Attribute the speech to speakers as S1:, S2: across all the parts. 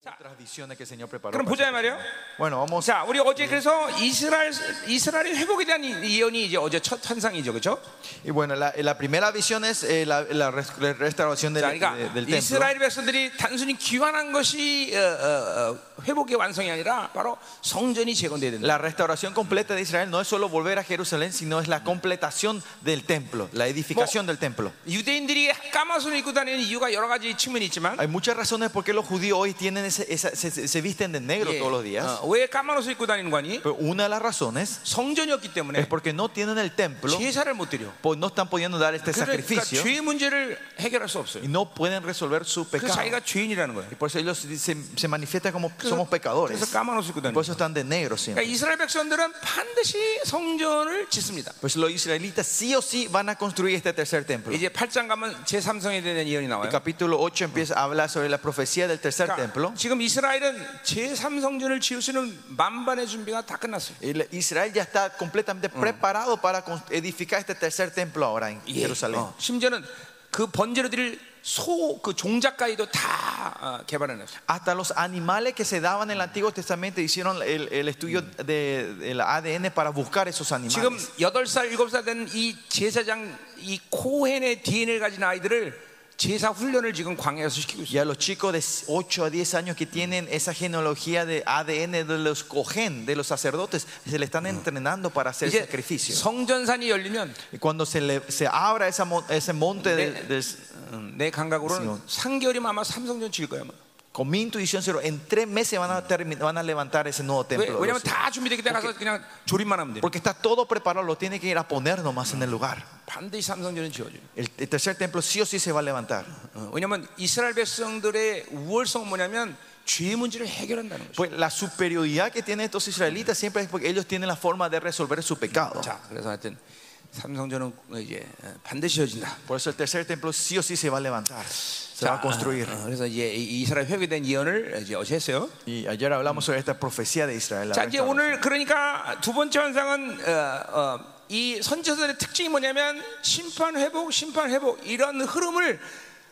S1: otras visiones que el Señor preparó.
S2: 그럼
S1: para
S2: 보자 이 말이에요.
S1: nosotros. Bueno, vamos
S2: 자, 우리 어제 그래서 이스라엘 이스라엘의 회복에 대한 이- 예언이 이제 어제 첫 환상이죠, 그렇죠?
S1: y bueno, la, la primera visión es eh, la, la res- la restauración del,
S2: 자, 그러니까
S1: de- del templo.
S2: 이스라엘 백성들이 단순히 귀환한 것이 어, 어, 어, 회복의 완성이 아니라 바로 성전이 재건돼야 된다.
S1: La restauración completa de Israel no es solo volver a Jerusalén, sino es la completación del templo, la edificación del templo.
S2: 유대인들이 까마손을 입고 다니는 이유가 여러 가지 측면이 있지만
S1: Hay muchas razones por qué los judíos hoy tienen ese- esa- se, se- se visten de negro
S2: 예,
S1: todos los días.
S2: 어, 왜 까만옷을 입고 다니는 거니?
S1: Pero una de las razones
S2: 성전이었기
S1: es
S2: 때문에
S1: porque no tienen el templo,
S2: 제사를 못 드려.
S1: pues no están pudiendo dar este
S2: 그래서 그러니까
S1: sacrificio
S2: 죄의 문제를 해결할 수 없어요.
S1: y no pueden resolver su
S2: 그래서
S1: pecado.
S2: 자기가 죄인이라는 거예요.
S1: Y por eso ellos se, se manifiesta como somos
S2: 그래서
S1: pecadores.
S2: 까만옷을 입고 다니는
S1: Por
S2: 거예요.
S1: eso están de negro siempre.
S2: 그러니까 이스라엘 백성들은 반드시 성전을 짓습니다.
S1: Pues los israelitas sí o sí van a construir este tercer templo.
S2: 이제 8장 가면 제3성에 대한 예언이 나와요.
S1: El capítulo 8 empieza a hablar sobre la profecía del tercer templo.
S2: 그러니까 지금 이스라엘은 제3성전을 지을 수 있는 만반의 준비가 다 끝났어요.
S1: El- Israel ya está completamente preparado para con- edificar este tercer templo ahora en Jerusalén.
S2: 어, 심지어는 그 번제로 드릴 소 그 종잣가위도 다 어, 개발해냈어요.
S1: Hasta los animales que se daban en el Antiguo Testamento hicieron el, el estudio de- del ADN para buscar esos
S2: 지금
S1: animales.
S2: 8살, 7살 된 이 제사장 이 코헨의 DNA를 가진 아이들을 제사 훈련을 지금 광야에서 시키고 있어요.
S1: Y a los chicos de 8 a 10 años que tienen esa genealogía de ADN de los cohen, de los sacerdotes, se le están entrenando para hacer
S2: 이제
S1: sacrificios.
S2: 성전산이 열리면
S1: Y cuando se, le- se abra esa mon- ese monte, de- de-
S2: 음, 내 감각으로는
S1: 지금.
S2: 3개월이면 아마 삼성전 지을 거야. 아마.
S1: con mi intuición, cero, en tres meses van a, termi- van a levantar ese nuevo
S2: 왜,
S1: templo. de los-
S2: 왜냐면 다 준비되기 때문에 가서 그냥 조립만 하면 돼.
S1: Porque está todo preparado, lo tiene que ir a poner nomás en el lugar.
S2: 반드시 삼성전은 지어줘요.
S1: El, el tercer templo sí o sí se va a levantar.
S2: 어, 왜냐면 이스라엘 백성들의 우월성은 뭐냐면 죄의 문제를 해결한다는 거죠.
S1: Pues la superioridad que tienen estos israelitas siempre es porque ellos tienen la forma de resolver su pecado.
S2: 자, 그래서 하여튼 삼성전은 이제 어, 반드시 이어진다.
S1: Por eso el tercer templo sí o sí se va a levantar, se va
S2: 자,
S1: a construir.
S2: 어, 그래서 이제 이- 이스라엘 회개된 예언을 이제 어제 했어요.
S1: Y ayer hablamos sobre esta profecía de Israel. la
S2: 자, 이제
S1: restauración.
S2: 오늘 그러니까 두 번째 환상은 어, 어, 이 선지자들의 특징이 뭐냐면 심판 회복, 심판 회복 이런 흐름을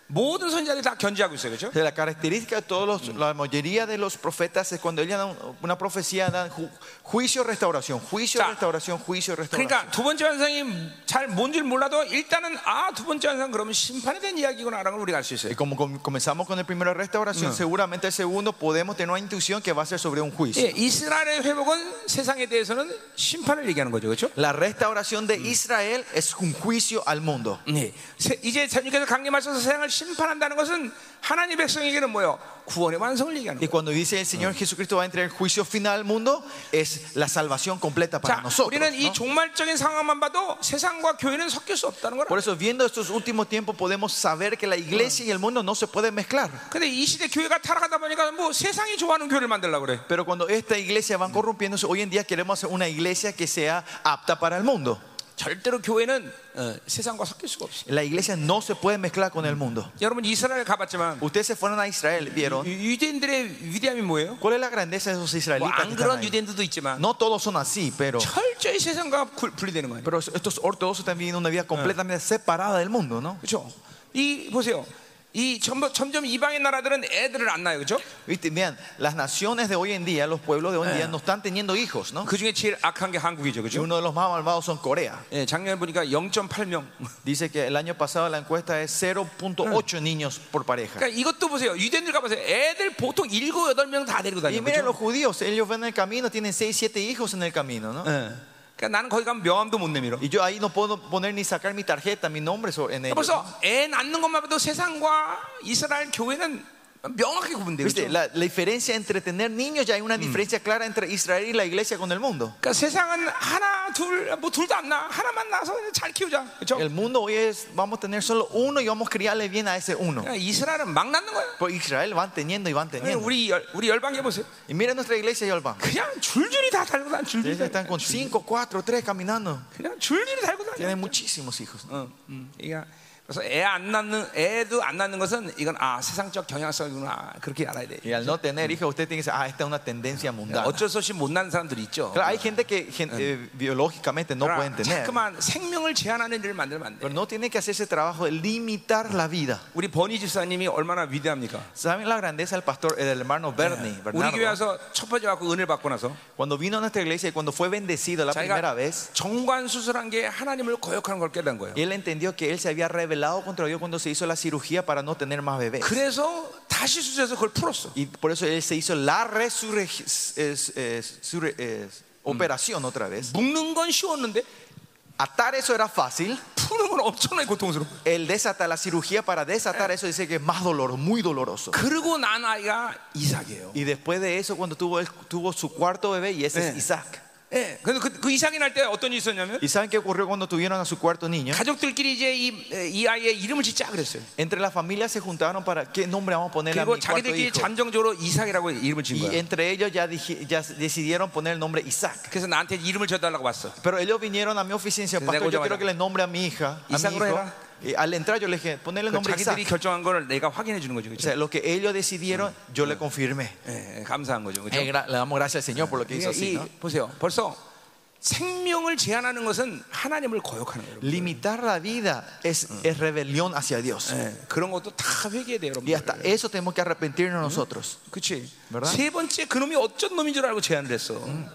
S2: 모든 선지자들이 다 견지하고 있어요, 그렇죠?
S1: O sea, La característica de todos los- la mayoría de los profetas es cuando ellos dan una profecía dan ju- juicio, restauración, juicio,
S2: 자,
S1: restauración, juicio, restauración.
S2: 그러니까 두 번째 환상이 잘 뭔지 몰라도 일단은 아 두 번째 환상 그러면 심판에 대한 이야기구나라는 걸 우리가 알 수 있어요.
S1: Y como com- comenzamos con el primero de restauración, seguramente el segundo podemos tener una intuición que va a ser sobre un juicio.
S2: 예, 이스라엘의 회복은 세상에 대해서는 심판을 얘기하는 거죠, 그렇죠?
S1: La restauración de Israel es un juicio al mundo.
S2: 네. 세- 이제 주님께서 강림하셔서 세상을 심판한다는 것은 하나님 백성에게는 뭐요? 구원의 완성을 얘기하는
S1: Y
S2: 거예요.
S1: cuando dice el Señor Jesucristo va a entregar el juicio final al mundo, es la salvación completa para
S2: 자,
S1: nosotros.
S2: 우리는 이
S1: ¿no?
S2: 종말적인 상황만 봐도 세상과 교회는 섞일 수 없다는 걸.
S1: Por
S2: 알아요.
S1: eso, viendo estos últimos tiempos, podemos saber que la iglesia y el mundo no se pueden mezclar.
S2: 근데 이 시대 교회가 타락하다 보니까 뭐 세상이 좋아하는 교회를 만들려고 그래.
S1: Pero cuando esta iglesia van corrompiéndose, hoy en día queremos hacer una iglesia que sea apta para el mundo.
S2: 절대로 교회는 어, 세상과 섞일 수가 없어.
S1: La iglesia no se puede mezclar con el mundo.
S2: 여러분 이스라엘 가봤지만
S1: Ustedes se fueron a Israel, ¿vieron?
S2: 유- 유대인들의 위대함이 뭐예요?
S1: ¿Cuál es la grandeza de esos
S2: 뭐
S1: israelitas? que
S2: 안
S1: están
S2: 그런
S1: ahí?
S2: 유대인들도 있지만
S1: No todos son así, pero...
S2: 철저히 세상과 구- 분리되는 거예요.
S1: Pero estos ortodoxos están viviendo una vida completamente separada del mundo, ¿no?
S2: 그렇죠? 이 보세요. 이 점점, 점점 이방의 나라들은 애들을 안 낳아요, 그렇죠?
S1: Viste, vean, las naciones de hoy en día, los pueblos de hoy en día no están teniendo hijos, ¿no?
S2: 그 중에 제일 악한 게 한국이죠,
S1: Y
S2: 그렇죠?
S1: uno de los más malvados son Corea.
S2: 예, 작년에 보니까 0.8명.
S1: Dice que el año pasado la encuesta es 0.8 niños por pareja.
S2: 그러니까 이것도 보세요. 유대인들 가보세요. 애들 보통 7, 8명 다 데리고
S1: Y
S2: 다녀요.
S1: miren
S2: 그렇죠?
S1: los judíos, ellos ven en el camino, tienen 6, 7 hijos en el camino, ¿no?
S2: 그러니까 나는 거기 가면 명함도 못 내밀어.
S1: Y yo ahí no puedo poner ni sacar mi tarjeta, mi nombre so- en ellos.
S2: 벌써 애 낳는 것만 봐도 세상과 이스라엘 교회는 명확히 구분돼요.
S1: Viste,
S2: 그렇죠?
S1: la, la diferencia entre tener niños, ya hay una diferencia clara entre Israel y la iglesia con el mundo.
S2: 그러니까 세상은 하나, 둘, 뭐 둘도 안 낳아. 하나만 낳아서 그냥 잘 키우자. 그렇죠?
S1: El mundo hoy es, vamos a tener solo uno y vamos a criarle bien a ese uno.
S2: 그러니까 이스라엘은 막 낳는 거예요.
S1: Pues Israel van teniendo y van teniendo.
S2: 우리 열, 우리 열방에 보세요.
S1: Y mira nuestra iglesia y Olván.
S2: 그냥 줄줄이 다 달고 다니 줄줄이
S1: Ellos
S2: 다
S1: están con 5, 4, 3 caminando.
S2: 그냥 줄줄이 달고 다녀.
S1: Tienen muchísimos hijos.
S2: 어, 음. 그러니까 그래서 애 안 낳는 애도 안 낳는 것은 이건 아 세상적 경향성이구나 그렇게 알아야 돼.
S1: Y al no tener hijos, usted tiene que decir, ah, esta es una tendencia mundana.
S2: 어쩔 수 없이 못 낳는 사람들이 있죠.
S1: Claro, hay gente que gen- eh, biológicamente no pueden
S2: 그러나
S1: tener.
S2: 자꾸만 생명을 제한하는 일을 만들면 안 돼.
S1: Pero no tiene que hacer ese trabajo de limitar la vida.
S2: 우리 버니 집사님이 얼마나 위대합니까?
S1: ¿Saben la grandeza del pastor, eh, del hermano Bernie?
S2: 네, 우리 교회
S1: Bernardo?
S2: 와서 첫 번째 갖고 은을 받고 나서
S1: Cuando vino a nuestra iglesia y cuando fue bendecido la primera
S2: 자기가
S1: vez,
S2: 정관 수술한 게 하나님을 거역하는 걸 깨달은 거예요.
S1: él entendió que él se había rebelado contra Dios cuando se hizo la cirugía para no tener más bebés.
S2: 그래서 다시 수술해서 그걸 풀었어.
S1: Y por eso él se hizo la resurreg- es- es- surre- es- operación otra vez.
S2: 묶는 건 쉬웠는데
S1: Atar eso era fácil.
S2: 푸는 건 엄청나게 고통스러워.
S1: El desatar la cirugía para desatar eso dice que es más doloroso, muy doloroso.
S2: 그리고 난 아이가 이삭이에요.
S1: Y después de eso, cuando tuvo, él tuvo su cuarto bebé, y ese
S2: Eh.
S1: es Isaac.
S2: 예. 근데 그, 그 이삭이 날 때 어떤 일이 있었냐면
S1: ¿Y saben qué ocurrió cuando tuvieron a su cuarto niño?
S2: 예. 가족들끼리 이제 이, 이 아이의 이름을 짓자 그랬어요.
S1: Entre las familias se juntaron para qué nombre vamos a ponerle a
S2: 그리고
S1: mi cuarto
S2: 자기들끼리
S1: hijo.
S2: 잠정적으로 이삭이라고 이름을 지은
S1: Y
S2: 거야.
S1: entre ellos ya, dije- ya decidieron poner el nombre Isaac.
S2: 그래서 나한테 이름을 지어달라고 왔어.
S1: Pero ellos vinieron a mi oficina y dijeron,
S2: Entonces,
S1: pastor, yo
S2: escucha,
S1: quiero que le nombre a mi hija, a mi
S2: Isaac
S1: hijo".
S2: Rueda.
S1: Y al entrar yo le dije, ponerle el
S2: 그
S1: nombre
S2: 자기들이
S1: Isaac.
S2: 결정한 거를 내가 확인해 주는 거죠.
S1: O
S2: 그렇죠?
S1: sea, lo que ellos decidieron, yo le confirmé.
S2: 예, 예, 감사한 거죠. 그렇죠?
S1: Eh, gra- le damos gracias al Señor por lo que hizo
S2: 이게
S1: así.
S2: 이,
S1: ¿no?
S2: 보세요. 벌써 생명을 제한하는 것은 하나님을 거역하는 거예요. 여러분.
S1: Limitar la vida es, es rebelión hacia Dios.
S2: 예, 그런 것도 다 회개해야 돼요,
S1: Y hasta
S2: 여러분.
S1: eso tenemos que arrepentirnos nosotros.
S2: 그렇지.
S1: ¿verdad?
S2: 세 번째 그놈이 어쩐 놈인 줄 알고 제안을 했어.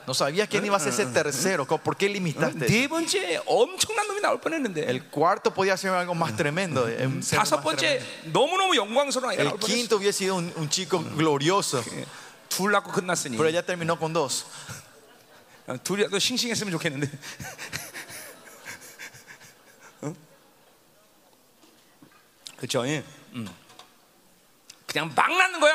S1: No sabía quién iba a ser ese tercero. co- ¿Por qué limitaste? eso?
S2: 네 번째 엄청난 놈이 나올 뻔했는데.
S1: El cuarto podía ser algo más tremendo. eh, un ser
S2: 다섯
S1: más
S2: 번째
S1: tremendo.
S2: 너무너무 영광스러운 아이가
S1: El
S2: 나올 뻔했어. 예.
S1: quinto hubiese sido un, un chico glorioso,
S2: 둘 낳고 끝났으니.
S1: pero ella terminó con dos.
S2: 어, 둘이라도 싱싱했으면 좋겠는데. 어? 그렇죠. 예. 음. 그냥 막 낳는 거야.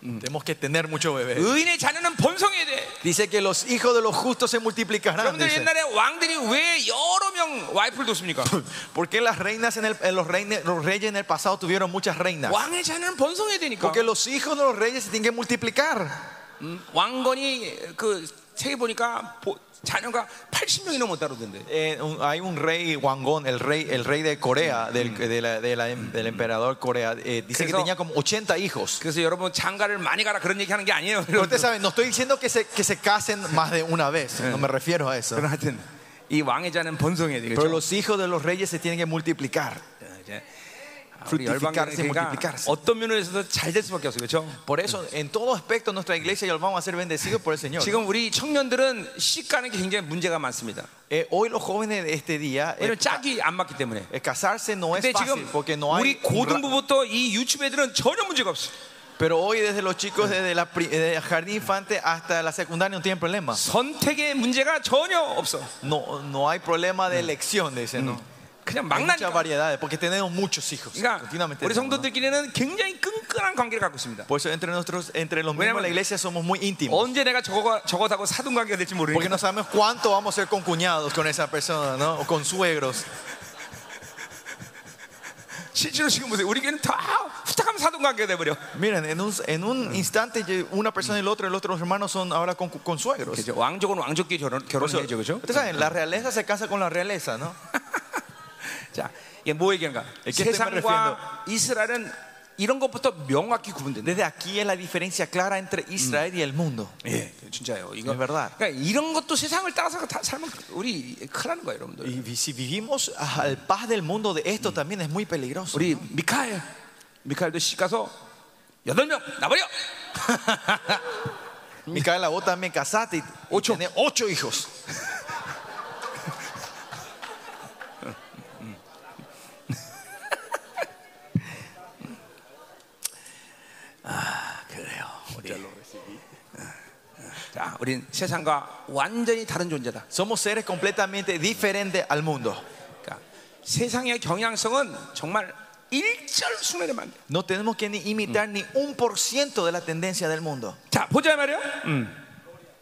S1: Tenemos que tener mucho bebé.
S2: 의인의 자녀는 번성해야 돼.
S1: Dice que los hijos de los justos se multiplicarán.
S2: 여러분들
S1: dice.
S2: 옛날에 왕들이 왜 여러 명 와이프를 뒀습니까?
S1: ¿Por qué las reinas en el- en los, reine- los reyes en el pasado tuvieron muchas reinas?
S2: 왕의 자녀는 번성해야 되니까.
S1: Porque los hijos de los reyes se tienen que multiplicar.
S2: 음, 왕건이 그 책에 보니까 보- 자녀가 80명이 넘었다그러던데
S1: Eh, un- hay un rey, Wangón, el rey, el rey de Corea, del, de la- de la- del emperador Corea, eh, dice que
S2: Eso-
S1: tenía como 80 hijos.
S2: 그래서 여러분 장가를 많이 가라 그런 얘기하는 게 아니에요.
S1: Pero ustedes saben, no estoy diciendo que se, que se casen más de una vez, no me refiero a eso.
S2: 그러나 하여튼 이 왕의 자녀는 번성해야
S1: Pero
S2: 되겠죠.
S1: los hijos de los reyes se tienen que multiplicar.
S2: 이제 아, 우리
S1: fructificarse,
S2: 열방교회는 그러니까
S1: multiplicarse.
S2: 어떤 면에서도 잘 될 수밖에 없어요, 그렇죠?
S1: Por eso, en todo aspecto, nuestra iglesia y vamos a ser bendecidos por el Señor.
S2: 지금 우리 청년들은 식 가는 게 굉장히 문제가 많습니다.
S1: Eh, hoy los jóvenes de este día, eh,
S2: 왜냐면 짝이 안 맞기 때문에.
S1: eh, casarse no es
S2: 근데
S1: fácil
S2: 지금
S1: porque no hay...
S2: 우리 고등부부터 이 유치부 애들은 전혀 문제가 없어.
S1: Pero hoy desde los chicos desde la pri- desde jardín infante hasta la secundaria no tienen problema.
S2: 선택의 문제가 전혀 없어.
S1: No, no hay problema de elección, dicen. ¿no?
S2: 그냥
S1: Hay muchas
S2: 막나니까.
S1: variedades porque tenemos muchos hijos.
S2: 그러니까
S1: Continuamente tenemos,
S2: 우리
S1: ¿no?
S2: 성도들끼리는 굉장히 끈끈한 관계를 갖고 있습니다.
S1: Por eso entre nosotros, entre los miembros de la iglesia somos muy íntimos.
S2: 언제 내가 저거 저거하고 사돈 관계가 될지
S1: Porque
S2: 모르니까.
S1: no sabemos cuánto vamos a ser con cuñados con esa persona, ¿no? O con suegros.
S2: 실제로 지금 보세요. 우리 교회는 다 후딱하면 사돈 관계가 돼버려.
S1: Miren, en un, en un instante ye- una persona y el otro, el otro hermanos son ahora con, con suegros.
S2: 그죠? 왕족은 왕족끼리 결혼
S1: Por eso,
S2: 결혼해죠, 그죠?
S1: ustedes saben, la realeza se casa con la realeza, ¿no?
S2: 자, 이게 뭐 얘기한가?
S1: 이렇게
S2: 세상과 이스라엘은 이런 것부터 명확히 네, 구분된다.
S1: Desde aquí es la diferencia clara entre Israel y el mundo.
S2: 예, 진짜요. 이거
S1: 네, verdad.
S2: 그러니까 이런 것도 세상을 따라서 다 살면 우리 큰일 나는 거예요, 여러분들.
S1: Y vi- si vivimos al paz del mundo de esto también es muy peligroso.
S2: 우리 미카엘, 미카엘도 시 가서 여덟 명 나버려.
S1: Micaela, vos también casaste y, y
S2: Ocho.
S1: tenés ocho hijos.
S2: 그래요. 우리. 자, 우린 세상과 완전히 다른 존재다.
S1: Somos seres completamente diferentes al mundo.
S2: 그러니까 세상의 경향성은 정말 일절 순회되면 안 돼.
S1: No tenemos que ni imitar ni un por ciento de la tendencia del mundo.
S2: 자, 보자 말이요.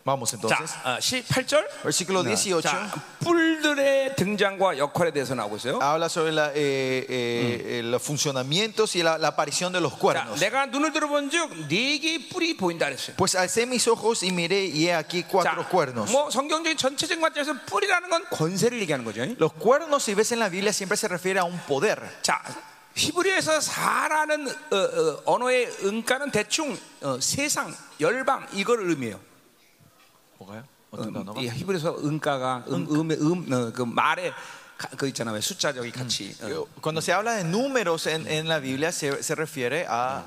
S1: Vamos
S2: 자,
S1: entonces.
S2: 어, 18절. 네.
S1: Versículo 18
S2: 자, 뿔들의 등장과 역할에 대해서 나오고 있어요.
S1: habla sobre la, eh, eh, eh, los funcionamientos y la, la aparición de los
S2: 자,
S1: cuernos.
S2: 내가 눈을 들어본즉 네 개의 뿔이 보인다 그랬어요.
S1: Pues alcé mis ojos y miré y he aquí cuatro
S2: 자,
S1: cuernos.
S2: 뭐 성경적인 전체적인 관점에서 뿔이라는 건 권세를 얘기하는 거죠.
S1: Los cuernos, si ves en la Biblia, siempre se refiere a un poder.
S2: 자, 히브리어에서 사라는 어, 어, 언어의 음가는 대충 어, 세상, 열방 이걸 의미해요.
S1: Eh,
S2: 음, 이 히브리어에서 음가가 음, 음의 음, 어, 그 말에 가- 그 있잖아 왜 숫자적이 같이 어,
S1: Cuando se habla de números en, en la Biblia, se, se refiere a.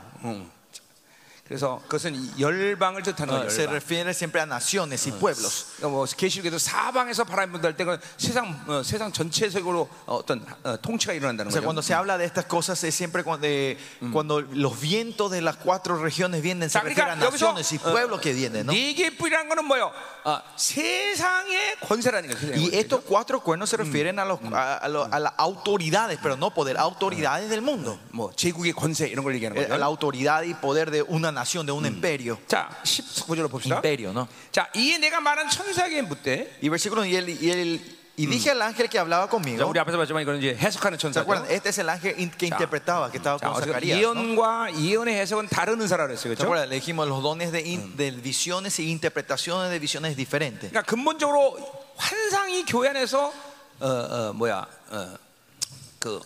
S2: 그래서 그것은 열방을 뜻하는 거예요.
S1: Se
S2: 열방.
S1: refiere siempre a naciones y pueblos.
S2: 그러니까 뭐 계시록에도 사방에서 바람이 분다할 때그 세상 어, 세상 전체적으로 어떤 어, 통치가 일어난다는
S1: O sea,
S2: 거죠.
S1: cuando se habla de estas cosas es siempre cuando, eh, cuando los vientos de las cuatro regiones vienen, se
S2: 자,
S1: refiere a
S2: 그러니까 여기서
S1: naciones y pueblos que vienen, ¿no?
S2: 네개 뿌리라는 거는 뭐요? 아, 세상의 권세라는 거예요. 세상의
S1: Y
S2: 권세.
S1: estos cuatro cuernos se refieren a, los, a, a lo- a las autoridades, pero no poder, autoridades del mundo.
S2: 뭐 제국의 권세 이런 걸 얘기하는
S1: Eh,
S2: 거예요.
S1: La autoridad y poder de una nación, de un imperio.
S2: 자, 19절로 봅시다.
S1: ¿no?
S2: 자, 이에 내가 말한 천사에게 묻되
S1: Y versículo, y, él- y, él- y dije al ángel que hablaba
S2: 자,
S1: conmigo.
S2: 우리 앞에서 봤지만 이거는 이제 해석하는
S1: ¿Se
S2: 천사죠.
S1: acuerdan? Este es el ángel in- que interpretaba, que estaba
S2: 자,
S1: con
S2: 어디서
S1: Zacarías. ¿no?
S2: 예언과 예언의 해석은 다른 은사라 그랬어요.
S1: ¿Se
S2: 그렇죠?
S1: acuerdan? Le dijimos los dones de, in- de visiones y interpretaciones de visiones diferentes.
S2: 그러니까 근본적으로 환상이 교회 안에서 어, 어, 뭐야? 어, 그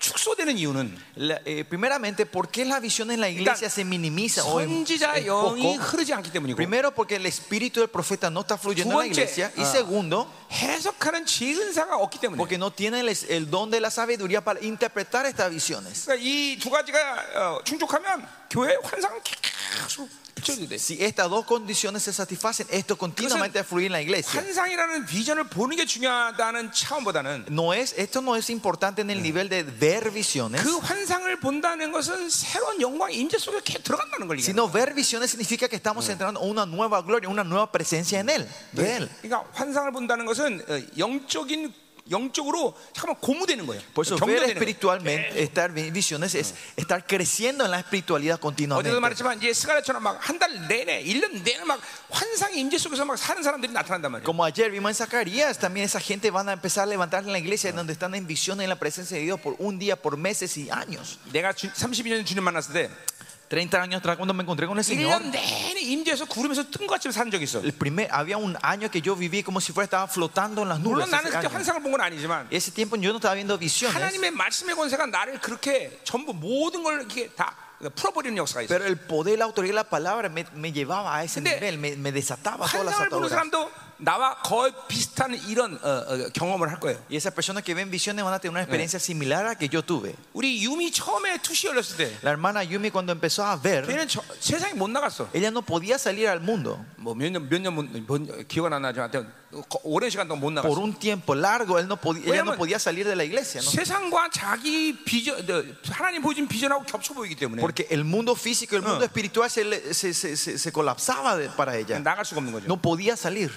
S2: 축소되는 이유는
S1: La- eh, primeramente, ¿por qué la visión en la iglesia
S2: Irán,
S1: se minimiza o en,
S2: 선지자
S1: en
S2: 영이
S1: poco?
S2: 흐르지 않기 때문이고
S1: Primero, porque el espíritu del profeta no está fluyendo en la
S2: Duonche,
S1: iglesia. Y
S2: ah.
S1: segundo,
S2: 해석하는 지은사가 없기 때문에
S1: porque no tiene el, el don de la sabiduría para interpretar estas visiones.
S2: 그러니까 이 두 가지가 어, 충족하면 교회 환상은 계속 비춰져야 돼
S1: Si estas dos condiciones se satisfacen, esto continuamente fluye en la
S2: 예.
S1: iglesia.
S2: 환상이라는 비전을 보는 게 중요하다는 차원보다는
S1: No es, esto no es importante en el nivel de ver visiones,
S2: 그 환상을 본다는 것은 새로운 영광 임재 속에 계- 들어간다는 걸 얘기해요
S1: sino ver visiones significa que estamos entrando a una nueva gloria, una nueva presencia en él,
S2: Mm.
S1: de él.
S2: 그러니까 환상을 본다는 것은 어, 영적인 영적으로 잠깐만 고무되는 거예요
S1: Por eso ver
S2: 경련되는 거예요.
S1: espiritualmente, estar en visiones es estar creciendo en la espiritualidad
S2: 어제도
S1: continuamente.
S2: 말했지만 이제 스가랴처럼 막 한 달 내내 일 년 내내 막 환상의 임재 속에서 막 사는 사람들이 나타난단 말이에요
S1: Como ayer vimos en Zacarías, también esa gente van a empezar a levantar en la iglesia donde están en visiones en la presencia de Dios por un día, por meses y años.
S2: 내가 주, 32년 주님 만났을 때
S1: 30 años atrás cuando me encontré con el Señor,
S2: 1년 내내 임재에서 구름에서 네, 뜬것처럼 산 적이 있어
S1: el primer, había un año que yo viví como si fuera estaba flotando en las nubes.
S2: 물론 나는
S1: ese
S2: 그때
S1: año.
S2: 환상을 본 건 아니지만
S1: Ese tiempo yo no estaba viendo visiones,
S2: 하나님의 말씀의 권세가 나를 그렇게 전부 모든 걸 이렇게 다 풀어버리는 역사가 있어
S1: pero el poder, la autoridad de la palabra me, me llevaba a ese
S2: 근데
S1: nivel, me, me desataba todas las
S2: 환상을 보는
S1: ataduras.
S2: 사람도 나와 거의 비슷한 이런 어, 어, 경험을 할 거예요
S1: Y esas personas que ven visiones van a tener una experiencia similar a la que yo tuve.
S2: 우리 유미 처음에 투시 열렸을 때
S1: La hermana Yumi cuando empezó a ver,
S2: 걔는 저- 세상에 못 나갔어
S1: ella no podía salir al mundo.
S2: 뭐 몇 년 몇 년 못 기억은 안 나지만 하여튼 거- 오랜 시간 동안 못
S1: Por
S2: 나갔어
S1: un tiempo largo él no podía, ella no
S2: Oye,
S1: podía salir de la iglesia, ¿no?
S2: 세상과 자기 비전 어, 하나님 보여준 비전하고 겹쳐 보이기 때문에
S1: Porque el mundo físico, el mundo espiritual se, le- se, se- se- se colapsaba de- para ella.
S2: 나갈 수가 없는 거죠
S1: No podía salir.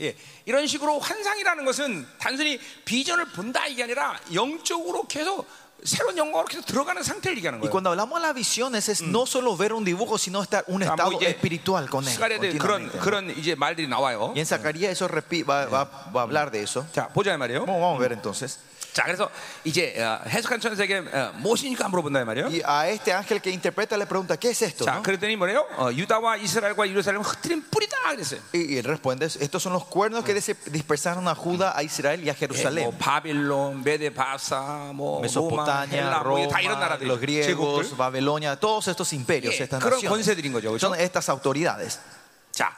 S2: 예, 이런 식으로 환상이라는 것은 단순히 비전을 본다 이게 아니라 영적으로 계속 새로운 영광으로 계속 들어가는 상태를 얘기하는
S1: Y
S2: 거예요.
S1: cuando hablamos de las visiones es no solo ver un dibujo, sino estar un
S2: 아,
S1: estado
S2: 뭐 이제
S1: espiritual con él.
S2: 시간에 대해 그런
S1: continuamente, ¿no?
S2: 그런 이제 말들이 나와요.
S1: Y en Zacarías eso repi- va, va- va a hablar de eso.
S2: 자, 보자 이 말이에요.
S1: Vamos, vamos a ver entonces.
S2: 자, 그래서 이제 어, 해석한 천사에게 어, 무엇이니까 물어본다 이 말이에요.
S1: Y a este ángel que interpreta le pregunta, ¿qué es esto?
S2: 자,
S1: no?
S2: 그랬더니 뭐래요? 어, 유다와 이스라엘과 예루살렘 흩트린 뿌리다 그랬어요. 예,
S1: Y, y él responde, estos son los cuernos que des- dispersaron a Judá, a Israel y a
S2: 예, 뭐
S1: Jerusalén.
S2: 바빌론, 메데바사, 뭐 로마,
S1: Eh, Mesopotamia,
S2: 헬라, 뭐
S1: Roma,
S2: 다 이런 나라들,
S1: los griegos,
S2: 제국들.
S1: Babilonia, todos estos imperios,
S2: 예,
S1: estas
S2: 그런 권세들인 거죠,
S1: naciones,
S2: 그렇죠?
S1: son estas autoridades.
S2: 자,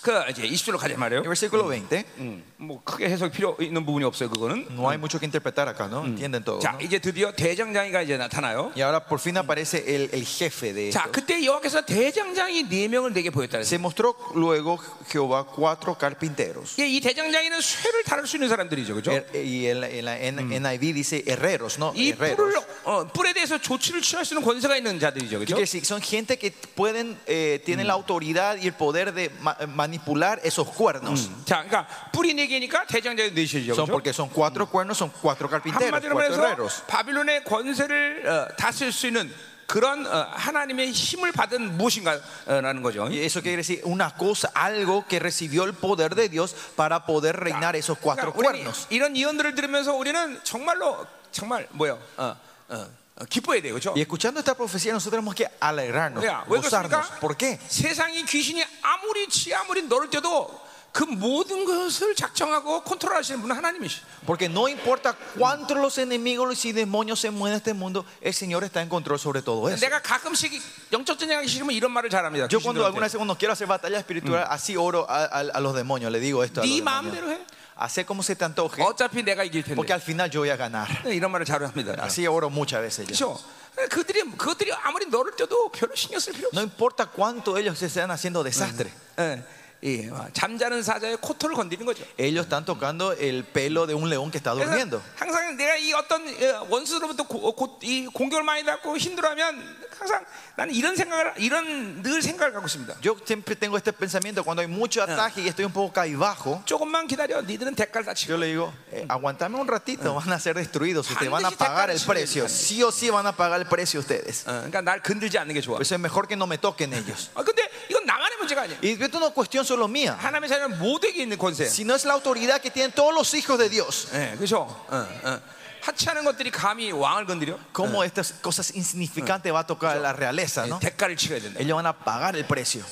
S2: 그 이제 20절로 가자 이 말이에요.
S1: En versículo 20,
S2: 음, 뭐 크게 해석 필요 있는 부분이 없어요. 그거는.
S1: no hay mucho que interpretar acá, ¿no? Entienden todo.
S2: 자
S1: ¿no?
S2: 이제 드디어 대장장이가 이제 나타나요.
S1: Y ahora por fin aparece el, el jefe de
S2: 자
S1: esto.
S2: 그때 여호와께서 대장장이 네 명을 내게 보였다 그랬어요.
S1: Se mostró luego Jehová cuatro carpinteros.
S2: 예, 이 대장장이는 쇠를 다룰 수 있는 사람들이죠, 그죠?
S1: Er- y en la, en la N- NIV dice herreros, ¿no?
S2: 이 뿔을
S1: Herreros.
S2: 어, 뿔에 대해서 조치를 취할 수 있는 권세가 있는 자들이죠,
S1: ¿Qué
S2: 그죠?
S1: quiere decir? Son gente que pueden, eh, tienen la autoridad y el poder de ma- manipular esos cuernos.
S2: 자, 그러니까 뿔이 네 개니까 대장장이 네 셋이죠,
S1: Son
S2: 그죠?
S1: porque son
S2: 뭐
S1: cuatro cuernos, son cuatro carpinteros,
S2: 한마디로
S1: cuatro
S2: 말해서
S1: herreros.
S2: 바빌론의 권세를 어, 다스릴 수 있는 그런 어, 하나님의 힘을 받은 무엇인가라는 거죠.
S1: Y eso quiere decir una cosa, algo que recibió el poder de Dios para poder reinar esos cuatro
S2: 그러니까 우리
S1: cuernos.
S2: 이런 예언들을 들으면서 우리는 정말로 정말 뭐요? 어, 어, 어, 기뻐해야 돼요, 그렇죠?
S1: Y escuchando esta profecía nosotros tenemos que alegrarnos,
S2: Ya, ¿왜
S1: gozarnos.
S2: 그렇습니까?
S1: ¿Por qué?
S2: 세상이 귀신이 아무리 지 아무리 너를 때도 그 모든 것을 작정하고 컨트롤하시는 분은 하나님이시.
S1: Porque no importa cuántos los enemigos y demonios se mueven en este mundo, el Señor está en control sobre todo eso.
S2: 내가 가끔씩 영적 전쟁하기 싫으면 이런 말을 잘합니다.
S1: Yo cuando alguna
S2: 귀신들한테.
S1: vez cuando quiero hacer batalla espiritual, así oro a, a- a los demonios, le digo esto a los
S2: 네
S1: demonios.
S2: 마음대로 해.
S1: Hacer como se te antoje,
S2: 어차피 내가 이길 텐데. 네,
S1: porque al final yo voy a ganar.
S2: 이런 말을 잘합니다.
S1: Así oro muchas veces yo.
S2: 그렇죠? 그들이 그들이 아무리 너를 때도 별로 신경 쓸 필요 없어.
S1: No importa cuánto ellos se están haciendo desastre,
S2: 예, 예, 와, 잠자는 사자의 코털을 건드리는 거죠.
S1: ellos están tocando el pelo de un león que está
S2: 그래서
S1: durmiendo.
S2: 항상 내가 이 어떤 예, 원수로부터 고, 어, 고, 이 공격을 많이 받고 힘들어하면 항상 나는 이런 생각을 이런 늘 생각을 갖고 있습니다.
S1: Yo siempre tengo este pensamiento cuando hay mucho ataque y estoy un poco caibajo.
S2: 조금만 기다려, 니들은 대가를 다 치고.
S1: Yo le digo, eh, aguantame un ratito, van a ser destruidos, ustedes van a
S2: Antes de
S1: pagar el
S2: atacar,
S1: precio, sí o sí van a pagar el precio ustedes.
S2: 어, 그러니까 날 건들지 않는 게 좋아.
S1: Pues es mejor que no me toquen ellos.
S2: 아, 근데 이건 나만의 문제가 아니야.
S1: Y esto no es cuestión solo mía,
S2: 하나님의 자녀는 모두에게 있는 권세야.
S1: sino es la autoridad que tienen todos los hijos de Dios.
S2: 예, 그렇죠. 어, 어. 하찮은 것들이 감히 왕을 건드려 예,
S1: Cómo estas cosas insignificantes va a tocar la realeza, ¿no?
S2: 대가를 치러야 된다.
S1: Ellos van a pagar el precio.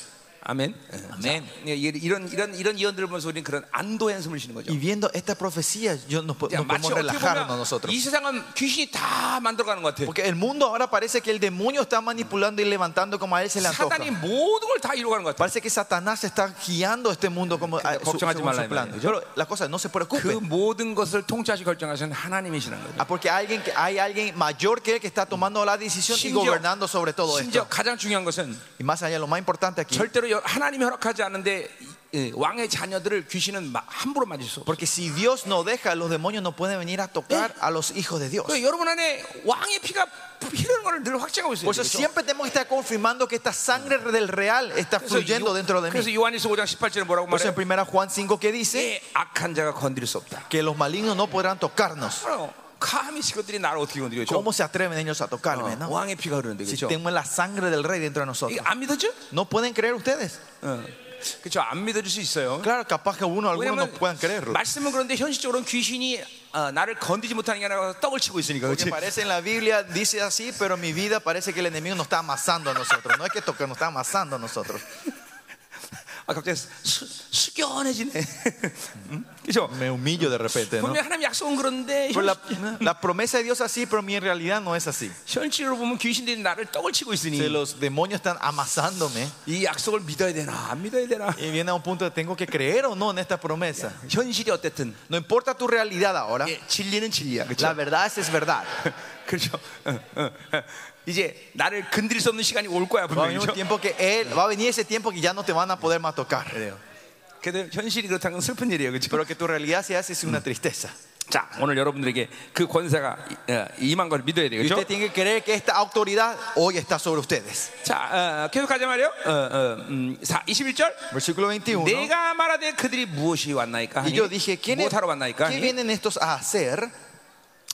S2: 아멘. 예, 아멘. 이런 이런 이런 이언들을 보면서 우리는 그런 안도의 한숨을 쉬는 거죠.
S1: Y viendo esta profecía, yo no, po-
S2: 야,
S1: no podemos
S2: 마치 어떻게
S1: relajarnos
S2: 보면
S1: nosotros.
S2: 이 세상은 귀신이 다 만들어가는 것 같아.
S1: Porque el mundo ahora parece que el demonio está manipulando y levantando como a él se le antoja.
S2: 사단이 모든 걸 다 이루어가는 것 같아.
S1: Parece que Satanás está guiando este mundo como a, su,
S2: 걱정하지
S1: según su
S2: 말라 이
S1: plan.
S2: 말이에요.
S1: Pero la cosa, no se
S2: 그
S1: preocupe.
S2: 모든 것을 통치하시 결정하시는 하나님이시라는 거죠.
S1: Ah, porque alguien que, hay alguien mayor que él que está tomando la decisión y
S2: 심지어-
S1: gobernando sobre todo
S2: 심지어 그러니까.
S1: esto.
S2: 가장 중요한 것은
S1: Y más allá, lo más importante aquí.
S2: 절대로 여- 하나님이 허락하지 않는데 이- 이 왕의 자녀들을 귀신은 마- 함부로 만질 수 없어.
S1: Porque si Dios no deja, los demonios no pueden venir a tocar a los hijos de Dios.
S2: 그 여러분 안에 왕의 피가 흐르는 것을 늘 확증하고 있어요. 그렇죠?
S1: Por eso siempre tenemos que estar confirmando que esta sangre del real está fluyendo dentro de
S2: 그래서
S1: mí.
S2: 요한일서 5장 18절에 뭐라고
S1: Por eso
S2: 말해요?
S1: en 1 Juan 5 que dice
S2: 예, 악한 자가 건드릴 수 없다.
S1: que los malignos no podrán tocarnos.
S2: 알아요. 감히 그것들이 나를 어떻게 건드려? 죠 어,
S1: ¿Cómo se atreven ellos a tocarme? no?
S2: 왕의 피가 흐르는데
S1: Si
S2: 그렇죠?
S1: tenemos la sangre del rey dentro de
S2: 이게
S1: nosotros.
S2: 안 믿어져?
S1: ¿No pueden creer ustedes?
S2: 그렇죠. 안 믿어질 수 있어요.
S1: Claro, capaz que uno, algunos no
S2: 왜냐면
S1: puedan creerlo.
S2: 말씀은 그런데 현실적으로는 귀신이 어, 나를 건드지 못하는 게 아니라 떡을 치고 있으니까
S1: Porque
S2: 그렇지.
S1: parece en la Biblia, dice así, pero en mi vida parece que el enemigo nos está amasando a nosotros. No es que toque, nos está amasando a nosotros.
S2: 아 갑자기 수, 숙연해지네. 음? 그렇죠.
S1: Me humillo de repente,
S2: 분명 하나님 약속은 그런데
S1: Pero la,
S2: 현-
S1: la promesa de Dios es así, pero mi realidad no es así.
S2: 현실로 보면 귀신들이 나를 떡을 치고
S1: Si
S2: 있으니
S1: los demonios están amasándome,
S2: 이 약속을 믿어야 되나 안 믿어야 되나
S1: y viene a un punto de tengo que creer o no en esta promesa.
S2: 현실이 어쨌든
S1: No importa tu realidad ahora,
S2: 예, 진리는 진리야 그렇죠.
S1: la verdad es, es verdad.
S2: 그렇죠. 응, 응, 응. 이제 나를 건드릴 수 없는 시간이 올 거야
S1: Va a venir
S2: 분명히.
S1: un
S2: 그렇죠?
S1: tiempo que él, va a venir ese tiempo que ya no te van a poder más tocar.
S2: 그래도 현실이 그렇다는 건 슬픈 일이에요, 그렇죠?
S1: Pero que tu realidad sea así es una tristeza.
S2: 자, 오늘 여러분들에게 그 권세가 이- 어, 임한 걸 믿어야 돼요,
S1: Y
S2: 그렇죠?
S1: usted tiene que creer que esta autoridad hoy está sobre ustedes.
S2: 자, 어, 계속 가자 말이요. 어, 어, 음, 사- 21절.
S1: Versículo 21.
S2: 내가 말하되 그들이 무엇이 어, 왔나이까?
S1: Y
S2: 하니?
S1: yo dije, ¿quién es-
S2: 무엇하러 왔나이까?
S1: ¿qué
S2: 하니?
S1: vienen estos a hacer?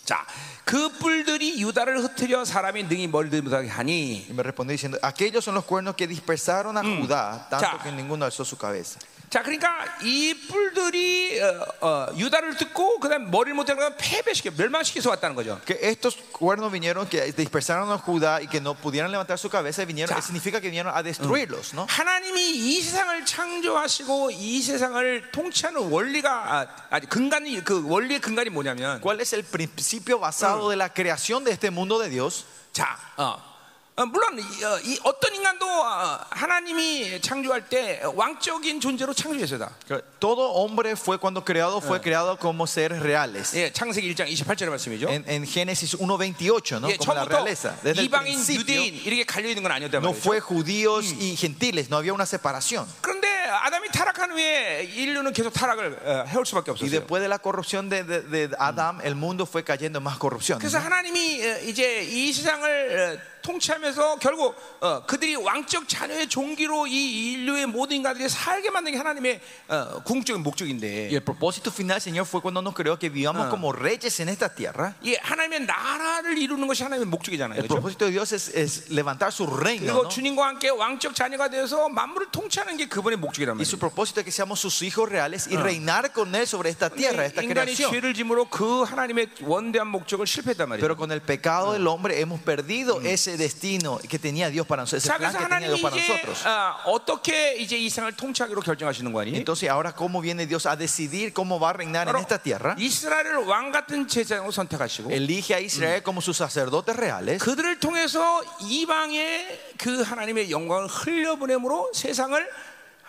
S2: 자, 그 뿔들이 유다를 흩트려 사람이 능히 머리를 못하게 하니.
S1: Y me respondió diciendo, aquellos son los cuernos que dispersaron a Judá, tanto
S2: Ya.
S1: que ninguno alzó su cabeza.
S2: 자, 그러니까 이 뿔들이 어, 어, 유다를 뜯고 그다음 머리를 못하게 하면 패배시켜 멸망시켜서 왔다는 거죠.
S1: Que estos cuernos vinieron, que dispersaron a Judá y que no pudieron levantar su cabeza, vinieron,
S2: Ya.
S1: significa que vinieron a destruirlos, ¿no?
S2: 하나님이 이 세상을 창조하시고 이 세상을 통치하는 원리가 아, 아니 근간이 그 원리의 근간이 뭐냐면
S1: ¿Cuál es el principio basado de la creación de este mundo de Dios?
S2: 자 어. 어, 물론 이, 어, 이 어떤 인간도 어, 하나님이 창조할 때 왕적인 존재로 창조했어요 다.
S1: Que Todo hombre fue cuando creado, fue creado como seres reales.
S2: 예, 창세기 1장 28절의 말씀이죠.
S1: En, en Génesis 1.28, ¿no?
S2: 예,
S1: Como la
S2: 처음부터
S1: realeza. Desde el
S2: 이방인,
S1: principio
S2: 유대인 이렇게 갈려 있는 건 아니었단
S1: no
S2: 말이죠.
S1: fue judíos y gentiles, no había una separación.
S2: 그런데 아담이 타락한 후에 인류는 계속 타락을 어, 해올 수밖에
S1: Y
S2: 없었어요.
S1: después de la corrupción de, de- de Adán, el mundo fue cayendo en más corrupción.
S2: 그래서 하나님이 어, 이제 이 세상을 어, 통치하면서 결국 어, 그들이 왕적 자녀의 종기로 이 인류의 모든 인간들이 살게 만든 게 하나님의 어, 궁극적인 목적인데
S1: Y el propósito final, Señor, fue cuando nos creó que vivamos como reyes en esta tierra.
S2: 이 예, 하나님의 나라를 이루는 것이 하나님의 목적이잖아요.
S1: El
S2: 그죠
S1: propósito de Dios es, es levantar su reino.
S2: 그리고
S1: ¿no?
S2: 주님과 함께 왕적 자녀가 되어서 만물을 통치하는 게 그분의 목적이란
S1: Y su
S2: 말이에요.
S1: propósito es que seamos sus hijos reales y reinar con Él sobre esta tierra, esta
S2: 인간이
S1: creación.
S2: 죄를 짐으로 그 하나님의 원대한 목적을 실패했단 말이에요.
S1: Pero con el pecado del hombre hemos perdido ese destino que tenía Dios para nosotros, ese
S2: 자,
S1: plan
S2: 그래서
S1: que tenía
S2: 하나님이
S1: Dios para
S2: 이제
S1: nosotros.
S2: 아, 어떻게 이제 이 세상을 통치하기로 결정하시는 거 아니?
S1: Entonces, ahora, ¿cómo viene Dios a decidir cómo va a reinar en
S2: 바로
S1: esta tierra?
S2: 이스라엘을 왕 같은 제사장으로 선택하시고
S1: Elige a Israel como sus sacerdotes reales.
S2: 그들을 통해서 이방의 그 하나님의 영광을 흘려보내므로 세상을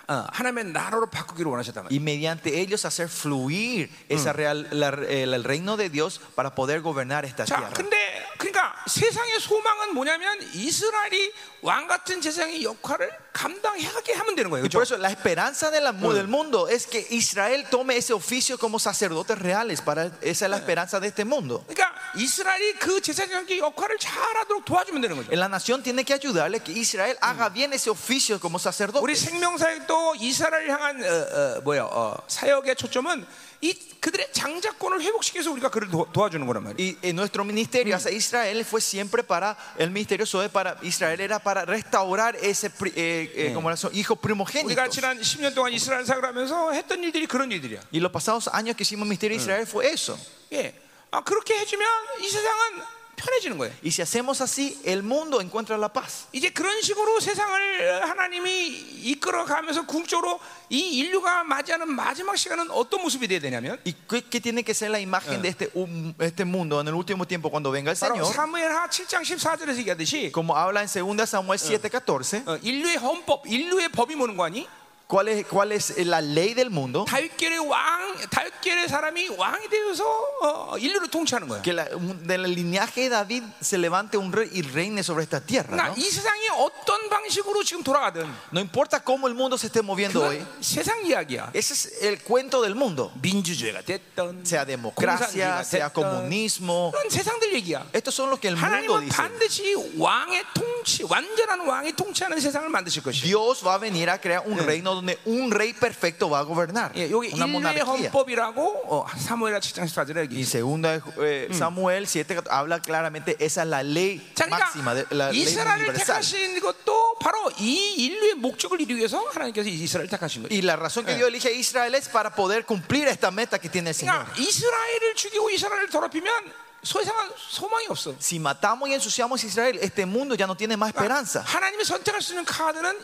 S2: 어, 하나님의 나라로 바꾸기로 원하셨단 말이에요.
S1: Y mediante ellos hacer fluir esa real- la- el, el reino de Dios para poder gobernar esta
S2: 자,
S1: tierra.
S2: 근데 그러니까 세상의 소망은 뭐냐면 이스라엘이 왕 같은 제사장의 역할을 감당하게 하면 되는 거예요.
S1: Y por
S2: 그렇죠?
S1: eso la esperanza de la mu- del mundo es que Israel tome ese oficio como sacerdotes reales. Para, esa es la esperanza de este mundo.
S2: 그러니까 이스라엘이 그 제사장의 역할을 잘하도록 도와주면 되는 거죠.
S1: La nación tiene que ayudarle que Israel haga bien ese oficio como sacerdote.
S2: 우리 생명사역도 이스라엘 향한 어, 어, 뭐야 어, 사역의 초점은 이 그들의 장자권을 회복시켜서 우리가 그를 도, 와주는 거란 말이에요.
S1: Y en nuestro ministerio hacia Israel fue siempre para, el ministerio sobre para Israel era para restaurar ese pri- eh, eh, como era, son hijos
S2: 우리가
S1: primogénitos.
S2: 지난 10년 동안 이스라엘 사역을 하면서 했던 일들이 그런 일들이야.
S1: Y los pasados años que hicimos ministerio de Israel fue eso.
S2: 예, 아, 그렇게 해주면 이 세상은 편해지는 거예요.
S1: Y si hacemos así, el mundo encuentra la paz.
S2: 이제 그런 식으로 세상을 하나님이 이끌어가면서 궁적으로 이 인류가 맞이하는 마지막 시간은 어떤 모습이 돼야 되냐면
S1: ¿Y qué, qué tiene que ser la imagen de este, um- este mundo en el último tiempo cuando venga el
S2: 바로
S1: Señor?
S2: 사무엘하 7장 14절에서 얘기하듯이
S1: Como habla en 2 Samuel 7:14,
S2: 어, 인류의 헌법, 인류의 법이 뭐는 거 아니?
S1: ¿cuál es, ¿cuál es la ley del mundo?
S2: 다윗계의 왕, 다윗계의 사람이 왕이 되어서 어, 인류를 통치하는 거야.
S1: Que la- un- del linaje de David se levante un rey y reine sobre esta tierra.
S2: 그러니까
S1: ¿no?
S2: 이 세상이 어떤 방식으로 지금 돌아가든
S1: No importa cómo el mundo se esté moviendo hoy,
S2: 그건 세상 이야기야.
S1: ese es el cuento del mundo.
S2: 민주주의가 됐던 뭐
S1: Sea democracia, sea comunismo.
S2: 그런 세상들 얘기야.
S1: Estos son los que el mundo
S2: 하나님은
S1: dice.
S2: 반드시 왕의 통치, 완전한 왕이 통치하는 세상을 만드실 것이에요.
S1: Dios va a venir a crear un reino donde un rey perfecto va a gobernar.
S2: 예, 여기
S1: Una
S2: 인류의
S1: monarquía.
S2: 헌법이라고 어, 사무엘하 7장 14절에
S1: Y
S2: 얘기.
S1: segunda de Ju- eh, Samuel 7 habla claramente, esa es la ley
S2: 자,
S1: máxima, de-
S2: 그러니까
S1: la ley
S2: 이스라엘을
S1: universal.
S2: 택하신 것도 바로 이 인류의 목적을 이루기 위해서 하나님께서 이스라엘을 택하신 거예요.
S1: Y la razón que Dios elige a Israel es para poder cumplir esta meta que tiene el Señor.
S2: 그러니까 이스라엘을 죽이고 이스라엘을 더럽히면 소상한 소망이 없어.
S1: Si matamos y ensuciamos a Israel, este mundo ya no tiene más esperanza.
S2: 하나님이 선택할 수 있는 카드는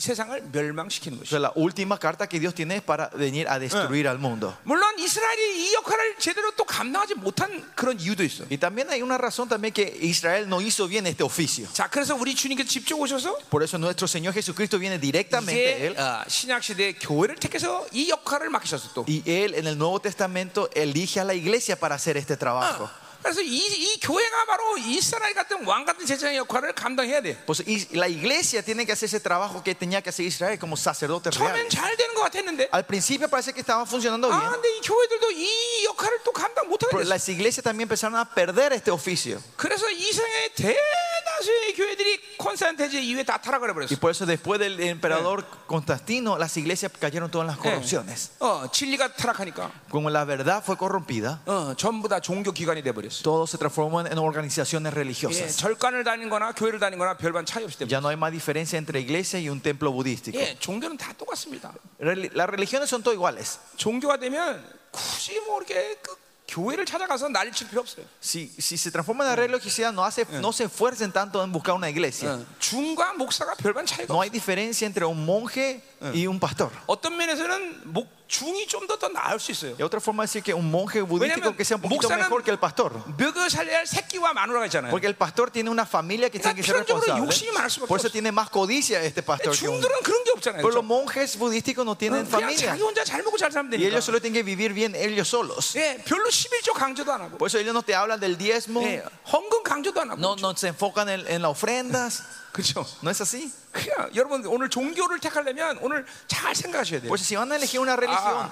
S2: 세상을 멸망시키는
S1: O
S2: 것이.
S1: sea, la última carta que Dios tiene es para venir a destruir al mundo.
S2: 물론 이스라엘이 이 역할을 제대로 또 감당하지 못한 그런 이유도 있어.
S1: Y también hay una razón también que Israel no hizo bien este oficio.
S2: 자, 그래서 우리 주님께서 직접 오셔서
S1: Por eso nuestro Señor Jesucristo viene directamente
S2: 이제
S1: Él.
S2: 어, 신약 시대 교회를 택해서 이 역할을 맡기셨어 또.
S1: Y Él en el Nuevo Testamento elige a la iglesia para hacer este trabajo.
S2: 그래서 이, 이 교회가 바로 이스라엘 같은 왕 같은 제사장의 역할을 감당해야 돼.
S1: Pues y la iglesia tiene que hacer ese trabajo que tenía que hacer Israel como sacerdote real.
S2: 처음엔 잘 되는 것 같았는데,
S1: Al principio parece que estaban funcionando bien,
S2: 아, 근데 이 교회들도 이 역할을 또 감당 못하게
S1: pero
S2: 됐어.
S1: las iglesias también empezaron a perder este oficio.
S2: 그래서 이 세상의 대다수의 교회들이 콘스탄티제 이후에 다 타락을
S1: Y
S2: 해버렸어.
S1: por eso después del emperador Constantino, las iglesias cayeron todas en las corrupciones.
S2: 어, 진리가 타락하니까
S1: Como la verdad fue corrompida,
S2: 어, 전부 다 종교 기관이 돼버렸어.
S1: todo se transformó en organizaciones
S2: 예,
S1: religiosas.
S2: 절간을 다니거나 교회를 다니거나 별반 차이 없이 돼버렸어.
S1: Ya no hay más diferencia entre iglesia y un templo budístico.
S2: 예, 종교는 다 똑같습니다.
S1: Reli- Las religiones son todas iguales.
S2: 종교가 되면 굳이 뭐 이렇게 그 교회를 찾아가서 난리칠 필요 없어요.
S1: Si, si se transforma en la religiosidad, no, hace, no se esfuercen tanto en buscar una iglesia.
S2: 예. 중과 목사가 별반 차이가
S1: No
S2: 없어.
S1: hay diferencia entre un monje y un pastor.
S2: 어떤 면에서는 목 중이 좀 더 더 나을 수 있어요.
S1: Y otra forma de decir que un monje budístico que sea un poquito
S2: 목사는-
S1: mejor que el pastor.
S2: 먹여 살려야 할 새끼와 마누라가 있잖아요.
S1: Porque el pastor tiene una familia que tiene que ser
S2: 그러니까
S1: responsable.
S2: 욕심이 많을 수밖에
S1: Por eso
S2: 없어.
S1: tiene más codicia este pastor que un. Eh,
S2: 중들은 그런 게 없잖아요.
S1: Pero los
S2: 그렇죠?
S1: monjes budísticos no tienen
S2: 그냥
S1: familia.
S2: 자기 혼자 잘 먹고 잘 살면
S1: Y
S2: 되니까.
S1: ellos solo tienen que vivir bien ellos solos.
S2: 예, 별로 11조 강조도 안 하고.
S1: Por eso ellos no te hablan del diezmo,
S2: 예, 헌금 강조도 안 하고.
S1: no, no se enfocan en, en las ofrendas.
S2: 그렇죠.
S1: ¿No es así?
S2: 그냥 여러분 오늘 종교를 택하려면 오늘 잘 생각하셔야 돼요.
S1: Por eso si van a elegir una religión,
S2: 아,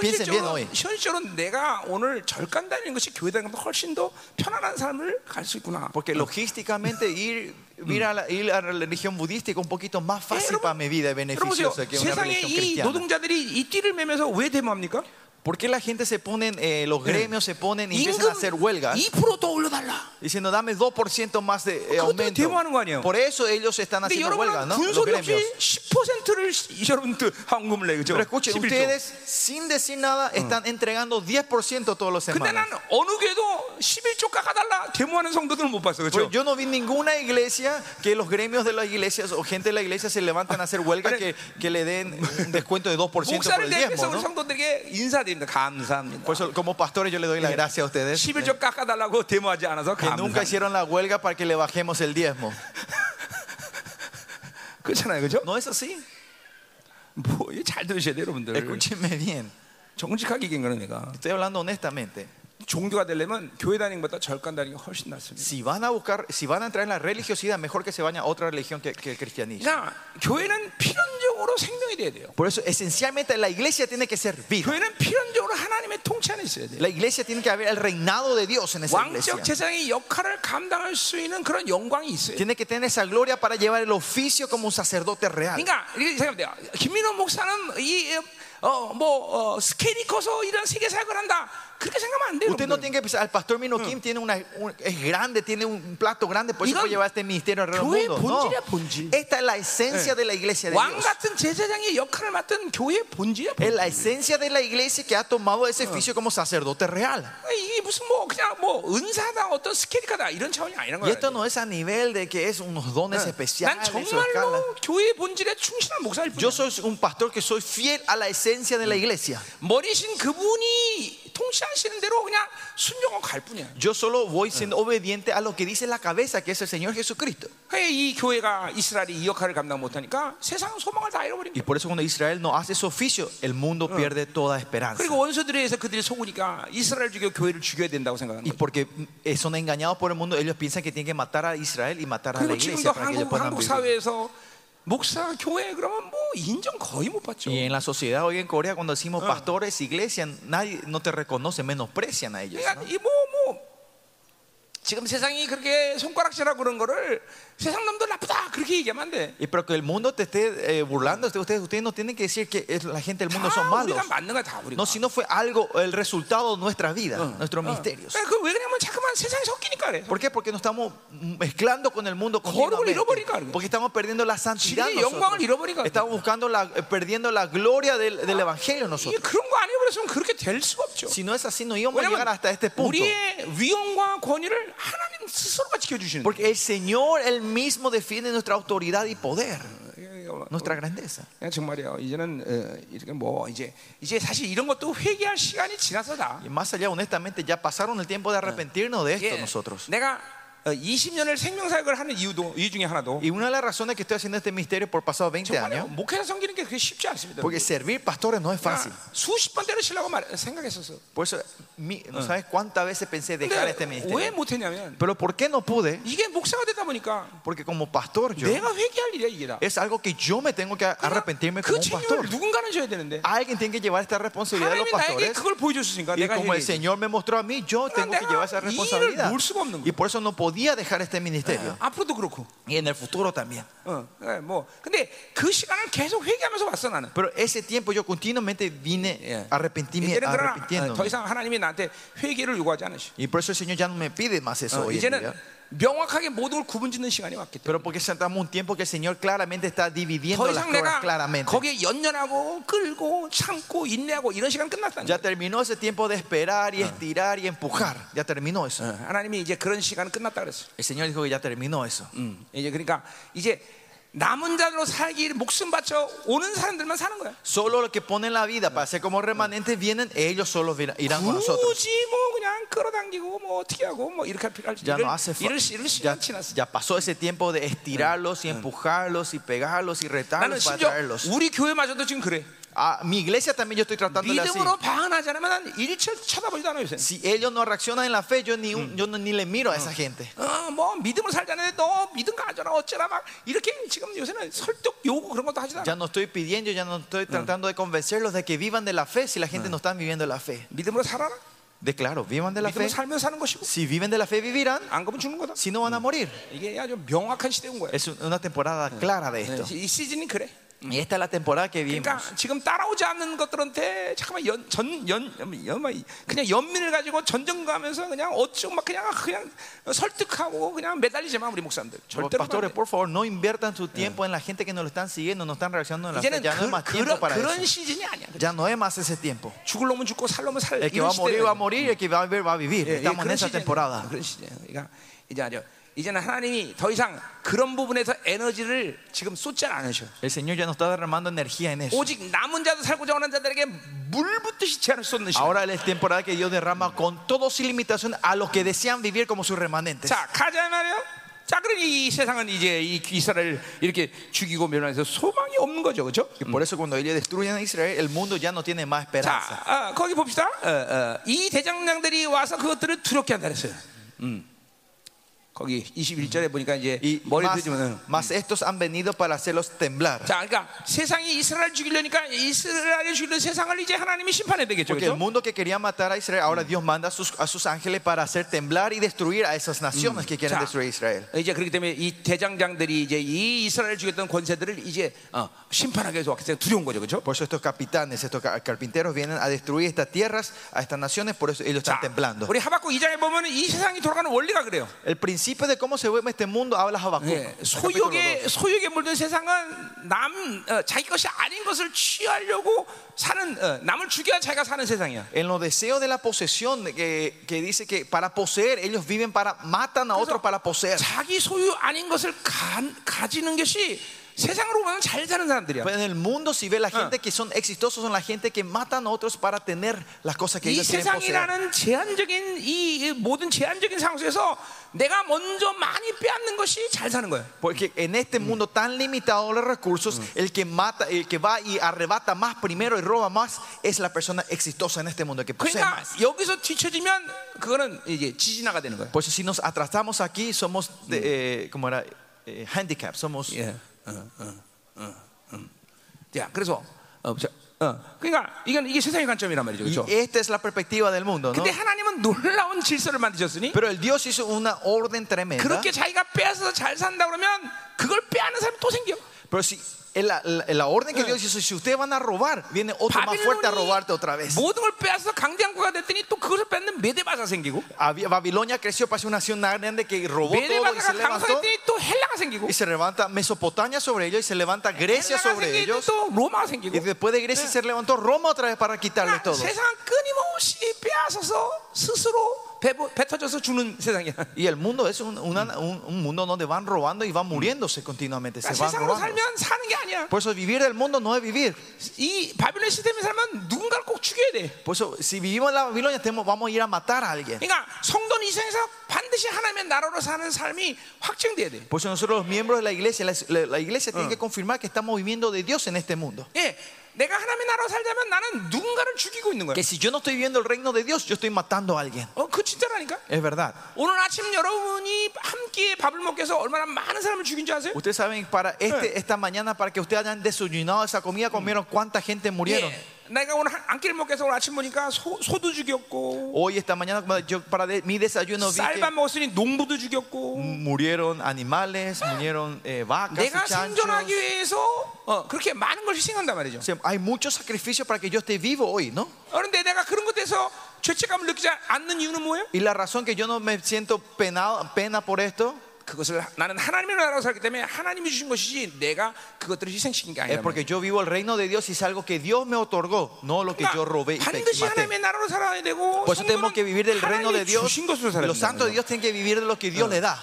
S1: Piensen bien
S2: 현실적으로,
S1: hoy.
S2: 현실적으로 내가 오늘 절 간다는 것이 교회 다니는 훨씬 더 편안한 삶을 갈 수 있구나.
S1: Porque logísticamente ir, ir, a la, ir a la religión budística un poquito más
S2: 예,
S1: fácil
S2: 여러분,
S1: para mi vida y
S2: 여러분 보세요.
S1: beneficiosa que una
S2: 세상에
S1: religión
S2: 이
S1: cristiana.
S2: 노동자들이 이 띠를 매면서 왜 데모합니까?
S1: ¿Por qué la gente se ponen, eh, los gremios se ponen y
S2: 임금
S1: empiezan a hacer huelgas?
S2: 2%더 올려달라.
S1: Diciendo, dame 2% más de eh,
S2: 그것도 데모하는 거 아니에요?
S1: aumento. Por eso ellos están
S2: 근데
S1: haciendo huelgas,
S2: 여러분은
S1: ¿no? Los
S2: 군소리
S1: gremios.
S2: 없이 10%를 여러분들 황금을 내죠.
S1: Pero escuchen,
S2: 11조.
S1: ustedes sin decir nada están entregando 10% todos los
S2: 근데
S1: semanas.
S2: 난 어느 교회도 11조 깎아달라 데모하는 성도들은 못 봤어,
S1: Pero
S2: 그렇죠?
S1: yo no vi ninguna iglesia que los gremios de las iglesias o gente de la iglesia se levantan a hacer huelga que, que le den un descuento de 2% por
S2: 목사를
S1: el diezmo.
S2: 대표해서 우리
S1: ¿no?
S2: 성도들에게 인사드립니다. 감사합니다.
S1: Por eso, como pastores, yo le doy las gracias a ustedes
S2: 11조 깎아달라고 데모하지 않아서
S1: que nunca
S2: 감사합니다.
S1: hicieron la huelga para que le bajemos el diezmo.
S2: 그렇잖아요, 그렇죠?
S1: No es así.
S2: 뭐, 이거 잘 들으셔야 돼요, 여러분들.
S1: Escúchenme bien.
S2: 네, 정직하게 얘기한 거는 내가.
S1: Estoy hablando honestamente.
S2: 종교가 되려면 교회 다니는 것보다 절간 다니는 게 훨씬 낫습니다.
S1: Si van a buscar, si van a entrar en la religiosidad, mejor que se vayan a otra religión que, que el cristianismo.
S2: 그러니까 교회는 필연적으로 생명이 돼야 돼요.
S1: Por eso, esencialmente, la iglesia tiene que ser viva.
S2: 교회는 필연적으로 하나님의 통치 안에 있어야 돼요.
S1: La iglesia tiene que haber el reinado de Dios en esa
S2: 왕적
S1: iglesia.
S2: 제사장의 역할을 감당할 수 있는 그런 영광이 있어요.
S1: Tiene que tener esa gloria para llevar el oficio como un sacerdote real.
S2: 그러니까 이렇게 생각돼요. 김민호 목사는 이어뭐 어, 스케일이 커서 이런 세계 사역을 한다. 그렇게 생각하면 안 돼요.
S1: Usted no
S2: 여러분들.
S1: tiene que pensar, el pastor Mino Kim tiene una, un- es grande, tiene un plato grande, por eso
S2: Digan,
S1: puede llevar este ministerio alrededor
S2: 교회의
S1: del mundo.
S2: 본질이야,
S1: No.
S2: 본질.
S1: Esta es la esencia de la iglesia de
S2: 왕
S1: Dios.
S2: 같은 제사장의 역할을 맡은 교회의 본질이야.
S1: Es
S2: 본질.
S1: la esencia de la iglesia que ha tomado ese oficio como sacerdote real.
S2: 이게 무슨 뭐 그냥 뭐 은사다 어떤 스케일이다 이런 차원이 아니란
S1: Y
S2: 거예요.
S1: esto no es a nivel de que es unos dones
S2: 난
S1: especiales. o escala.
S2: 정말로 교회의 본질에 충실한 목사일 뿐이야.
S1: Yo soy un pastor que soy fiel a la esencia de la iglesia.
S2: 머리신 그분이 통치하시는 대로 그냥 순종하고 갈 뿐이야.
S1: Yo solo voy siendo obediente a lo que dice la cabeza, que es el Señor Jesucristo.
S2: 그래, 이 교회가 이스라엘이 이 역할을 감당 못하니까 세상은 소망을 다 잃어버린
S1: Y
S2: 거야.
S1: por eso cuando Israel no hace su oficio, el mundo pierde toda esperanza.
S2: 그리고 원수들에 의해서 그들이 속으니까 이스라엘 죽여 교회를 죽여야 된다고 생각하는
S1: Y
S2: 거야.
S1: porque eh, son engañados por el mundo, ellos piensan que tienen que matar a Israel y matar a la
S2: 그리고 지금도
S1: iglesia para que ellos
S2: 한국,
S1: puedan
S2: 한국
S1: vivir.
S2: 사회에서 목사 교회 그러면 뭐 인정 거의 못 받죠.
S1: Y en la sociedad hoy en Corea, cuando decimos pastores, iglesias, nadie no te reconoce, menosprecian a ellos.
S2: 그러니까
S1: ¿no?
S2: 이 뭐 뭐. 지금 세상이 그렇게 손가락질하고 그런 거를 세상 놈들 나쁘다 그렇게 얘기하면 안 돼.
S1: Y pero que el mundo te esté eh, burlando, ustedes, ustedes no tienen que decir que es- la gente del mundo son
S2: 다
S1: malos.
S2: 우리가 맞는 거야 다 우리가. 어.
S1: No, sino fue algo, el resultado de nuestra vida, nuestros
S2: Ah.
S1: misterios.
S2: 그러니까 그왜 그러냐면 자꾸만 세상에 섞이니까 그래.
S1: ¿Por qué? Porque nos estamos mezclando con el mundo
S2: Jorobó
S1: continuamente.
S2: 잃어버리니까 그래.
S1: Porque estamos perdiendo la santidad.
S2: 진리의
S1: nosotros.
S2: 영광을 잃어버리니까 그래.
S1: Estamos buscando la, eh, perdiendo la gloria del, del evangelio
S2: 이게
S1: nosotros.
S2: 그런 거 아니어버렸으면 그렇게 될 수가 없죠.
S1: Si no es así, no íbamos a
S2: 왜냐면
S1: llegar hasta este punto.
S2: 우리의 위엄과 권위를 하나님 스스로가 지켜주시는 거예요.
S1: Porque el Señor, Él mismo, defiende nuestra autoridad y poder, nuestra grandeza.
S2: 야, 뭐, 정말이야 이제는 어, 이렇게 뭐 이제 이제 사실 이런 것도 회개할 시간이 지나서다.
S1: Y más allá, honestamente, ya pasaron el tiempo de arrepentirnos de esto
S2: 예,
S1: nosotros.
S2: 내가 20년을 생명사역을 하는 이유도 이유 중에 하나도
S1: Y una de las razones que estoy haciendo este misterio por pasados 20
S2: 정말
S1: años,
S2: 목회자 섬기는 게 그렇게 쉽지 않습니다.
S1: porque servir pastores no es fácil.
S2: 그러니까 수십 번 때려치려고 말, 생각했었어.
S1: Por eso, mi- no sabes cuántas veces pensé dejar este
S2: 근데 왜
S1: ministerio.
S2: 못했냐면
S1: Pero ¿por qué no pude?
S2: 이게 목사가 되다 보니까
S1: Porque como pastor yo
S2: 내가 회개할 일이야 이게 다.
S1: es algo que yo me tengo que arrepentirme como
S2: 그
S1: un
S2: 책임을
S1: pastor.
S2: 누군가는 져야 되는데
S1: Alguien tiene que llevar esta responsabilidad de los
S2: 하나님이 나에게
S1: pastores.
S2: 아, 그걸 보여줬으니까
S1: Y
S2: 내가
S1: como el
S2: 회개해.
S1: Señor me mostró a mí, yo tengo que
S2: 내가
S1: llevar esa
S2: 이 일을
S1: responsabilidad.
S2: 놓을 수가 없는 거야.
S1: Y por eso no podía dejar este ministerio.
S2: 앞으로도 그렇고.
S1: Y en el futuro también.
S2: 어, 예, 뭐 근데 그 시간을 계속 회개하면서 왔어 나는.
S1: Pero ese tiempo yo continuamente vine
S2: 예.
S1: arrepentirme,
S2: 이제는 그러나 어, 더
S1: arrepintiéndome.
S2: 이상 하나님이 나한테 회개를 요구하지 않으시.
S1: Y por eso el Señor ya no me pide más eso
S2: 어,
S1: hoy en
S2: 이제는
S1: día.
S2: 명확하게 모든 걸 구분짓는 시간이 왔기 때문에.
S1: Pero porque estamos un tiempo que el Señor claramente está
S2: 더
S1: dividiendo las
S2: 이상
S1: cosas
S2: 내가
S1: claramente.
S2: 거기에 연연하고 끌고 참고 인내하고 이런 시간 끝났다는
S1: Ya
S2: 거야.
S1: terminó ese tiempo de esperar y estirar y empujar. Ya terminó eso.
S2: 어, 하나님이 이제 그런 시간은 끝났다 그랬어.
S1: El Señor dijo que ya terminó eso.
S2: 음, 이제 그러니까 이제 남은 자로 살기 목숨 바쳐 오는 사람들만 사는 거야.
S1: Solo los que ponen la vida para ser como remanentes vienen, ellos solos vir- irán
S2: Uh,
S1: con nosotros.
S2: 굳이 뭐 그냥 끌어당기고 뭐 어떻게 하고 뭐 이렇게 할 필요 할지
S1: Ya no hace
S2: 이럴,
S1: falta.
S2: 이럴, 시- 이럴
S1: Ya,
S2: 시간 지났어.
S1: ya pasó ese tiempo de estirarlos y empujarlos y pegarlos y
S2: 나는
S1: retarlos para
S2: 심지어
S1: traerlos.
S2: 우리 교회마저도 지금 그래.
S1: a mi iglesia también yo estoy tratándole así.
S2: 믿음으로 방언하지 않으면 난 일체 쳐다보지도 않아요 요새.
S1: Si ellos no reaccionan en la fe, yo ni, un- yo no- ni le miro a esa gente.
S2: 어, 뭐 믿음으로 살자는데 너 믿음 가져라 어쩌라 막 이렇게 지금 요새는 설득 요구 그런 것도 하지도 않아.
S1: Ya no estoy pidiendo, ya no estoy tratando de convencerlos de que vivan de la fe si la gente no está viviendo la fe.
S2: 믿음으로 살아라.
S1: Declaro, vivan de la
S2: 믿음으로
S1: fe.
S2: 살면 사는 것이고
S1: Si viven de la fe, vivirán.
S2: 안 그러면 죽는 거다.
S1: Si no, van a morir.
S2: 이게 아주 명확한 시대인 거야.
S1: Es un- una temporada clara de esto.
S2: 이 시즌이 그래.
S1: Y esta es la temporada que vivimos.
S2: 그러니까 지금 따라오지 않는 것들한테 잠깐만 연전연연 그냥 연민을 가지고 전쟁 가면서 그냥 어쩌고 막 그냥 그냥 설득하고 그냥 매달리지 마 우리 목사님들
S1: Por-
S2: 절대로 그러면
S1: Pastores,
S2: 안 돼.
S1: por favor, no inviertan su tiempo en la gente que no lo están siguiendo, no están reaccionando en la fe.
S2: 이제는
S1: Ya no es más
S2: 그,
S1: tiempo
S2: 그런
S1: para
S2: 그런
S1: eso.
S2: 시즌이 아니야.
S1: Ya no es más ese tiempo.
S2: 죽을 놈은 죽고 살 놈은 살
S1: El que va
S2: 이런
S1: a morir va a
S2: 시대가
S1: morir, el que va a vivir va a vivir.
S2: 예, 예,
S1: Estamos en
S2: 그런
S1: esa
S2: 시대예요.
S1: temporada.
S2: 그런 시대. 그러니까 이제 아주 이제는 하나님이 더 이상 그런 부분에서 에너지를 지금 쏟지 않으셔.
S1: El Señor ya no está derramando energía en eso.
S2: 오직 남은 자도 살고자 하는 자들에게 물 붓듯이 제한을 쏟는 시간.
S1: Ahora es temporada que Dios derrama con todo sin limitación a los que desean vivir como sus remanentes.
S2: 자 가자 말이요. 자 그러니 이 세상은 이제 이 이스라엘 이렇게 죽이고 멸망해서 소망이 없는 거죠, 그렇죠?
S1: Y por eso cuando ellos destruyen a Israel, el mundo ya no tiene más esperanza.
S2: 자 아, 거기 봅시다. 어, 어, 이 대장장들이 와서 그것들을 두렵게 한다 그랬어요. 음. 거기 21절에 보니까 이제
S1: Y
S2: 머리
S1: más,
S2: 들지면은
S1: más estos han venido para hacerlos temblar.
S2: 자, 그러니까 세상이 이스라엘 죽이려니까 이스라엘 죽이려 세상을 이제 하나님이 심판해야 되겠죠.
S1: Porque el
S2: 그렇죠?
S1: mundo que quería matar a Israel, ahora Dios manda a sus, a sus ángeles para hacer temblar y destruir a esas naciones que quieren
S2: 자,
S1: destruir a Israel.
S2: 이제 그렇기 때문에 이 대장장들이 이제 이 이스라엘 죽였던 권세들을 이제 어, 심판하기 위해서 왔기 때문에 두려운 거죠, 그렇죠?
S1: Por eso estos capitanes, estos ca- carpinteros vienen a destruir estas tierras, a estas naciones, por eso ellos están temblando.
S2: 우리 하박국 2장에 보면 이 세상이 돌아가는 원리가 그래요.
S1: El principio de cómo se vuelve este mundo habla Habacuc.
S2: 예,
S1: capítulo dos.
S2: 소욕에 소욕에 물든 세상은 남 어, 자기 것이 아닌 것을 취하려고 사는 어, 남을 죽여야 자기가 사는 세상이야.
S1: En los deseos de la posesión, que, que dice que para poseer, ellos viven para, matan a otros para poseer.
S2: 자기 소유 아닌 것을 가, 가지는 것이 세상으로 보면 잘 사는 사람들이야.
S1: Pero en el mundo, si ve la gente que son exitosos, son la gente que matan a otros para tener las cosas que
S2: 이
S1: ellos quieren poseer.
S2: 세상이라는 제한적인 이, 이 모든 제한적인 상황 속에서 내가 먼저 많이 빼앗는 것이 잘 사는 거예요.
S1: Porque en este mundo tan limitado de recursos, el que mata, el que va y arrebata más primero y roba más, es la persona exitosa en este mundo, el que posee
S2: 그러니까
S1: más.
S2: 여기서 뒤처지면 그거는 이제 지진아가 되는 거예요.
S1: Por eso Pues si nos atrasamos aquí, somos, de, eh, ¿cómo era? Eh, handicap, somos...
S2: 예. 어, 어, 어, 음. 야, 그래서 어, 자, 어, 그러니까 이건 이게 세상의 관점이란 말이죠.
S1: Y
S2: 그렇죠?
S1: esta es la perspectiva del mundo, ¿no?
S2: 근데 하나님은 놀라운 질서를 만드셨으니
S1: Pero el Dios hizo una orden tremenda.
S2: 그렇게 자기가 빼앗아서 잘 산다 그러면 그걸 빼앗는 사람이 또 생겨.
S1: Pero si en la, la- en la orden que Dios hizo, si ustedes van a robar, viene otro más fuerte a robarte otra vez.
S2: 모든 걸 빼앗아서 강대국가 됐더니 또 그것을 뺏는 메데바가 생기고
S1: Había- Babilonia creció para ser una nación tan grande que robó todo lo que
S2: 메데바가
S1: se levantó.
S2: 강성했더니 또 헬라가 생기고
S1: Y se levanta Mesopotamia sobre ellos y se levanta Grecia
S2: 헬라가
S1: sobre
S2: 생기고
S1: ellos.
S2: 또 로마가
S1: Y
S2: 생기고
S1: después de Grecia se levantó Roma otra vez para quitarle
S2: 그러니까
S1: todo.
S2: 세상은 끊임없이 빼앗아서 스스로 배부- 뱉어져서 죽는 세상이야 그러니까
S1: Y el mundo es un, una- un- un mundo donde van robando y van muriéndose continuamente. Se
S2: 그러니까
S1: van
S2: 세상으로
S1: robando.
S2: 살면 사는 게 아니야 뭐
S1: Por eso vivir del mundo no es vivir.
S2: 이 바빌론 시스템에 살면 누군가를 꼭 죽여야 돼
S1: Por eso si vivimos en la Babilonia tenemos- vamos a ir a matar a alguien.
S2: 그러니까 성도는 이 세상에서 반드시 하나님의 나라로 사는 삶이 확증돼야 돼
S1: Por eso nosotros los miembros de la iglesia, la, la- la iglesia tiene que confirmar que estamos viviendo de Dios en este mundo.
S2: 예, 내가 하나님의 나라로 살자면 나는 누군가를 죽이고 있는 거야
S1: Que si yo no estoy viviendo el reino de Dios, yo estoy matando a alguien.
S2: 어, 그 진짜라니까
S1: Es verdad.
S2: 오늘 아침 여러분이 함께 밥을 먹기 위해서 얼마나 많은 사람을 죽인 줄 아세요?
S1: Ustedes saben, para este, esta mañana, para que ustedes hayan desayunado esa comida, comieron cuánta gente murieron.
S2: 예, 내가 오늘 한- 안길 먹기 위해서 오늘 아침 보니까 소, 소도 죽였고
S1: Hoy, esta mañana, cuando yo para de- mi desayuno vi que
S2: 쌀밥 먹었으니 농부도 죽였고
S1: murieron animales, murieron eh, vacas, y
S2: 내가 생존하기
S1: chanchos.
S2: 위해서 어, 그렇게 많은 걸 희생한단 말이죠
S1: O sea, hay muchos sacrificios para que yo esté vivo hoy, ¿no?
S2: 그런데 내가 그런 것에 대해서 죄책감을 느끼지 않는 이유는 뭐예요?
S1: Y la razón que yo no me siento penado, pena por esto
S2: 그것을 하- 나는 하나님의 나라로 살기 때문에 하나님이 주신 것이지 내가 그것들을 희생시킨 게
S1: es
S2: 아니라
S1: porque yo vivo el reino de Dios y es algo que Dios me otorgó, no lo que yo robé y pe-
S2: 그러니까 반드시
S1: maté.
S2: 하나님의 나라로 살아야 되고
S1: Por eso tenemos que vivir del reino de
S2: 하나님이
S1: Dios.
S2: 주신 것으로 살아야
S1: Los
S2: 된다는
S1: santos de
S2: 거죠.
S1: Dios tienen que vivir de lo que Dios le da.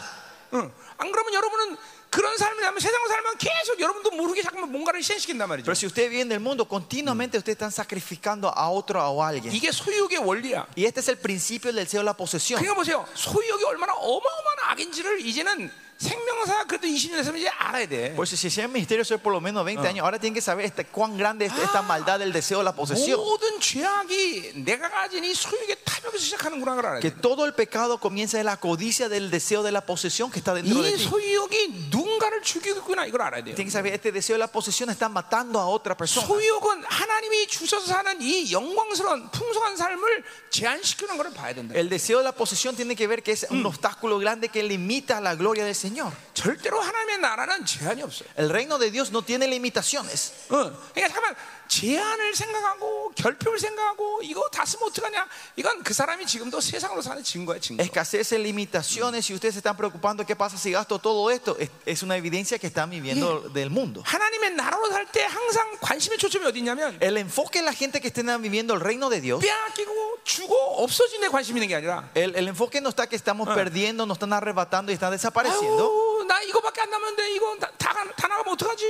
S2: 응. 안 그러면 여러분은 그런 삶을 살면 세상을 살면 계속 여러분도 모르게 자꾸만 뭔가를 희생시킨단 말이죠.
S1: Pero si ustedes viven del mundo, continuamente ustedes están sacrificando a otro o a alguien.
S2: 이게 소유욕의 원리야.
S1: Y este es el principio del deseo de la posesión.
S2: 그러니까 보세요. 소유욕이 얼마나 어마어마한 악인지를 이제는 생명사 그래도 20년 했으면 이제 알아야 돼.
S1: Por eso, si hicieron misterio eso es por lo menos 20 años, ahora tienen que saber este, cuán grande es esta maldad del deseo de la posesión.
S2: 모든 죄악이 내가 가진 이 소유의 탐욕에서 시작하는구나 그걸 알아야
S1: Que
S2: 돼.
S1: todo el pecado comienza de la codicia del deseo de la posesión que está dentro de
S2: 이
S1: ti.
S2: 소유욕이 누군가를 죽이고 있구나 이걸 알아야 돼요.
S1: Tienen que saber, este deseo de la posesión está matando a otra persona.
S2: 소유욕은 하나님이 주셔서 사는 이 영광스러운 풍성한 삶을 제한시키는 걸 봐야 된다.
S1: El deseo de la posesión tiene que ver que es un obstáculo grande que limita la gloria del Señor.
S2: 절대로 하나님의 나라는 제한이 없어요.
S1: El reino de Dios no tiene limitaciones.
S2: 어, 그러니까 잠깐만 제한을 생각하고 결핍을 생각하고 이거 다 쓰면 어떡하냐? 이건 그 사람이 지금도 세상으로 사는 증거야 증거.
S1: Escaseces, limitaciones. Si ustedes se están preocupando qué pasa si gasto todo esto, es, es una evidencia que están viviendo del mundo.
S2: 하나님의 나라로 살 때 항상 관심의 초점이 어디 있냐면
S1: El enfoque en la gente que estén viviendo el reino de Dios,
S2: 빼앗기고 주고 없어진 데 관심 있는 게 아니라
S1: el, el enfoque no está que estamos perdiendo, nos están arrebatando y están desapareciendo.
S2: 아유, 나 이거밖에 안 남았는데 이거 다, 다, 가- 다 나가면 어떡하지?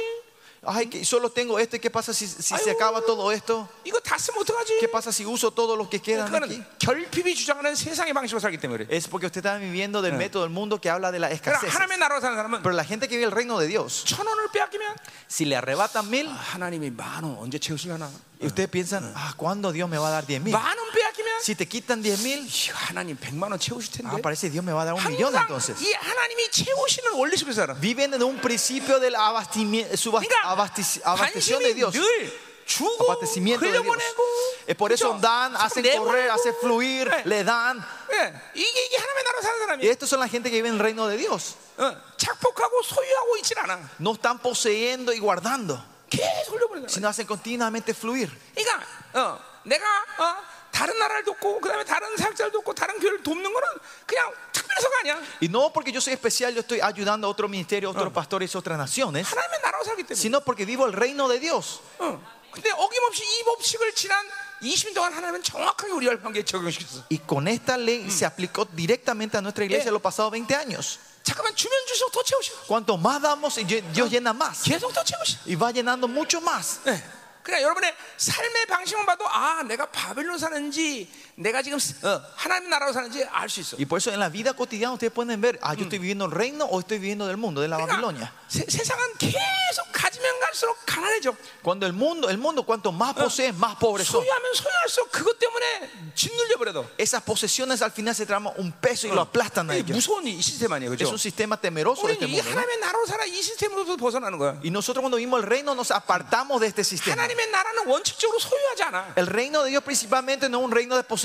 S1: Ay, que solo tengo esto y qué pasa si, si se
S2: Ay,
S1: acaba
S2: oh.
S1: todo esto.
S2: 이거 다 쓰면
S1: ¿Qué
S2: 어떡하지?
S1: pasa si uso todos los que quedan aquí?
S2: 그거는 결핍이 주장하는 세상의 방식으로 살기 때문에 그래.
S1: Es porque usted está viviendo del método del mundo que habla de la
S2: 그러니까
S1: escasez.
S2: 하나님의 나라로 사는 사람은
S1: Pero la gente que vive el reino de Dios,
S2: 천 원을 빼앗기면
S1: si le arrebatan mil,
S2: 하나님이 만 원 언제 채우실려나?
S1: y ustedes piensan, ah, ¿cuándo Dios me va a dar diez mil?
S2: 만 원 빼앗기면
S1: Si te quitan diez mil,
S2: 이거 하나님 백만 원 채우실
S1: ah,
S2: 텐데
S1: parece Dios me va a dar un millón
S2: 항상
S1: entonces.
S2: 이 하나님이 채우시는 원리 속에서 살아
S1: Viven en un principio del abastimi- subas-
S2: 그러니까
S1: abastis- abastección de
S2: 관심이
S1: 아, Dios.
S2: 늘 주고
S1: Abastecimiento de Dios.
S2: 흘려보내고
S1: Eh, por eso
S2: 그죠?
S1: dan, hacen correr,
S2: 내보내고.
S1: hacen fluir,
S2: Eh.
S1: le dan.
S2: 예, 이게, 이게 하나님의 나라 사는
S1: Y
S2: 사람이
S1: estos son la gente que vive en el reino de Dios.
S2: 어, 착복하고 소유하고 있진 않아
S1: No están poseyendo y guardando,
S2: 계속 흘려보내는 거야
S1: sino hacen continuamente fluir.
S2: 그러니까 어, 내가 어, 다른 나라를 돕고 그다음에 다른 사역자를 돕고 다른 교회를 돕는 거는 그냥 특별서가 아니야
S1: Y no porque yo soy especial, yo estoy ayudando a otro ministerio, a otros pastores, a otras naciones,
S2: 하나님의 나라로 살기 때문에
S1: sino porque vivo el reino de Dios.
S2: 어. 근데 어김없이 이 법칙을 지난 20년 동안 하나님은 정확하게 우리 열방계에 적용시켰어
S1: Y con esta ley se aplicó directamente a nuestra iglesia
S2: Eh.
S1: los pasados 20 años.
S2: 잠깐만 주면 주시고 더 채우셔
S1: Cuanto más damos, y lle- Dios llena más.
S2: 계속 더 채우셔
S1: Y va llenando mucho más.
S2: 예. 그러니까 여러분의 삶의 방식만 봐도 아 내가 바벨론 사는지 내가 지금 어, 하나님 나라로 사는지 알 수 있어
S1: Y por eso en la vida cotidiana ustedes pueden ver, ah, yo estoy viviendo el reino o estoy viviendo del mundo, de la Babilonia.
S2: 그러니까 세, 세상은 계속 가지면 갈수록 가난해져
S1: Cuando el mundo, el mundo cuanto más posees, más pobres son.
S2: 소유하면 소유할수록 그것 때문에 짓눌려 버려도
S1: Esas posesiones al final se traman un peso y
S2: Ah.
S1: lo aplastan a ellos.
S2: 무서운 이 시스템 아니에요
S1: Es
S2: 그죠?
S1: un sistema temeroso de este
S2: 우리는 이
S1: mundo. ¿no?
S2: 하나님의 나라로 살아 이 시스템으로부터 벗어나는 거야
S1: Y nosotros cuando vimos el reino nos apartamos de este sistema.
S2: 하나님의 나라는 원칙적으로 소유하지 않아
S1: El reino de Dios principalmente no es un reino de posesión.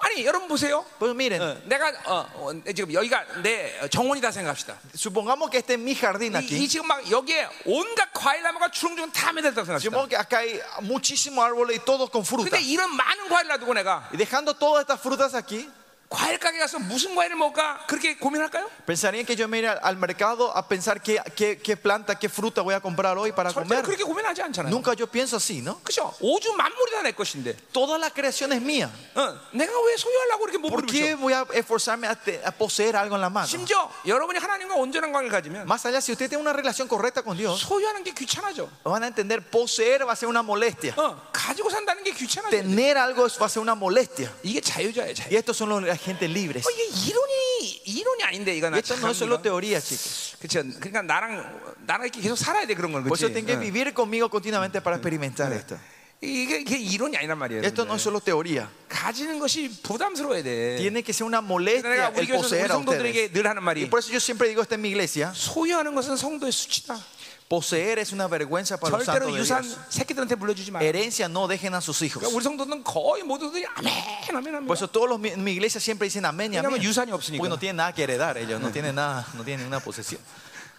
S2: 아니 여러분 보세요
S1: Pues miren,
S2: 내가 어, 어, 지금 여기가 내 정원이다 생각합시다
S1: supongamos que este es mi jardín
S2: 이, 이
S1: aquí.
S2: 지금 막 여기에 온갖 과일 나무가 주렁주렁 다 매달렸다고 생각합시다
S1: Supongamos que acá hay muchísimos árboles y todos con fruta.
S2: 근데 이런 많은 과일을 놔두고 내가
S1: Y dejando todas estas frutas aquí,
S2: 과일 가게 가서 무슨 과일을 먹을까 그렇게 고민할까요?
S1: pensarían que yo me iría al- al mercado a pensar qué, qué- qué planta, qué fruta voy a comprar hoy para
S2: 절대로
S1: comer.
S2: 그렇게 고민하지 않잖아요.
S1: Nunca yo pienso así, ¿no?
S2: 그죠? 오주 만물이 다 내 것인데,
S1: Toda la creación es mía.
S2: 어, 내가 왜 소유하려고 이렇게 못
S1: ¿Por qué
S2: 부르죠?
S1: voy a esforzarme a, te- a poseer algo en la mano?
S2: 심지어 여러분이 하나님과 온전한 관계를 가지면
S1: Más allá, si usted tiene una relación correcta con Dios,
S2: 소유하는 게 귀찮아져.
S1: van a entender, poseer va a ser una molestia.
S2: 어, 가지고 산다는 게 귀찮아져.
S1: Tener algo es- va a ser una molestia.
S2: 이게 네. 자유자예요, 자유.
S1: Y estos son los, la gente libres.
S2: 어, 이게 이론이 이론이 아닌데 이건
S1: Y esto no es solo
S2: 그렇죠.
S1: teoría, chicos.
S2: 그러니까 나랑 나랑 이렇게 계속 살아야 돼 그런 건
S1: Por
S2: 그렇지.
S1: eso tienen que vivir conmigo continuamente para experimentar esto.
S2: mm, 이게, 이게 이론이 아니란 말이에요.
S1: Esto no
S2: 여러분들.
S1: es solo teoría.
S2: 가지는 것이 부담스러워야 돼. 그러니까
S1: Tiene que ser una
S2: 내가
S1: molestia
S2: 우리
S1: el
S2: 교회에서 우리
S1: poseer a
S2: 성도들에게
S1: ustedes.
S2: 늘 하는
S1: Y
S2: 말이
S1: por eso yo siempre digo esto en mi iglesia:
S2: 소유하는 것은 성도의 수치다.
S1: poseer es una vergüenza para los santos
S2: 절대로
S1: de
S2: 유산
S1: Dios.
S2: 새끼들한테 물려주지 마.
S1: Herencia no dejen a sus hijos.
S2: 그러니까 우리 성도는 거의 모두들이 아멘 아멘 아멘.
S1: Por eso todos los mi- en mi iglesia siempre dicen amén y amén.
S2: 왜냐면 유산이 없으니까.
S1: Porque no tienen nada que heredar ellos, no tienen nada, no tienen ninguna posesión.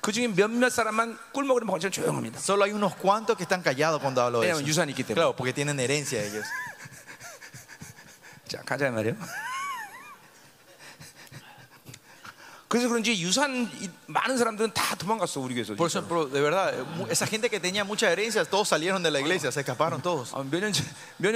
S2: 그 중에 몇몇 사람만 꿀 먹으면 완전 조용합니다.
S1: Solo hay unos cuantos que están callados cuando hablo de eso.
S2: 왜냐면 유산이 있기 때문에.
S1: Claro, porque tienen herencia ellos.
S2: 자 가자 말이요. 그래서 그런지 유산 이- 많은 사람들은 다 도망갔어 우리 교회에서.
S1: Por eso, pero de verdad, eh, mu- esa gente que tenía muchas herencias, todos salieron de la iglesia, se escaparon todos.
S2: 어, 몇년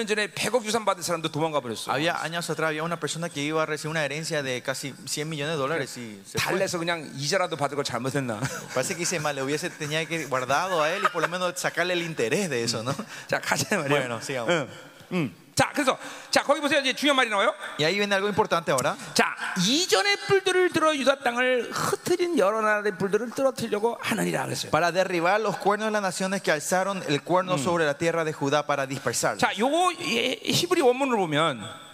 S2: 전에 100억 유산 받은 사람도 도망가 버렸어.
S1: Había años atrás, había una persona que iba a recibir una herencia de casi 100 millones de dólares y se fue.
S2: 달래서 그냥 이자라도 받을 걸 잘못했나.
S1: Parece que hice mal, le hubiese tenía que guardado a él y por lo menos sacarle el interés de eso, ¿no?
S2: 자 가자 말이요.
S1: Bueno, sigamos.
S2: 응. 응. 자, 그래서 자 거기 보세요. 이제 중요한 말이 나와요.
S1: Y ahí viene algo importante ahora.
S2: 자, 이전의 뿔들을 들어 유다 땅을 흩어진 여러 나라의 뿔들을 떨어뜨리려고 하느니라 그랬어요.
S1: Para derribar los cuernos de las naciones que alzaron el cuerno sobre la tierra de Judá para dispersarla.
S2: 자, 요거 예, 히브리 원문을 보면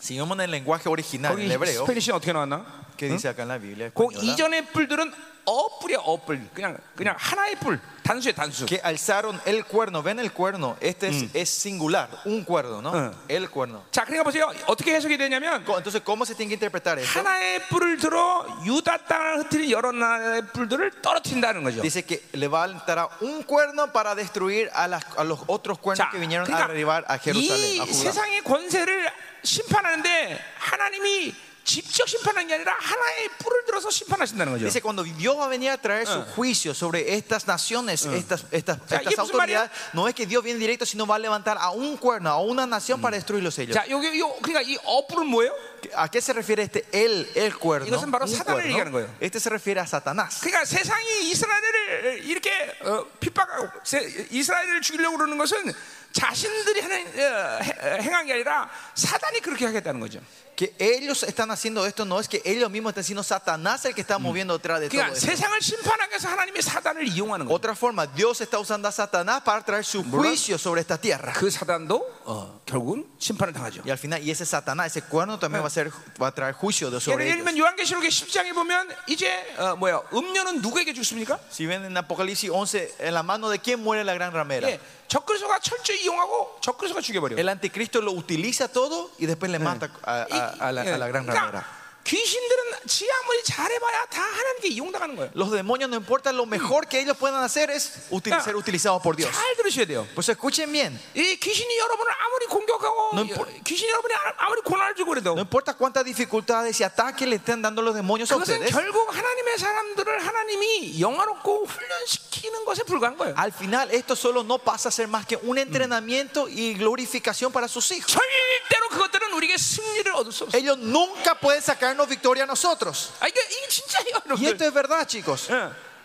S1: Si vemos en el lenguaje original, en
S2: 거기
S1: el hebreo,
S2: 스페니시 어떻게 나왔나?
S1: que dice acá en la Biblia,
S2: 그
S1: española,
S2: 이전의 뿔들은 어뿔이야 어뿔. 그냥 그냥 하나의 뿔, 단수의 단수.
S1: que alzaron el cuerno. ¿Ven el cuerno? Este es, es singular, un cuerno, ¿no?
S2: Mm.
S1: El cuerno.
S2: 자, 그러니까 보세요. 어떻게 해석이 되냐면
S1: Co- Entonces, ¿cómo se tiene que interpretar eso?
S2: 하나의 뿔을 들어 유다 땅을 흩어진 여러 나라의 뿔들을 떨어뜨린다는 거죠.
S1: Dice que levantará un cuerno para destruir a, las- a los otros cuernos
S2: 자, 그러니까
S1: que vinieron a arribar
S2: 아,
S1: a Jerusalén, a
S2: 이
S1: Judá.
S2: 세상의 권세를 심판하는데 하나님이 직접 심판하는 게 아니라 하나의 뿔을 들어서 심판하신다는 거죠.
S1: Dice cuando Dios va a venir a traer su juicio sobre estas naciones, estas, estas,
S2: sea,
S1: estas
S2: ¿y musulmanes?
S1: autoridades, no es que Dios viene directo, sino va a levantar a un cuerno, a una nación para destruirlos ellos.
S2: 자, 요게 요 그러니까 이 어뿔은 뭐예요?
S1: ¿A qué se refiere este el, el cuerno?
S2: 이것은 바로
S1: Un
S2: 사단을
S1: cuerno.
S2: 얘기하는 거예요.
S1: Este se refiere a Satanás.
S2: 그러니까 세상이 이스라엘을 이렇게 어, 핍박하고 세- 이스라엘을 죽이려고 그러는 것은 자신들이 하는 어, 해- 행한 게 아니라 사단이 그렇게 하겠다는 거죠.
S1: Que ellos están haciendo esto, no es que ellos mismos están, sino Satanás el que está moviendo detrás de todo
S2: 그러니까
S1: esto.
S2: 세상을 심판하기 위해서 하나님이 사단을 이용하는 거죠.
S1: Otra forma, Dios está usando a Satanás para traer su juicio sobre esta tierra.
S2: 그 사단도 어, 결국은 심판을 당하죠.
S1: Y al final, y ese Satanás, ese cuerno también va a, ser, va a traer juicio de-
S2: 예를
S1: sobre ellos.
S2: 들면 요한계시록의 10장에 보면 이제 어, 뭐야 음료는 누구에게 죽습니까?
S1: Si ven en Apocalipsis 11, en la mano de quién muere la gran ramera.
S2: 예, 적그리스도가 철저히 이용하고 적그리스도가 죽여버려.
S1: El anticristo lo utiliza todo y después le mata a, a- a la, a la gran ramera.
S2: 그러니까 귀신들은 지 아무리 잘해봐야 다 하나님께 이용당하는 거예요.
S1: Los demonios no importa, lo mejor que ellos puedan hacer es util-
S2: Ah.
S1: ser utilizados por Dios.
S2: 잘 들으셔야 돼요.
S1: Pues escuchen bien,
S2: 이 귀신이 여러분을 아무리 공격하고
S1: 넌 보-
S2: 귀신이 여러분이 아- 아무리 고난을 주고
S1: no
S2: 그래도
S1: importa cuántas dificultades y ataques le estén dando los demonios a
S2: 그것은
S1: ustedes,
S2: 결국 하나님의 사람들을 하나님이 영화롭고 훈련시키는 것에 불과한 거예요.
S1: al final esto solo no pasa a ser más que un entrenamiento y glorificación para sus hijos.
S2: 절대로 그것들은 우리에게 승리를 얻을 수 없어요.
S1: Ellos nunca pueden sacarnos victoria a nosotros.
S2: 아, 이게, 이게 진짜예요,
S1: Y
S2: 여러분들.
S1: esto es verdad, chicos.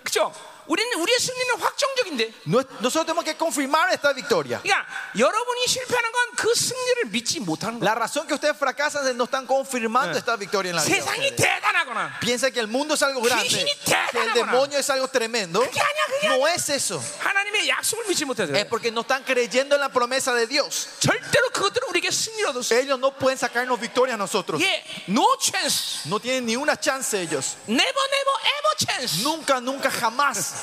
S2: 그렇죠? 우리는 우리의 승리는 확정적인데.
S1: No- Nosotros tenemos que confirmar esta victoria.
S2: 그러니까 여러분이 실패하는 건 그 승리를 믿지 못하는 거예요.
S1: La razón que ustedes fracasan es no están confirmando esta victoria en la vida. de
S2: 세상이
S1: ustedes.
S2: 대단하거나
S1: Piensan que el mundo es algo grande,
S2: 귀신이
S1: que el
S2: 대단하구나.
S1: demonio es algo tremendo.
S2: 그게 아니야, 그게
S1: No es eso.
S2: 하나님의 약속을 믿지 못해서
S1: Es
S2: 그래요.
S1: porque no están creyendo en la promesa de Dios.
S2: 절대로 그것들은 우리에게 승리를 얻을 수
S1: Ellos no pueden sacarnos victoria a nosotros.
S2: 예, no chance.
S1: No tienen ni una chance ellos.
S2: never never ever chance.
S1: Nunca, nunca, jamás.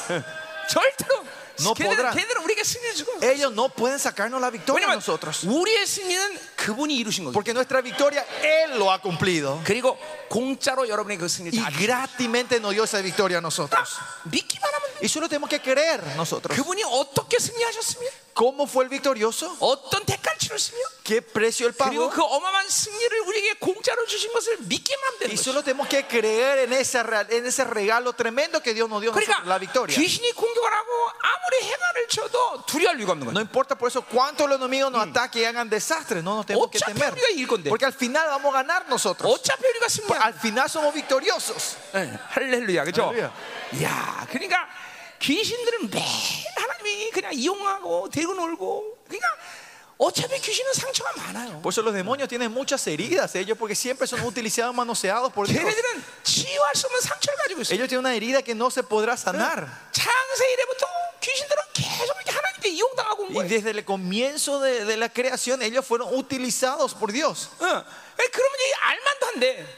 S2: 절대로
S1: No 예,
S2: 걔들은,
S1: podrán.
S2: 걔들은 우리에게 승리를 주고
S1: Ellos no pueden sacarnos la victoria a
S2: 왜냐면
S1: nosotros.
S2: 우리의 승리는 그분이 이루신 거죠.
S1: Porque nuestra victoria Él lo ha cumplido.
S2: 그리고 공짜로 여러분의 그 승리
S1: Y
S2: 다
S1: gratis nos dio esa victoria a nosotros.
S2: 믿기만 하면 돼.
S1: Y solo tenemos que creer nosotros.
S2: 그분이 어떻게 승리하셨으며
S1: ¿Cómo fue el victorioso?
S2: 어떤 대가를 치렀으며
S1: ¿Qué precio él pagó?
S2: 그리고 그 어마어마한 승리를 우리에게 공짜로 주신 것을 믿기만 하면 되는
S1: Y
S2: 거죠.
S1: solo tenemos que creer en ese, real- en ese regalo tremendo que Dios nos dio, nosotros, la
S2: 그러니까
S1: victoria.
S2: 귀신이 공격을 하고 아무리 해가를 쳐도 두려울 이유가 없는
S1: No
S2: 거예요.
S1: importa por eso cuántos los enemigos nos ataquen y hagan desastres, no nos tenemos que
S2: 어차피
S1: temer.
S2: 우리가 이길 건데.
S1: Porque al final vamos a ganar nosotros.
S2: 어차피 우리가
S1: Por-
S2: 승리한
S1: Al final somos victoriosos.
S2: 예, 할렐루야 그죠?
S1: 아, 할렐루야.
S2: 야 그러니까 귀신들은 매일 하나님이 그냥 이용하고 데리고 놀고 그러니까 어차피 귀신은 상처가 많아요
S1: Por eso los demonios tienen muchas heridas, ellos porque siempre son utilizados, manoseados por Dios.
S2: 걔네들은 치유할 수 없는 상처를 가지고 있어요
S1: Ellos tienen una herida que no se podrá sanar.
S2: Ah. 창세 이래부터 귀신들은 계속 이렇게 하나님께 이용당하고 온
S1: Y
S2: 거예요
S1: desde el comienzo de, de la creación, ellos fueron utilizados por Dios.
S2: 어, 예, 그러면 이 알만도 한데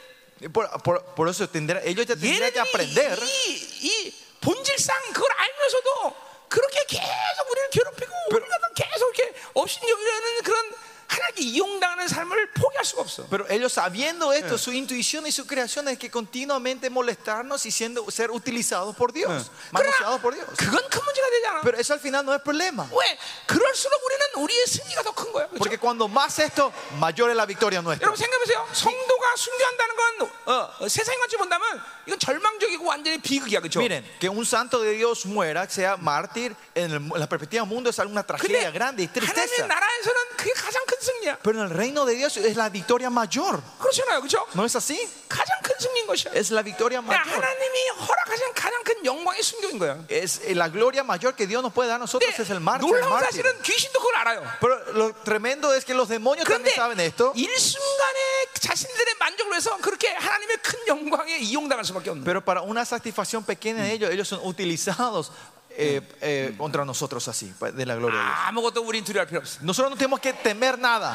S1: Por, por- por eso tendrá- ellos ya tendrían que aprender.
S2: 얘네들이 이, 이 본질상 그걸 알면서도 그렇게 계속 우리를 괴롭히고 우리가 또 계속 이렇게 업신여기려는 그런 하나님께 이용당하는 삶을 포기할 수가 없어
S1: Pero ellos sabiendo esto, su intuición y su creación es que continuamente molestarnos y siendo, ser utilizados por Dios,
S2: 그러나
S1: manoseados por Dios.
S2: 아, 그건 큰 문제가 되지 않아.
S1: Pero eso al final no es problema.
S2: 왜? 그럴수록 우리는 우리의 승리가 더 큰 거야. 그렇죠?
S1: Porque cuando más esto, mayor es la victoria nuestra.
S2: 여러분 생각해보세요. 성도가 순교한다는 건 어, 어, 세상에 같이 본다면 이건 절망적이고 완전히 비극이야, 그렇죠?
S1: Miren, que un santo de Dios muera, sea mártir, en, el- en la perspectiva del mundo es una
S2: 근데
S1: tragedia grande y
S2: 하나님의 네
S1: tristeza.
S2: 나라에서는 그게 가장 큰 승리야.
S1: Pero en el reino de Dios es la victoria mayor.
S2: 그렇잖아요, 그렇죠?
S1: ¿No es así?
S2: 가장 큰 큰 승리인 것이야.
S1: Es la victoria
S2: 그러니까
S1: mayor.
S2: 하나님이 허락하신 가장 큰 영광의 순교인 거야.
S1: Es eh, la gloria mayor que Dios nos puede dar a nosotros es el
S2: 근데
S1: mártir. el
S2: 놀라운
S1: mártir.
S2: 사실은 귀신도 그걸 네, 알아요.
S1: Pero lo tremendo es que los demonios
S2: 그런데
S1: también saben esto.
S2: 일순간에 자신들의 만족을 해서 그렇게 하나님의 큰 영광에 이용당할 수밖에 없는.
S1: Pero para una satisfacción pequeña de ellos, ellos son utilizados eh, eh, contra nosotros así, pa- de la gloria de Dios.
S2: 아무것도 우린 두려울 필요 없어.
S1: Nosotros no tenemos que temer nada.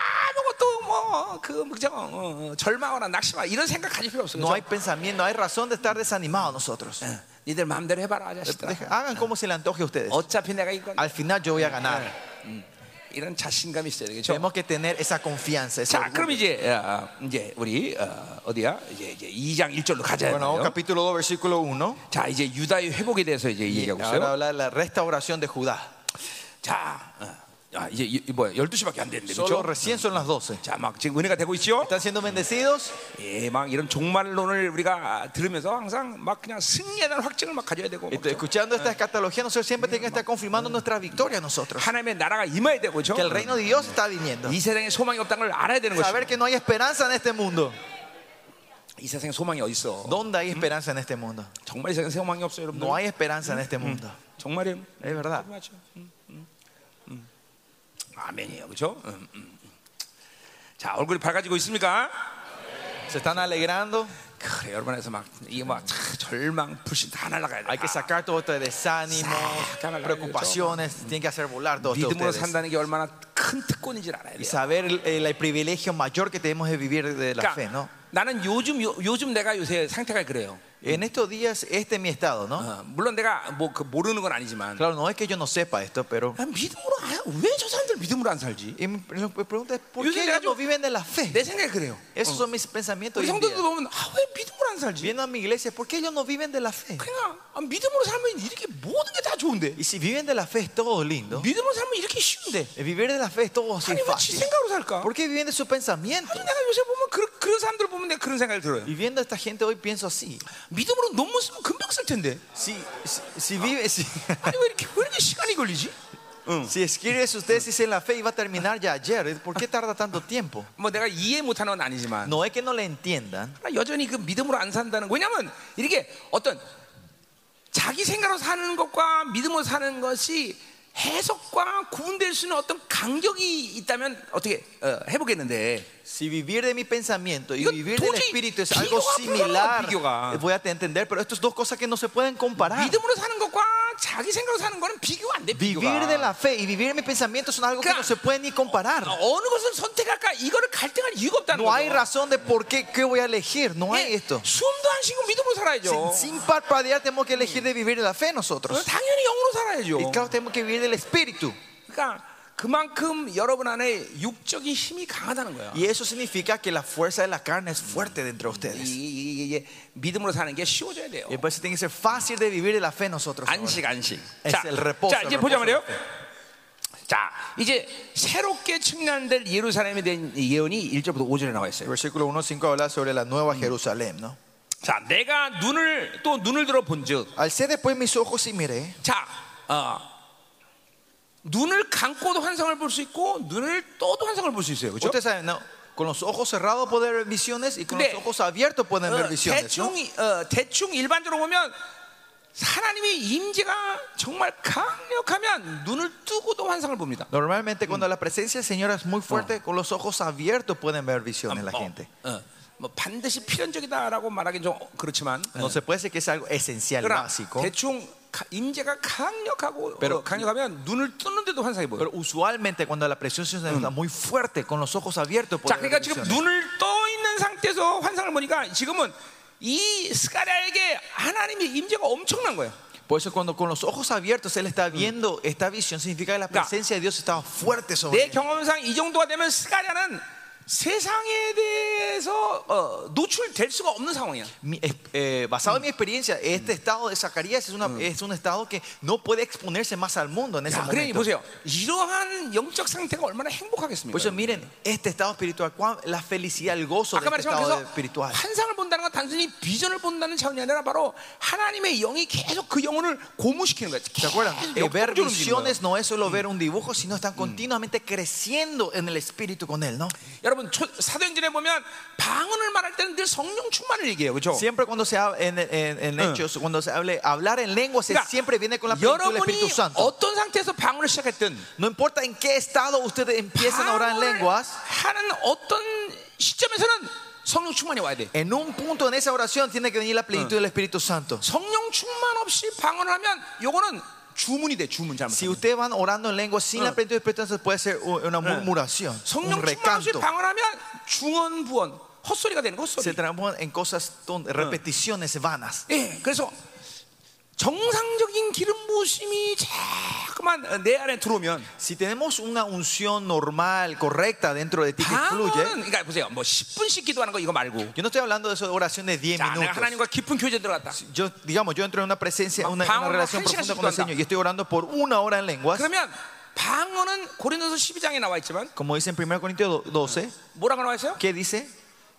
S2: 아무것도 뭐그 그냥 어, 어, 절망하거나 낙심하 이런 생각 가질 필요 없어.
S1: No hay
S2: 그죠?
S1: pensamiento, no hay razón de estar desanimados nosotros.
S2: 니들 마음대로 해봐라 자식들.
S1: Deja- Hagan como se le antoje a ustedes.
S2: 어차피 내가 이건
S1: Al final yo voy a ganar.
S2: 이런 자신감이 있어야 되겠죠.
S1: Tenemos que tener esa confianza. ese
S2: 자,
S1: orgullo.
S2: 그럼 이제 어, 이제 우리 어, 어디야? 이제 이제 2장 1절로 가자.
S1: Bueno,
S2: 말이에요.
S1: capítulo 2, versículo 1.
S2: 자, 이제 유다의 회복에 대해서 이제 얘기하고
S1: Ahora
S2: 있어요.
S1: habla de la restauración de Judá.
S2: 자, 어, 아, 이제 이- 이 뭐야? 12시밖에 안 됐는데.
S1: Solo
S2: 그렇죠?
S1: recién son las 12.
S2: 자, 막 지금 은혜가 되고 있죠?
S1: ¿Están siendo bendecidos?
S2: 예, 막 이런 종말론을 우리가 들으면서 항상 막 그냥 승리에 대한 확증을 막 가져야 되고
S1: Este, Escuchando esta escatología, nosotros siempre tenemos que estar confirmando nuestra victoria nosotros.
S2: 하나님의 나라가 임해야 되고 그렇죠?
S1: Que el reino de Dios está viniendo.
S2: 이 세상에 소망이 없다는 걸 알아야 되는 것이죠.
S1: Saber que no hay esperanza en este mundo.
S2: 이 세상에 소망이 어디 있어?
S1: ¿Dónde hay esperanza en este mundo?
S2: 정말 이 세상에 소망이 없어요, 여러분들.
S1: No hay esperanza en este mundo.
S2: 정말이에요.
S1: Es verdad.
S2: 맞죠. 음, 음, 음. 아멘이에요, 그렇죠? 음, 음. 자, 얼굴이 밝아지고 있습니까?
S1: ¿Se están alegrando?
S2: 그래, 여러분에서 막 이게 막 차, 절망, 불신 다 날아가야 돼.
S1: Hay que sacar todo este desánimo, preocupaciones. Tienen que hacer volar todo esto de
S2: 믿음으로
S1: ustedes.
S2: 산다는 게 얼마나 큰 특권인지를 알아야
S1: Y
S2: 돼요.
S1: saber el, el privilegio mayor que tenemos de vivir de la fe, ¿no?
S2: 그러니까 나는 요즘 요, 요즘 내가 요새 상태가 그래요.
S1: En estos días, este es mi estado, ¿no?
S2: 어, 물론 내가 뭐그 모르는 건 아니지만
S1: Claro, no es que yo no sepa esto, pero.
S2: 난 믿음으로 왜 저 사람들 믿음으로 안 살지?
S1: Y me pre- me pregunta es, ¿por
S2: Yo
S1: qué
S2: diría
S1: ellos no
S2: yo-
S1: viven de la fe?
S2: 내 생각이 그래요.
S1: Esos son mis pensamientos.
S2: 우리
S1: hoy en
S2: 성도들
S1: día.
S2: 보면 아, 왜 믿음으로 안 살지?
S1: Viendo a mi iglesia, ¿por qué ellos no viven de la fe?
S2: 그냥 아, 믿음으로 살면 이렇게 모든 게 다 좋은데
S1: Y si viven de la fe es todo lindo.
S2: 믿음으로 살면 이렇게 쉬운데
S1: El vivir de la fe es todo así
S2: 아니 왜지
S1: fácil.
S2: 생각으로 살까?
S1: ¿Por qué viven de su pensamiento?
S2: 아주 내가 요새 보면 그, 그런 사람들 보면 내가 그런 생각이 들어요.
S1: Y viendo a esta gente hoy pienso así.
S2: 믿음으로 논문 쓰면 금방 쓸 텐데
S1: Si, si, si vive, si,
S2: 아니 왜 이렇게 왜 이렇게 시간이 걸리지?
S1: si escribe sus tesis en la fe iba a terminar ya ayer. ¿eh? ¿Por qué tarda tanto tiempo?
S2: 뭐 내가 이해 못하는 건 아니지만
S1: No es que no le entiendan.
S2: 그러나 여전히 그 믿음으로 안 산다는 거. 왜냐면 이렇게 어떤 자기 생각으로 사는 것과 믿음으로 사는 것이 해석과 구분될 수 있는 어떤 간격이 있다면 어떻게 어, 해보겠는데
S1: Si vivir de mi pensamiento y
S2: Digo,
S1: vivir del
S2: doji-
S1: espíritu es
S2: bigoga,
S1: algo
S2: bigoga,
S1: similar, eh,
S2: bigoga.
S1: voy a entender, pero estas dos cosas que no se pueden comparar.
S2: 믿음으로 사는 것과 자기 생각으로 사는 거는 비교가 안 돼.
S1: Vivir
S2: 비교가.
S1: de la fe y vivir de mi pensamiento son algo que
S2: Claro.
S1: no se puede ni comparar.
S2: 어느 것을 선택할까 이거를 갈등할 이유가 없다는
S1: No hay
S2: 거죠.
S1: razón de por qué, qué voy a elegir. No hay
S2: 예,
S1: esto.
S2: 숨도 안 쉬고 믿음으로 살아야죠. 어?
S1: Sin, sin parpadear tenemos que elegir de vivir de la fe nosotros.
S2: 당연히 영으로 살아야죠.
S1: Y claro, tenemos que vivir del espíritu.
S2: 그러니까 그만큼 여러분 안에 육적인 힘이 강하다는 거야.
S1: Y eso significa que la fuerza de la carne es fuerte dentro de ustedes.
S2: 이- 이게 믿음으로 사는 게 쉬워져야 돼요.
S1: Y por eso tiene que ser fácil de vivir de la fe nosotros. ahora.
S2: 안식 안식.
S1: Es
S2: 자,
S1: el reposo,
S2: 자
S1: el
S2: 이제
S1: reposo
S2: 보자 말이요.
S1: del
S2: 자 이제 새롭게 측량될 예루살렘에 대한 예언이 1절부터 5절에 나와
S1: El
S2: 있어요.
S1: versículo 1.5 habla sobre la nueva Jerusalén. ¿no?
S2: 자 내가 눈을 또 눈을 들어 본즉
S1: Alcé después mis ojos y miré.
S2: 자 어, 눈을 감고도 환상을 볼 수 있고 눈을 떠도 환상을 볼 수 있어요. 그렇죠?
S1: Ustedes saben, ¿no? Con los ojos cerrados pueden ver visiones y con
S2: Pero-
S1: los ojos abiertos pueden ver
S2: 어,
S1: visiones. ¿no?
S2: 대충 어, 대충 일반적으로 보면 하나님의 임재가 정말 강력하면 눈을 뜨고도 환상을 봅니다.
S1: Normalmente cuando la presencia del Señor es muy fuerte, con los ojos abiertos pueden ver visiones la gente.
S2: 어, 어, 뭐 반드시 필연적이다라고 말하긴 좀 그렇지만 어,
S1: No se puede decir que es algo esencial,
S2: 그러나
S1: básico.
S2: 대충 가- 임재가 강력하고
S1: Pero-
S2: 어, 강력하면 눈을 뜨는데도 환상이 보여.
S1: Pero usualmente cuando la presencia del Señor está muy fuerte, con los ojos abiertos,
S2: 자,
S1: pueden
S2: 그러니까
S1: ver
S2: 지금
S1: visiones.
S2: 눈을 떠 있는 상태에서 환상을 보니까 지금은 이 스가랴에게 하나님의 임재가 엄청난 거예요.
S1: Por eso cuando con los ojos abiertos Él está viendo esta visión, significa que la
S2: Claro.
S1: presencia de Dios está fuerte sobre
S2: 내
S1: él.
S2: 경험상 이 정도가 되면 스가랴는 세상에 대해서 어, 노출될 수가 없는 상황이야.
S1: Mi- es- eh, basado en mi experiencia, este estado de Zacarías es, una- es un estado que no puede exponerse más al mundo en ese
S2: 자, 그러니
S1: momento.
S2: 보세요. 이러한 영적 상태가 얼마나
S1: Por
S2: 행복하겠습니까?
S1: eso miren, este estado espiritual, cuán- la felicidad, el gozo de
S2: 아까
S1: este
S2: 말했지만
S1: estado
S2: 그래서
S1: espiritual.
S2: 환상을 본다는 본다는 건 단순히 비전을 본다는 차원이 아니라 바로 하나님의 영이 계속 그 영혼을 고무시키는 거예요.
S1: ¿Se
S2: 계속
S1: acuerdan? Eh, ver
S2: 역동적으로 움직이는 거예요.
S1: visiones no es solo ver un dibujo, sino están continuamente creciendo en el espíritu con él, ¿no?
S2: 여러분 초- 사도행전에 보면 방언을 말할 때는 늘 성령 충만을 얘기해요. 그렇죠?
S1: Siempre cuando se habla en, en- en hechos, cuando se hable hablar en lenguas, se- siempre viene con la plenitud del
S2: 여러분이
S1: Espíritu Santo.
S2: 어떤 상태에서 방언을 시작했든
S1: No importa en qué estado ustedes empiezan a orar en
S2: 방언을
S1: lenguas,
S2: 하는 어떤 시점에서는 성령 충만이 와야 돼.
S1: en un punto en esa oración tiene que venir la plenitud del Espíritu Santo.
S2: 성령 충만 없이 방언을 하면 요거는 주문이 돼. 주문 잘못.
S1: Si ustedes van orando en lenguas sin la plenitud del Espíritu Santo, puede ser u- una murmuración, un
S2: 성령 충만 없이
S1: recanto.
S2: 방언하면 중언 부언 헛소리가 되는 거
S1: Se
S2: 헛소리.
S1: transforman en cosas, ton- repeticiones vanas.
S2: 예, 그래서 정상적인 기름 부심이 자꾸만 내 안에 들어오면
S1: Si tenemos una unción normal, correcta dentro de ti
S2: Ah,
S1: que fluye,
S2: 방언은 그러니까 보세요. 뭐 10분씩 기도하는 거 이거 말고
S1: yo no estoy hablando de esa oración de 10
S2: 자, 내가
S1: minutos.
S2: 하나님과 깊은 교제 들어갔다.
S1: Yo, digamos, yo entro en una presencia, una,
S2: 방언으로
S1: una relación
S2: 한
S1: profunda
S2: 시간씩
S1: con el
S2: 기도한다.
S1: Señor y estoy orando por una hora en lenguas.
S2: 그러면 방언은 고린도서 12장에 나와 있지만
S1: Como dice en 1 Corintios 12,
S2: 뭐라고 나와 있어요?
S1: ¿qué dice?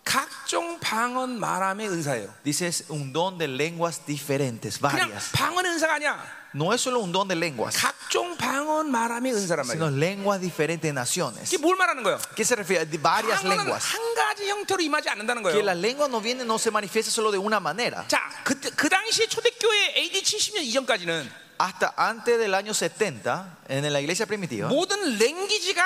S2: 각종 방언 말함의 은사예요.
S1: Dice es un don de lenguas diferentes,
S2: 그냥
S1: varias.
S2: 방언 은사가 아니야.
S1: No es solo un don de lenguas,
S2: 각종 방언 말함의 은사란 말이에요.
S1: sino lenguas diferentes de naciones.
S2: 이게 뭘 말하는 거예요?
S1: ¿Qué se refiere? De varias
S2: 방언은
S1: lenguas.
S2: 한 가지 형태로 임하지 않는다는
S1: Que la
S2: 거예요.
S1: lengua no viene, no se manifiesta solo de una manera.
S2: 자, 그, 그 당시 초대교회 AD 70년 이전까지는
S1: Hasta antes del año 70, en la iglesia primitiva,
S2: 모든 랭귀지가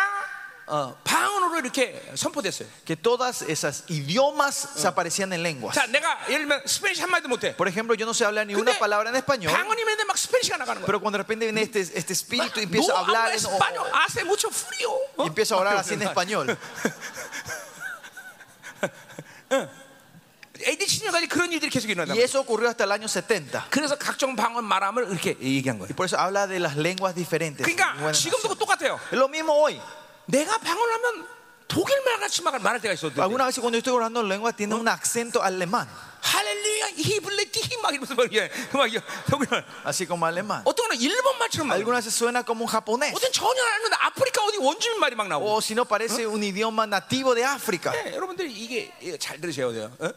S2: 어, 방언으로 이렇게 선포됐어요.
S1: que todas esas idiomas se aparecían en lenguas.
S2: 자, 내가 예를 들면 스페니쉬 한 마디도 못해.
S1: Por ejemplo, yo no sé hablar ni una
S2: 근데
S1: palabra en español,
S2: 방언이면 근데 막 스페니쉬가 나가는 거야.
S1: pero cuando de repente viene este, este espíritu y empieza a
S2: No
S1: hablar
S2: hablo
S1: en, o-
S2: español, hace mucho frío.
S1: o- y empieza a orar así en español.
S2: AD 70년까지 그런 일들이 계속 일어나다.
S1: Y eso ocurrió hasta el año 70.
S2: 그래서 각종 방언 말함을 이렇게 얘기한 거예요.
S1: Y por eso habla de las lenguas diferentes.
S2: 그러니까
S1: Buenas
S2: 지금도
S1: naciones.
S2: 똑같아요.
S1: es lo mismo hoy.
S2: 내가 방언하면 독일 말 같이 말- 말할 때가 있어.
S1: Algunas veces cuando yo estoy orando en lengua tiene un acento alemán,
S2: 할렐루야 히블레티 막 이러면서 막 이게 막 이게 독일 말.
S1: así como alemán.
S2: 어떤 거는 일본 말처럼 막.
S1: Algunas veces suena como un japonés,
S2: 어떤 전혀 안 하는데 아프리카 어디 원주민 말이 막 나오고.
S1: o si no
S2: ¿Eh?
S1: parece un idioma nativo de África.
S2: 네, 여러분들 이게 이거 잘 들으셔야 돼요. 어?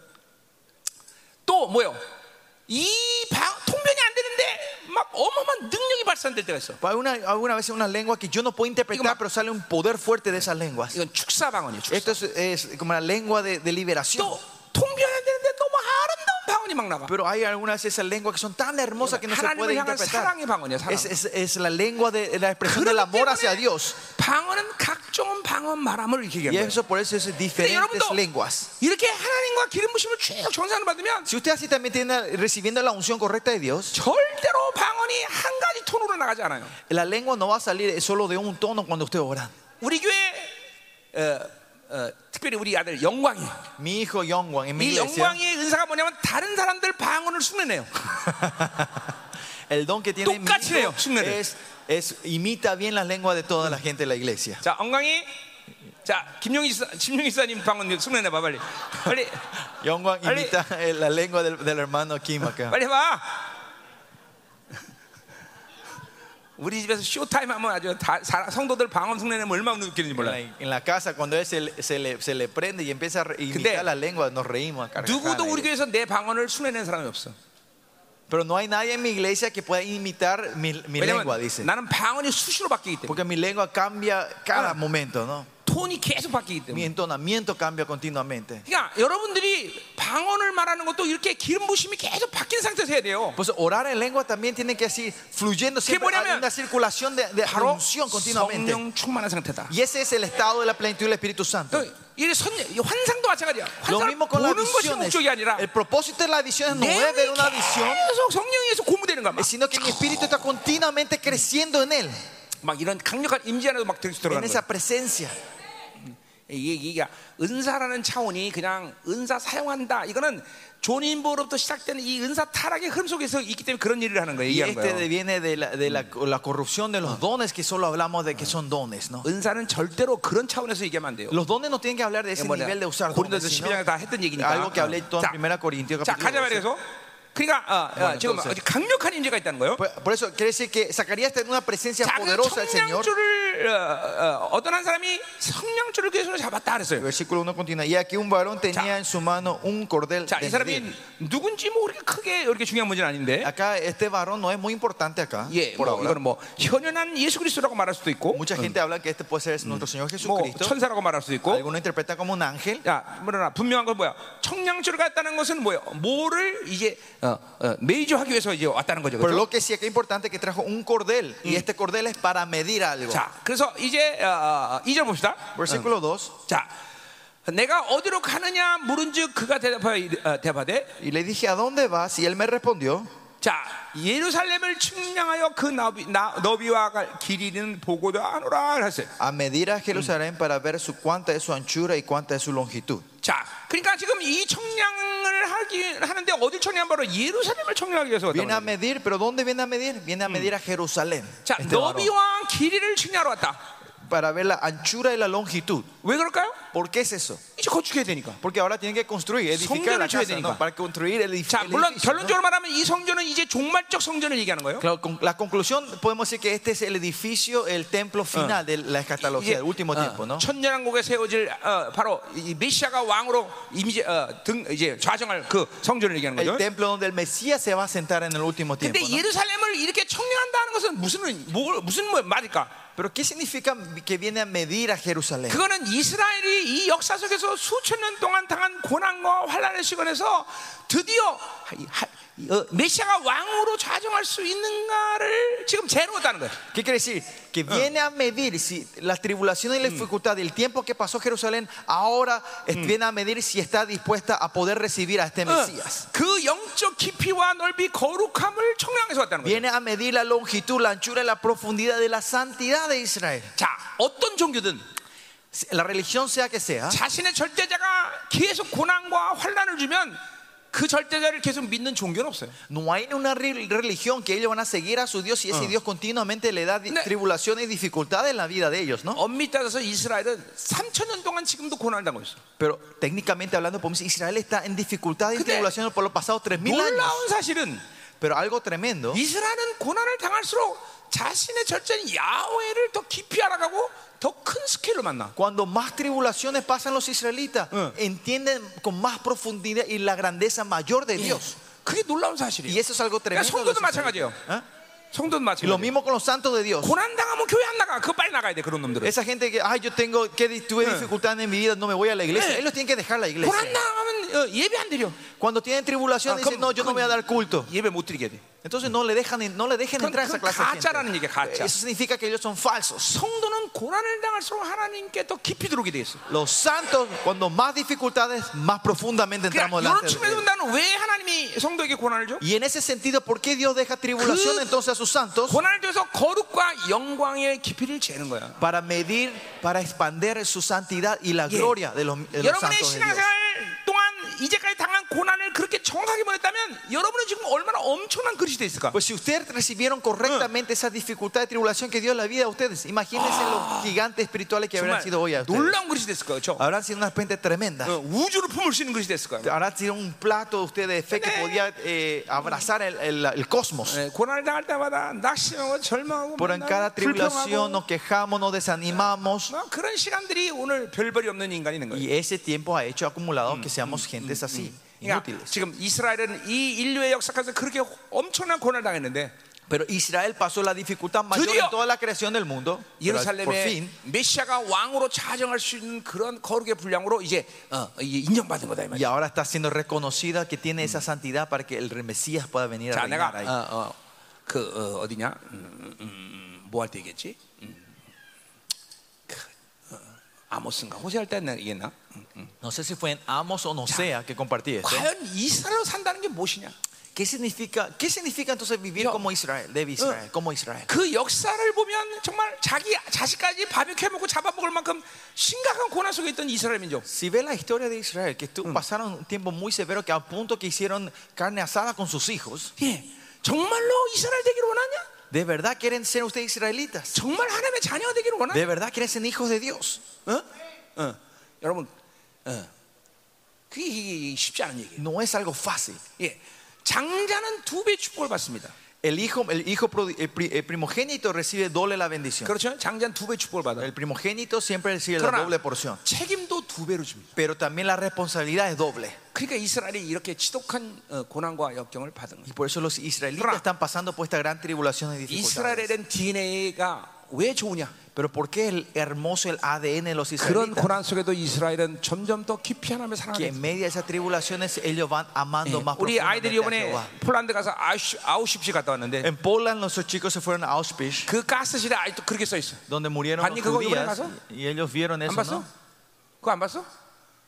S2: 또 뭐요? 이 방, 통변이 안 되는데 막 어마어마한 능력이 발산될 때가 있어.
S1: Alguna, alguna vez una lengua que yo no puedo
S2: Digo, ma-
S1: interpretar, pero sale un poder fuerte de esas lenguas.
S2: 이건 축사 방언이에요. 축사.
S1: Esto es, es como la lengua de, de liberación.
S2: 또 통변이 안 되는데 너무 아름다운 방언이 막 나가.
S1: Pero hay algunas de esas lenguas que son tan hermosas que no se
S2: 하나님을
S1: puede
S2: 향한
S1: interpretar.
S2: 사랑의 방언이야, 사랑.
S1: Es, es- es la lengua de la expresión del
S2: 그렇기
S1: amor hacia
S2: 때문에
S1: Dios.
S2: 방언은 각종 방언 말함을 이렇게
S1: Y
S2: 얘기해요.
S1: eso por eso es diferentes
S2: 여러분도
S1: lenguas.
S2: 이렇게 하나님과 기름 부심을 쭉 정산을 받으면
S1: Si usted así también tiene recibiendo la unción correcta de Dios,
S2: 절대로 방언이 한 가지 톤으로 나가지 않아요.
S1: la lengua no va a salir solo de un tono cuando usted ora.
S2: 우리 교회 어, 어, 특별히 우리 아들 영광이
S1: Mi hijo Yongwan en mi
S2: 이
S1: iglesia,
S2: 영광의 은사가 뭐냐면 다른 사람들 방언을 흉내내요.
S1: el don que tiene mi
S2: 똑같이 해요,
S1: hijo
S2: 흉내를.
S1: es, es- imita bien las lenguas de toda la gente de la iglesia.
S2: 자, 엉강이 자, 김용희 사, 김용희 사님 방언 흉내내 봐 빨리. 빨리
S1: Yongwan
S2: Ale-
S1: imita eh, la lengua del, del hermano Kim acá.
S2: 빨리 해 봐. 우리 집에서 쇼타임 하면 아주 다, 사- 성도들 방언 흉내내면 얼마나 웃기는지
S1: En
S2: 몰라.
S1: la, en la casa, cuando él se, le- se le, se le prende y empieza a re-
S2: Pero-
S1: imitar la lengua, nos reímos. a carcajadas.
S2: 누구도 우리 교회에서 내 방언을 흉내낸 사람이 없어.
S1: Pero no hay nadie en mi iglesia que pueda imitar mi, mi
S2: 왜냐면
S1: lengua, dice.
S2: 나는 방언이 수시로 바뀌기 때문에
S1: Porque mi lengua cambia cada
S2: Ah.
S1: momento, ¿no?
S2: 톤이 계속 바뀌기
S1: Mi
S2: 때문에.
S1: entonamiento cambia continuamente.
S2: 그러니까 여러분들이 방언을 말하는 것도 이렇게 기름 부심이 계속 바뀐 상태에서 해야 돼요.
S1: Pues orar en lengua también tiene que así fluyendo siempre
S2: 뭐냐면
S1: hay una circulación de, de
S2: 바로
S1: unción continuamente.
S2: 성령 충만한 상태다.
S1: Y ese es el estado de la plenitud del Espíritu Santo.
S2: 그, 이게 선, 이 환상도 마찬가지야.
S1: Lo
S2: 환상을
S1: mismo con las
S2: 보는 것이
S1: visiones.
S2: 목적이 아니라
S1: El propósito de la visión no
S2: 내
S1: es ver una
S2: 영이
S1: visión,
S2: 계속 성령에서 고무되는 거야. 막,
S1: sino que mi espíritu está continuamente creciendo en él,
S2: 막 이런 강력한 임재 안에도 막 들-
S1: en
S2: 들어가는 거야.
S1: esa presencia.
S2: 이게, 이게 은사라는 차원이 그냥 은사 사용한다. 이거는 존인보로부터 시작되는 이 은사 타락의 흐름 속에서 있기 때문에 그런 일을 하는 거예요.
S1: Y
S2: 얘기하는
S1: este
S2: 거예요.
S1: de- viene de la, de la, la corrupción de los dones, que solo hablamos de que son dones, ¿no?
S2: 은사는 절대로 그런 차원에서 얘기하면 안 돼요.
S1: Los dones no tienen que hablar de ese
S2: 뭐냐,
S1: nivel de usar dones,
S2: 고린도서 11장에 다 했던 얘기니까.
S1: ah,
S2: 어.
S1: algo que hablé todo
S2: 자,
S1: en 1 Corintios
S2: 자
S1: capítulo
S2: 가자
S1: 12.
S2: 말이에요. 그러니까 어, 어,
S1: Bueno,
S2: 지금
S1: entonces.
S2: 아주 강력한 임재가 있다는 거예요.
S1: Pues, Por, por eso quiere decir que Zacarías está en una presencia
S2: 작은
S1: poderosa del Señor.
S2: 성냥줄을 어, 어, 어떤 한 사람이 성냥줄을 계속 잡았다 그랬어요.
S1: Versículo 1 continúa. Y aquí un varón tenía en su mano un cordel
S2: 자,
S1: de
S2: 이 사람이
S1: vid.
S2: 누군지 뭐 그렇게 크게 이렇게 중요한 문제는 아닌데.
S1: Acá este varón no es muy importante acá.
S2: 예,
S1: por
S2: 뭐,
S1: ahora.
S2: 이거는 뭐 현연한 예수 그리스도라고 말할 수도 있고,
S1: Mucha gente habla que este puede ser nuestro Señor
S2: 뭐
S1: Jesucristo.
S2: 천사라고 말할 수도 있고.
S1: Algunos interpretan como un ángel.
S2: 야, 그러나 분명한 건 뭐야? 청량줄을 갔다는 것은 뭐예요? 뭐를 이제 어, 어, 메이저하기 위해서 이제 왔다는 거죠.
S1: Pero
S2: 그렇죠?
S1: lo que sí acá es importante es que trajo un cordel. Y este cordel es para medir algo.
S2: 자, 그래서 이제 어, 2절 봅시다.
S1: Versículo 2.
S2: 자, 내가 어디로 가느냐 물은즉 그가 대답하여 이르- 어, 대답하되
S1: Y le dije, ¿a dónde vas? Y él me respondió,
S2: 자, 예루살렘을 측량하여 그 너비, 나, 너비와 갈- 길이는 보고도 하노라 하셨어요.
S1: a medir a Jerusalén para ver su cuánta es su anchura y cuánta es su longitud.
S2: 자, 그러니까 지금 이 청량을 하기 하는데 어디 청량 바로 예루살렘을 청량하기 위해서 왔다.
S1: Viene a medir, pero ¿dónde viene a medir? Viene a medir a Jerusalén.
S2: 자,
S1: este varón,
S2: 너비와 길이를 측량하러 왔다.
S1: para ver la anchura y la longitud.
S2: 왜 그럴까요?
S1: ¿Por qué es eso?
S2: 이제 건축해야 되니까.
S1: Porque ahora tienen que construir, edificar
S2: Songyeon을
S1: la
S2: 줘야
S1: casa,
S2: 되니까.
S1: ¿no? Para construir el edificio.
S2: 자, 물론 결론적으로 말하면 이 성전은 이제 종말적 성전을 얘기하는 거예요.
S1: Claro, con- la conclusión podemos decir que este es el edificio, el templo final de la escatología, del
S2: ah.
S1: último tiempo, ¿no?
S2: 어. 천년왕국에 세워질 어, 바로 이 메시아가 왕으로 이미지 어, 등 이제 좌정할 그 성전을 얘기하는
S1: El
S2: 거죠.
S1: templo donde el Mesías se va a sentar en el último tiempo.
S2: 근데
S1: ¿no?
S2: 예루살렘을 이렇게 청량한다는 것은 무슨 뭐, 무슨 뭐 말일까?
S1: Pero ¿qué significa que viene a medir a Jerusalén?
S2: 그거는 이스라엘이 이 역사 속에서 수천 년 동안 당한 고난과 환란의 시간에서 드디어 하- 이- 하- 이- 어, 메시아가 왕으로 좌정할 수 있는가를 지금 재로웠다는 거예요.
S1: ¿Qué quiere decir? Que viene a medir si la tribulación y la dificultad del tiempo que pasó Jerusalén ahora es- viene a medir si está dispuesta a poder recibir a este
S2: 어,
S1: Mesías.
S2: 그 영적 깊이와 넓이 거룩함을 청량해서 왔다는 거예요.
S1: Viene a medir la longitud, la anchura y la profundidad de la santidad de Israel.
S2: 자, 어떤 종교든
S1: La religión sea que sea,
S2: 자신의 절대자가 계속 고난과 환란을 주면 그 절대자를 계속 믿는 종교는 없어요.
S1: no hay una re- religión que ellos van a seguir a su Dios y ese Dios continuamente le da di-
S2: Ne-
S1: tribulaciones y dificultades en la vida de ellos, ¿no?
S2: 엄밀히 따져서 이스라엘은 3천 년 동안 지금도 고난을 당하고 있어.
S1: Pero técnicamente hablando, podemos decir, Israel está en dificultad y
S2: 근데
S1: tribulación por los pasados 3.000 años.
S2: 놀라운 사실은
S1: Pero algo tremendo.
S2: 이스라엘은 고난을 당할수록 자신의 절대인 야훼를 더 깊이 알아가고 더 큰 스케일로 만나.
S1: Cuando más tribulaciones pasan los israelitas,
S2: Ah.
S1: entienden con más profundidad y la grandeza mayor de Dios.
S2: 그게 놀라운 네. 사실이에요.
S1: Y eso es algo
S2: 그러니까
S1: tremendo. de los
S2: 성도도 마찬가지예요.
S1: israelitas. ¿Eh?
S2: 성도도
S1: Y lo
S2: 마찬가지예요.
S1: mismo con los santos de Dios.
S2: 고난 당하면 교회 안 나가. 그거 빨리 나가야 돼 그런 놈들은.
S1: Esa gente que, ay, yo tengo que di- tuve dificultades en mi vida, no me voy a la iglesia.
S2: Ah. Eh.
S1: Ellos tienen que dejar la
S2: 고난
S1: iglesia.
S2: 당하면 어, 예배 안 드려.
S1: Cuando tienen tribulación,
S2: Ah,
S1: dicen,
S2: ¿cómo-
S1: no, yo no
S2: cómo-
S1: voy a dar culto.
S2: 예배 못 드리게 돼.
S1: Entonces no le dejan, en- no le dejen
S2: Con-
S1: entrar a esa
S2: con-
S1: clase de
S2: 가짜라는
S1: gente.
S2: 얘기야, 가짜.
S1: Eso significa que ellos son falsos.
S2: 성도는 고난을 당할수록 하나님께 더 깊이 들어오게 돼 있어.
S1: Los santos, cuando más dificultades, más profundamente entramos
S2: 그러니까 이런
S1: delante de
S2: 측면에서
S1: Dios.
S2: 본다면 왜 하나님이 성도에게 고난을 줘?
S1: Y en ese sentido, ¿por qué Dios deja tribulación
S2: 그-
S1: entonces a sus santos?
S2: 고난을 줘서 거룩과 영광의 깊이를 재는 거야.
S1: Para medir, para expander su santidad y la gloria de los, de los
S2: 여러분의
S1: santos de Dios.
S2: 신앙생활 동안 이제까지 당한 고난을 그렇게 정확하게 보냈다면 여러분은 지금 얼마나 엄청난 그릇이 돼 있을까?
S1: Pues si ustedes recibieron correctamente esa dificultad de tribulación que dio la vida a ustedes, imagínense los gigantes espirituales que habrán
S2: 정말
S1: sido hoy a ustedes.
S2: 놀라운 그릇이 됐을 거예요. 그렇죠?
S1: Habrán sido unas fuentes tremendas.
S2: 어, 우주를 품을 수 있는 그릇이 됐을 거예요.
S1: Habrán sido un plato de ustedes de fe que
S2: 네.
S1: podía eh, abrazar el, el- el cosmos.
S2: 예, 고난을 당할 때마다 낙심하고 절망하고
S1: Pero en cada
S2: 맨날 불평하고
S1: tribulación nos quejamos, nos desanimamos.
S2: 뭐 그런 시간들이 오늘 별벌이 없는 인간이 있는 거예요.
S1: Y ese tiempo ha hecho acumulado que seamos gentes así,
S2: 그러니까
S1: inútiles.
S2: 지금 이스라엘은 이 인류의 역사에서 그렇게 엄청난 고난을 당했는데
S1: Pero Israel pasó la dificultad mayor
S2: Dios.
S1: en toda la creación del mundo. Pero al- por
S2: 예루살렘의
S1: fin,
S2: 메시아가 왕으로 차정할 수 있는 그런 거룩의 분량으로 이제 어, 이제 인정받은 거다 이
S1: y
S2: 말이야.
S1: ahora está siendo reconocida que tiene esa santidad para que el Mesías pueda venir a
S2: 자, 내가
S1: reinar ahí.
S2: 어, 어, 그 어, 어디냐? 뭐 할 때 얘기했지? 음. 그, 어, 아모스인가 호세할 때 내가 얘기했나? 음.
S1: No sé si fue en Amos o Nosea que compartí esto.
S2: 과연 이스라엘로 산다는 게 무엇이냐?
S1: ¿Qué significa, qué significa entonces vivir
S2: Yo-
S1: como Israel, de Israel, como Israel?
S2: 그 역사를 보면 정말 자기 자식까지 바비큐 먹고 잡아먹을 만큼 심각한 고난 속에 있던 이스라엘 민족.
S1: Si ve la historia de Israel, que estu- pasaron un tiempo muy severo que a punto que hicieron carne asada con sus hijos,
S2: 예, 정말로 이스라엘 되기를 원하냐?
S1: ¿de verdad quieren ser ustedes israelitas?
S2: 정말 하나님의 자녀가 되기를 원하냐?
S1: ¿De verdad quieren ser hijos de Dios?
S2: 어? 어. 여러분, 어. 그게 이게 쉽지 않은 얘기예요.
S1: No es algo fácil.
S2: 예. 장자는 두 배 축복을 받습니다.
S1: El hijo, el hijo prodi- el pri- el primogénito recibe doble la bendición.
S2: 그렇죠? 장자는 두 배 축복을 받아요.
S1: El primogénito siempre recibe la
S2: 그러나
S1: doble porción.
S2: 책임도 두 배로 줍니다.
S1: Pero también la responsabilidad es doble.
S2: 그러니까 이스라엘이 이렇게 지독한 어, 고난과 역경을 받은 거예요.
S1: Y por eso los israelitas
S2: Ra.
S1: están pasando por esta gran tribulación y dificultades.
S2: 이스라엘의 DNA가 왜 좋으냐?
S1: Pero ¿por qué el hermoso el ADN de los
S2: 그런
S1: israelitas?
S2: 고난 속에도 이스라엘은 점점 더 깊이 하나님을
S1: Que en
S2: 사랑하는
S1: medio de esas tribulaciones ellos van amando más
S2: 우리
S1: profundamente
S2: 아이들이
S1: a
S2: 이번에
S1: Jehová.
S2: 폴란드 가서 아우슈- 아우슈프시 갔다 왔는데
S1: En Poland nuestros chicos se fueron a Auschwitz,
S2: 그 가스실에 아직도 그렇게 써 있어.
S1: donde murieron
S2: ¿Pani
S1: los
S2: 그거 이번에
S1: judías,
S2: 가서?
S1: y ellos vieron
S2: 안
S1: eso,
S2: 봤어?
S1: ¿no?
S2: 그거 안 봤어?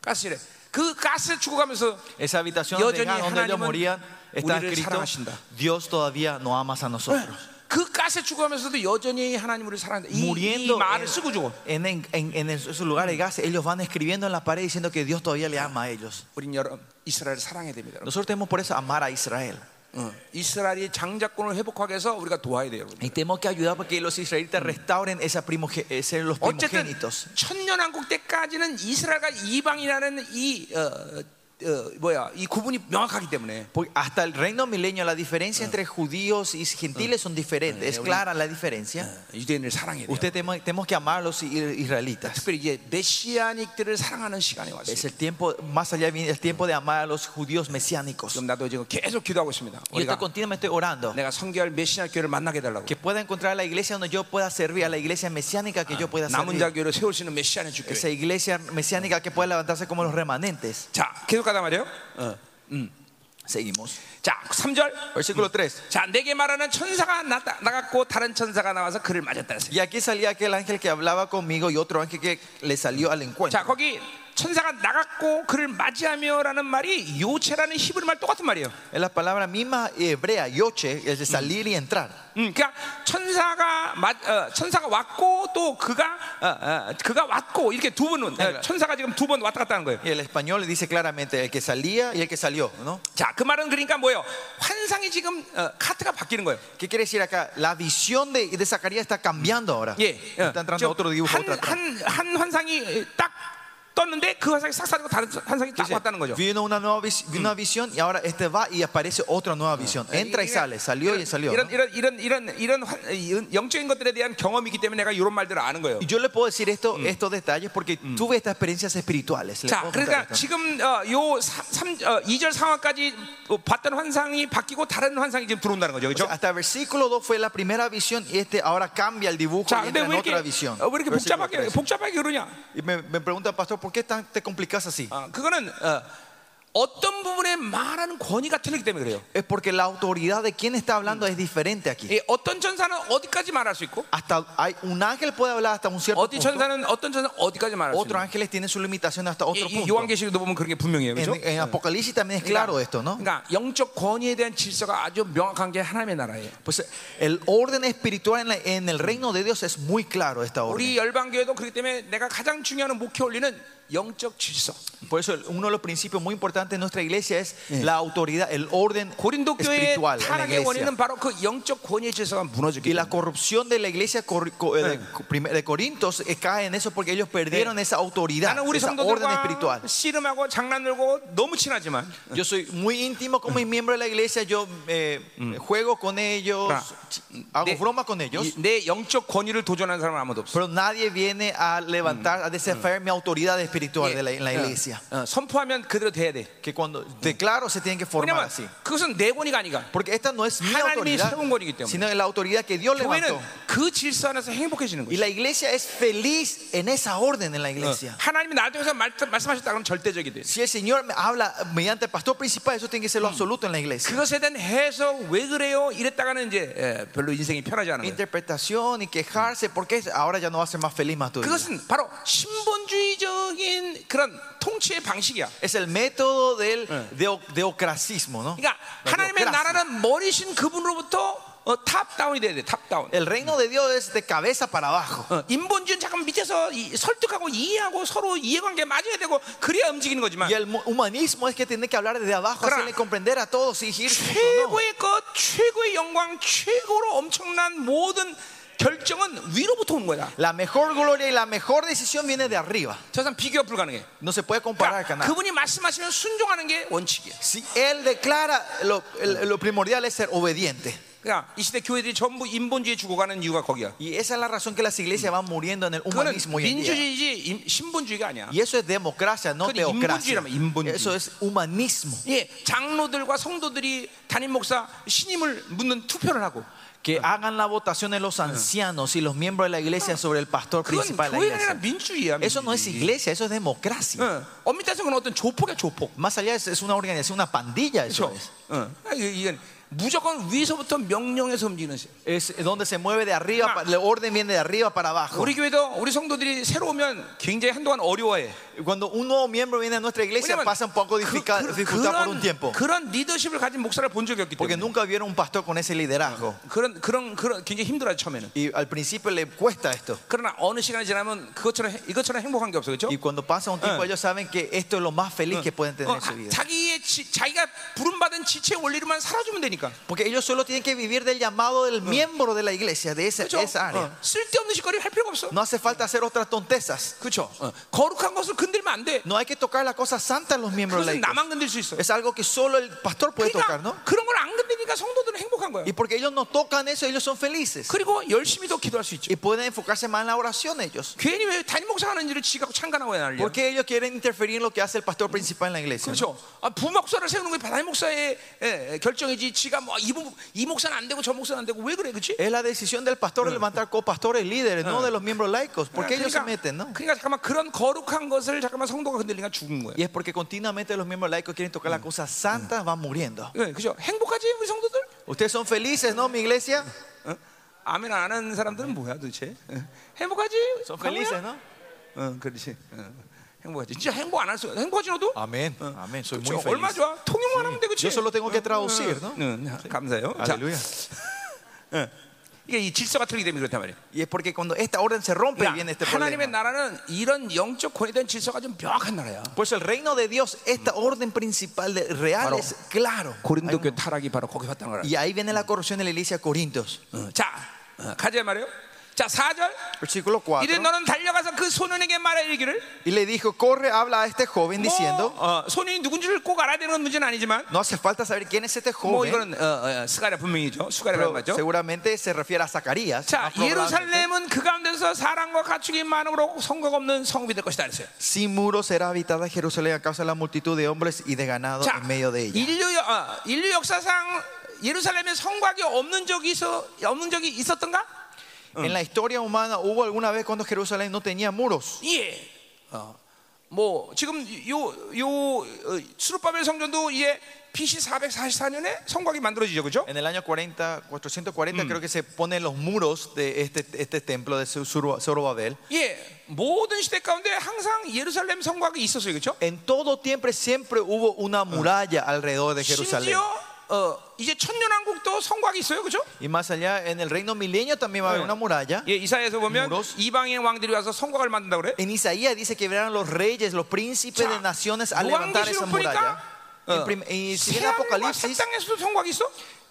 S2: 가스실에 그 가스 죽어가면서
S1: Esa habitación
S2: 여전히
S1: de Gad donde ellos
S2: 하나님은
S1: morían está
S2: 우리를
S1: escrito:
S2: 사랑하신다.
S1: Dios todavía no amas a nosotros.
S2: 그 가스에 죽어가면서도 여전히 하나님 우리를 사랑한다. 이, 이
S1: Muriendo
S2: 말을 쓰고 죽어.
S1: en, en, en, en esos lugares de gas, ellos van escribiendo en la pared diciendo que Dios todavía le ama a ellos.
S2: 우린 여러분 이스라엘을 사랑해야 됩니다. 여러분.
S1: Nosotros tenemos por eso amar a Israel.
S2: 어, 이스라엘이 장자권을 회복하기 위해서 우리가 도와야 돼요. 여러분.
S1: Y tenemos que ayudar para que los israelitas restauren esa primoge- eh, ser
S2: 뭐
S1: los
S2: 어쨌든
S1: primogénitos.
S2: 천년왕국 때까지는 이스라엘과 이방이라는 이 어, 어, 뭐야 이 구분이 명확하기 때문에
S1: Porque hasta el reino milenio la diferencia entre judíos y gentiles son diferentes. Es clara la
S2: Ah,
S1: diferencia.
S2: 유대인을 사랑해야 돼요.
S1: Usted tenemos, tenemos que amar a los i- israelitas.
S2: 특별히 이제 메시아닉들을 사랑하는 시간이
S1: Es
S2: 왔어요.
S1: el tiempo, más allá viene el tiempo de amar a los judíos mesiánicos.
S2: 지금 나도 지금 계속 기도하고 있습니다.
S1: Y estoy
S2: 우리가
S1: continuamente orando.
S2: 내가 성결 메시아 교회를 만나게 해달라고.
S1: Que pueda encontrar la iglesia donde yo pueda servir, a la iglesia mesiánica que yo pueda
S2: 남은 자
S1: servir.
S2: 교회를 세울 수 있는 메시아의 주교회.
S1: Esa iglesia mesiánica que pueda levantarse como los remanentes.
S2: 자, 계속 가다 말이에요. 어.
S1: Seguimos.
S2: 자, 3절.
S1: Versículo 3.
S2: 자, 내게 말하는 천사가 나, 나갔고 다른 천사가 나와서 그를 맞았다 했어요.
S1: Y aquí salía aquel ángel que hablaba conmigo y otro ángel que le salió al encuentro.
S2: 자, 거기 천사가 나갔고 그를 맞이하며라는 말이 요체라는 히브리 말 똑같은 말이에요.
S1: Es la palabra misma hebrea, yoche, es de salir y entrar.
S2: 음, 그러니까 천사가 맞- 어, 천사가 왔고 또 그가 어, 어, 그가 왔고 이렇게 두 번은 어, 천사가 지금 두 번 왔다 갔다 하는 거예요.
S1: Y el español le dice claramente el que salía y el que salió, ¿no?
S2: 자, 그 말은 그러니까 뭐예요? 환상이 지금 어, 카트가 바뀌는 거예요.
S1: ¿Qué quiere decir acá? La visión de, de Zacarías está cambiando ahora.
S2: 예, 어,
S1: Está entrando otro dibujo,
S2: 한,
S1: otra trama.
S2: 한, 한 환상이 딱 떴는데 그 환상이 싹 사라지고 다른 환상이 딱
S1: Dice,
S2: 왔다는 거죠.
S1: Vino una nueva vis- una visión y ahora este va y aparece otra nueva visión. Entra y sale, salió y salió.
S2: 이런
S1: ¿no?
S2: 이런 이런 이런 이런 환- 이런 영적인 것들에 대한 경험이기 때문에 내가 이런 말들을 아는 거예요.
S1: Y yo le puedo decir esto, estos detalles porque tuve estas experiencias espirituales. Le
S2: 자,
S1: puedo contar
S2: 그러니까
S1: esto.
S2: 지금 어, 요 삼- 삼- 어, 2절 상황까지 어, 봤던 환상이 바뀌고 다른 환상이 지금 들어온다는 거죠. 그렇죠?
S1: Hasta versículo 2 fue la primera visión y este ahora cambia el dibujo
S2: 자,
S1: y
S2: 근데
S1: entra en
S2: 왜 이렇게
S1: otra visión.
S2: 어, 왜 이렇게
S1: Versículo
S2: 복잡하게
S1: 13.
S2: 복잡하게 그러냐?
S1: Y me, me pregunta, pastor, ¿por qué tan- te complicas así?
S2: 아, 그거는 어, 어떤 부분에 말하는 권위가 틀리기 때문에 그래요.
S1: Es porque la autoridad de quien está hablando es diferente aquí.
S2: 예, 어떤 천사는 어디까지 말할 수 있고
S1: Hasta hay, un ángel puede hablar hasta un cierto
S2: 어디
S1: punto.
S2: 천사는 어떤 천사는 어디까지 말할 수
S1: Otros
S2: 있는?
S1: ángeles tienen su limitación hasta otro
S2: 이- 이
S1: punto.
S2: 요한계시록도 보면 그런 게 분명해요. 그렇죠?
S1: En, en Apocalipsis también es claro esto, ¿no?
S2: 그러니까 영적 권위에 대한 질서가 아주 명확한 게 하나님의 나라예요.
S1: Pues el orden espiritual en, la- en el reino de Dios es muy claro esta orden.
S2: 우리 열방교회도 그렇기 때문에 내가 가장 중요한 목회 원리는 영적 질서.
S1: Por eso el- uno de los principios muy importantes de nuestra iglesia es la autoridad, el orden
S2: 고린도 교회의
S1: espiritual en la
S2: 타락의
S1: iglesia.
S2: 원인은 바로 그 영적 권위의 질서가 무너졌기
S1: Y
S2: 때문에.
S1: la corrupción de la iglesia cor- co- eh, de, prim- de Corintios eh, cae en eso porque ellos perdieron esa autoridad,
S2: 나는 우리
S1: esa orden
S2: 성도들과
S1: espiritual.
S2: 씨름하고 장난 놀고 너무 친하지만
S1: Yo soy muy íntimo con mis miembros de la iglesia, yo eh, juego con ellos,
S2: Ahora,
S1: ch- hago
S2: 내,
S1: broma con ellos,
S2: 이- 내 영적 권위를 도전하는 사람은 아무도 없어.
S1: pero nadie viene a levantar, a desafiar mi autoridad espiritual de la, en la iglesia.
S2: 어, 선포하면 그대로 돼야 돼.
S1: Que cuando declaro se tienen que formar
S2: 왜냐면
S1: así.
S2: 그것은 내 권위가 아니가.
S1: Porque esta no es mi
S2: 하나님이
S1: autoridad,
S2: 세운 거기 때문에.
S1: sino la autoridad que Dios
S2: 교회는
S1: levantó.
S2: 그 질서 안에서 행복해지는
S1: Y
S2: 거지.
S1: la iglesia es feliz en esa orden en la iglesia.
S2: 하나님이 나를 통해서 말, 말씀하셨다 그러면 절대적이 돼.
S1: Si el Señor me habla mediante el pastor principal, eso tiene que ser lo absoluto en la iglesia.
S2: 그것에 대한 해석 왜 그래요? 이랬다가는 이제 예, 별로 인생이 편하지 않은 거예요.
S1: Interpretación y quejarse, porque ahora ya no va a ser más feliz más tu vida.
S2: 그것은 바로 신본주의적인 그런 통치의 방식이야.
S1: Es el método del deo- deocracismo, ¿no?
S2: 그러니까
S1: La
S2: 하나님의
S1: deocracia.
S2: 나라는 머리신 그분으로부터 어, 탑다운이 돼야 돼. 탑다운.
S1: El reino de Dios es de cabeza para abajo.
S2: 어, 인본주의는 잠깐 밑에서 이- 설득하고 이해하고 서로 이해관계 맞아야 되고 그래야 움직이는 거지만
S1: Y el mu- humanismo es que tiene que hablar desde abajo,
S2: Claro.
S1: hacerle comprender a todos y ir juntos, ¿no?
S2: 최고의 것, 최고의 영광, 최고로 엄청난 모든 결정은 위로부터 오는 거야.
S1: La mejor gloria y la mejor decisión viene de arriba.
S2: 저 사람 비교가 불가능해.
S1: No se puede comparar
S2: 그러니까
S1: con nada.
S2: 그분이 말씀하시면 순종하는 게 원칙이야.
S1: Si él declara, lo, el- lo primordial es ser obediente.
S2: 그러니까 이 시대 교회들이 전부 인본주의에 죽어가는 이유가 거기야.
S1: Y esa es la razón que las iglesias van muriendo en el
S2: 그거는
S1: humanismo hoy en día.
S2: 민주주의지 인- 신본주의가 아니야.
S1: Y eso es democracia, no
S2: 그건
S1: teocracia.
S2: 인본주의란 말이야, 인본주의.
S1: Eso es humanismo.
S2: 예, 장로들과 성도들이 담임 목사 신임을 묻는 투표를 하고
S1: Que hagan la votación en los ancianos y los miembros de la iglesia sobre el pastor
S2: 그건
S1: principal de la
S2: 교회가 아니라
S1: iglesia.
S2: 민주주의야.
S1: Eso no es
S2: 민주주의.
S1: iglesia, eso es democracia.
S2: 어, 엄밀히 따지면 그건 어떤 조폭이야 조폭.
S1: Más allá es, es una organización, una pandilla. Eso
S2: 그렇죠.
S1: 네,
S2: 어, 아, 이- 이건 무조건 위에서부터 명령해서 움직이는 시.
S1: es. es donde se mueve de arriba,
S2: Ah.
S1: pa- el orden viene de arriba para abajo.
S2: 우리 교회도 우리 성도들이 새로 오면 굉장히 한동안 어려워해.
S1: Cuando un nuevo miembro viene a nuestra iglesia
S2: 왜냐면
S1: pasa un poco dificultad,
S2: 그- 그-
S1: dificultad por un tiempo.
S2: 그런 리더십을 가진 목사를 본 적이 없기
S1: Porque
S2: 때문에
S1: nunca vieron un pastor con ese liderazgo.
S2: 그런 그런 그런 굉장히 힘들어 처음에는.
S1: Y al principio le cuesta esto.
S2: 그러나 어느 시간이 지나면 그것처럼 해- 이것처럼 행복한 게 없어 그렇죠?
S1: Y cuando pasa un tiempo,
S2: Eh.
S1: ellos saben que esto es lo más feliz que pueden tener
S2: 어,
S1: en su
S2: 하-
S1: vida.
S2: 자기의 지- 자기가 부름받은 지체의 원리로만 살아주면 되니까.
S1: Porque ellos solo tienen que vivir del llamado del miembro de la iglesia, de esa,
S2: 그렇죠?
S1: esa área.
S2: 쓸데없는 짓거리 할 필요가 없어.
S1: No hace falta hacer otras tontezas.
S2: 그렇죠? 어, 거룩한 것을 건들면 안 돼.
S1: No hay que tocar las cosas santas a los miembros de la
S2: 그것은
S1: iglesia.
S2: 나만 건들 수 있어.
S1: Es algo que solo el pastor puede tocar, ¿no?
S2: 그러니까 그런 걸 안 건드리니까 성도들은 행복한 거야.
S1: Y porque ellos no tocan eso, ellos son felices.
S2: 그리고 열심히 더 기도할 수 있죠.
S1: Y pueden enfocarse más en la oración ellos.
S2: 괜히 왜 담임 목사 하는 일을 지가 참관하고 난리야.
S1: Porque ellos quieren interferir en lo que hace el pastor principal en la iglesia. ¿no?
S2: 그렇죠. 아, 부목사를 세우는 게 담임 목사의 예, 예, 결정이지. 지가 뭐이 이 목사는 안 되고 저 목사는 안 되고 왜 그래, 그렇지?
S1: Es la decisión del pastor de levantar copastores líderes, no de los miembros laicos. Porque ellos se meten, ¿no?
S2: 그러니까 잠깐만 그런 거룩한 것을 잠깐만 성도가 건드리니까 죽은 거예요.
S1: Y es porque continuamente los miembros laicos quieren tocar las cosas santas, van muriendo.
S2: 예, 그죠? 행복하지 우리 성도들?
S1: Ustedes son felices, ¿no, mi iglesia?
S2: 어? 아멘 안 하는 사람들은 뭐야 도대체? 예. 행복하지?
S1: Son felices,
S2: 강우야?
S1: ¿no?
S2: 응, 그렇지. 응. 행복하지. 진짜 행복 안 할 수. 행복하지 너도?
S1: Amén, amén. Soy
S2: 그렇죠. 얼마 좋아? 통용만 하면 돼, 그렇지?
S1: 음. Yo
S2: 어,
S1: solo tengo que traducir, ¿no?
S2: 감사해요. 자,
S1: Aleluya.
S2: 이게 이 질서가 틀리기 때문에 그렇단 말이에요.
S1: Y es porque cuando esta orden se rompe
S2: 그러니까
S1: viene este
S2: 하나님의
S1: problema.
S2: 나라는 이런 영적 권위된 질서가 좀 명확한 나라야.
S1: Por eso Pues el reino de Dios, esta orden principal de, real
S2: Claro.
S1: es claro.
S2: 고린도 교 타락이 바로 거기 왔다는 거라.
S1: Y ahí viene la corrupción de la iglesia de Corintios.
S2: 어, 자, 어, 가자 말이에요. 자, 4절.
S1: Versículo
S2: 이래
S1: 4.
S2: 너는 달려가서 그 소년에게 말해 이르기를
S1: Y le dijo, corre, habla a este joven
S2: 뭐,
S1: diciendo,
S2: 어, 소년이 누군지를 꼭 알아야 되는 건 문제는 아니지만
S1: no hace falta saber quién es este
S2: 뭐
S1: joven,
S2: 이거는 어, 어, 스가랴 분명히죠. 스가랴
S1: pero
S2: 맞죠?
S1: seguramente se refiere a Zacarías.
S2: 자,
S1: más probablemente.
S2: 예루살렘은 그 가운데서 사랑과 가축이 많음으로 성곽 없는 성읍이 될 것이다 그랬어요.
S1: Sin muro será habitada Jerusalén a causa de la multitud de hombres y de ganado
S2: 자,
S1: en medio de ella.
S2: 인류, 역- 어, 인류 역사상 예루살렘에 성곽이 없는 적이 있어 없는 적이 있었던가?
S1: En la historia humana hubo alguna vez cuando Jerusalén no tenía muros.
S2: 예. 어, 뭐 지금 요요 어, 수르바벨 성전도 이제 BC 444년에 성곽이 만들어지죠, 그죠
S1: En el año 40, 440 creo que se ponen los muros de este, este templo de Zor- Zor- Zorobabel.
S2: 예, 모든 시대 가운데 항상 예루살렘 성곽이 있었어요, 그렇죠?
S1: En todo tiempo siempre hubo una muralla alrededor de Jerusalén.
S2: 심지어 어, 이제 천년왕국도 성곽이 있어요, 그렇죠?
S1: Y más allá, en el reino milenio también va a haber
S2: Eh.
S1: una muralla.
S2: 예, 이사야에서 보면
S1: 무로스.
S2: 이방인 왕들이 와서 성곽을 만든다 그래.
S1: En Isaías dice que verán los reyes, los príncipes de naciones a levantar esa
S2: 요한계시록
S1: muralla.
S2: 보니까
S1: En
S2: 어,
S1: prim- Y si bien en
S2: 새하늘과 새
S1: Apocalipsis,
S2: 땅에서도 성곽이 있어?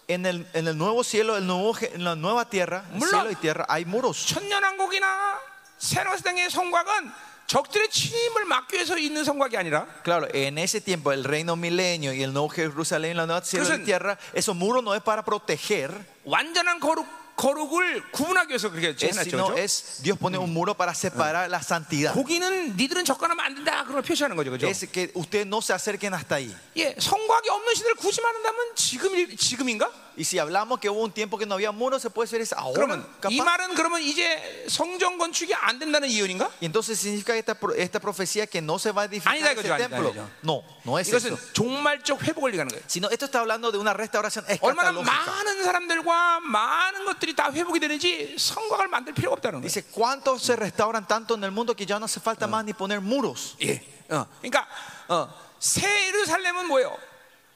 S1: en el, en el nuevo cielo, el nuevo, ge- en la nueva tierra, el
S2: Mulon.
S1: cielo y tierra, hay muros.
S2: 천년왕국이나 새로운 새 땅의 성곽은 적들의 침입을 막기 위해서 있는 성곽이 아니라
S1: Claro, en ese tiempo, el reino milenio y el nuevo Jerusalén, la nueva cielo y
S2: Entonces-
S1: tierra, esos muros no es para proteger,
S2: 완전한 거룩, 거룩을 구분하기 위해서 그렇게
S1: es,
S2: 해놨죠.
S1: sino
S2: 그죠?
S1: es Dios pone un muro para separar la santidad.
S2: 거기는 니들은 접근하면 안 된다. 그런 걸 표시하는 거죠. 그죠?
S1: Es que ustedes no se acerquen hasta ahí.
S2: 예, 성곽이 없는 시대를 굳이 말한다면 지금 지금인가?
S1: Y si hablamos que hubo un tiempo que no había muros, se puede decir es ahora.
S2: 그러면 이
S1: capaz.
S2: 말은 그러면 이제 성전 건축이 안 된다는 이유인가?
S1: Y entonces significa esta, pro- esta profecía que no se va a edificar
S2: Anida,
S1: ese
S2: anida,
S1: templo.
S2: anida.
S1: No, no es
S2: 이것은
S1: eso.
S2: 종말적 회복을 얘기하는 거예요.
S1: Sino esto está hablando de una restauración
S2: 얼마나
S1: escatológica.
S2: 많은 사람들과 많은 것들이 다 회복이 되는지 성곽을 만들 필요가 없다는 거예요.
S1: Dice, ¿cuántos se restauran tanto en el mundo que ya no hace falta más ni poner muros?
S2: 예. 어. 그러니까 어, 새 예루살렘은 뭐예요?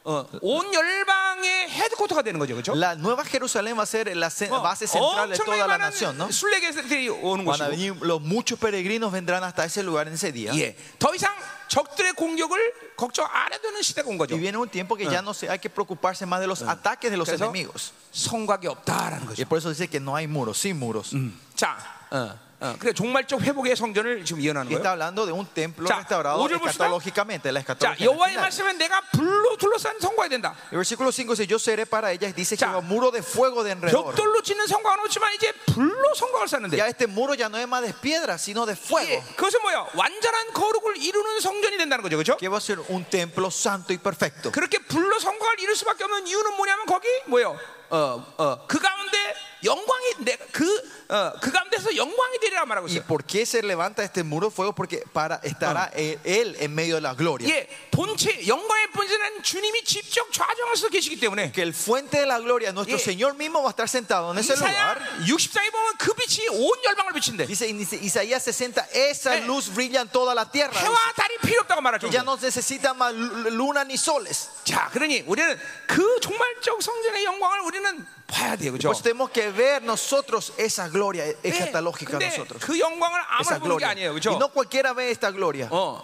S2: 어, 온 열방의 헤드코터가 되는 거죠, 그렇죠?
S1: La nueva Jerusalén va a ser la
S2: Oh,
S1: ce- base central de toda la nación, ¿no?
S2: 순례객들이 오는
S1: Van a
S2: 곳이고,
S1: venir, los muchos peregrinos vendrán hasta ese lugar en ese día.
S2: 예, 더 이상 적들의 공격을 걱정 안 해도 되는 시대가 온 거죠.
S1: Y viene un tiempo que ya no se, hay que preocuparse más de los ataques de los
S2: 그래서
S1: enemigos.
S2: 성곽이 없다라는 거죠.
S1: Y por eso dice que no hay muros, sin muros.
S2: Mm. 자, 예. 어, 어, 그래 종말적 회복의 성전을 지금 예언하는
S1: Y está
S2: 거예요.
S1: hablando de un templo
S2: 자,
S1: restaurado
S2: 오절 봅시다.
S1: escatológicamente, la
S2: 자,
S1: escatología.
S2: 여호와의
S1: final.
S2: 말씀은 내가 불로 둘러싼 성곽이 된다.
S1: El versículo 5 dice: Yo seré para ellas, dice que
S2: 자,
S1: va muro de fuego de enredor.
S2: 벽돌로 짓는 성곽은 없지만 이제 불로 성곽을 쌓는데.
S1: Ya este muro ya no es más de piedra, sino de
S2: 예,
S1: fuego.
S2: 그것은 뭐야? 완전한 거룩을 이루는 성전이 된다는 거죠, 그렇죠?
S1: Que va a ser un templo santo y perfecto.
S2: 그렇게 불로 성곽을 이룰 수밖에 없는 이유는 뭐냐면 거기 뭐요? 어어그 가운데 영광이 내그어그 가운데서 영광이 되리라 말하고
S1: ¿Y
S2: 있어요.
S1: por qué se levanta este muro de fuego? Porque para estará él, él en medio de la gloria.
S2: 예, 본체 영광의 본체는 주님이 직접 좌정하셔서 계시기 때문에
S1: Que el fuente de la gloria, nuestro
S2: Y-
S1: Señor mismo va a estar sentado en ese
S2: 이사야
S1: lugar.
S2: 60장에 보면 그 빛이 온 열방을 비친대.
S1: Dice en Isa- Isaías 60, esa
S2: Eh.
S1: luz brilla en toda la tierra.
S2: 해와 달이 필요 없다고 말하죠.
S1: Y ya no necesita más lu- luna ni soles.
S2: 자, 그러니 우리는 그 종말적 성전의 영광을 우리는 봐야 돼요, 그렇죠? 네.
S1: Pues tenemos que ver nosotros esa gloria e-,
S2: Eh,
S1: escatológica
S2: 근데
S1: nosotros.
S2: 그 영광을
S1: Esa
S2: 아무나 보는 게
S1: gloria.
S2: 아니에요,
S1: Y
S2: 그렇죠? 어,
S1: no cualquiera ve esta gloria.
S2: Oh,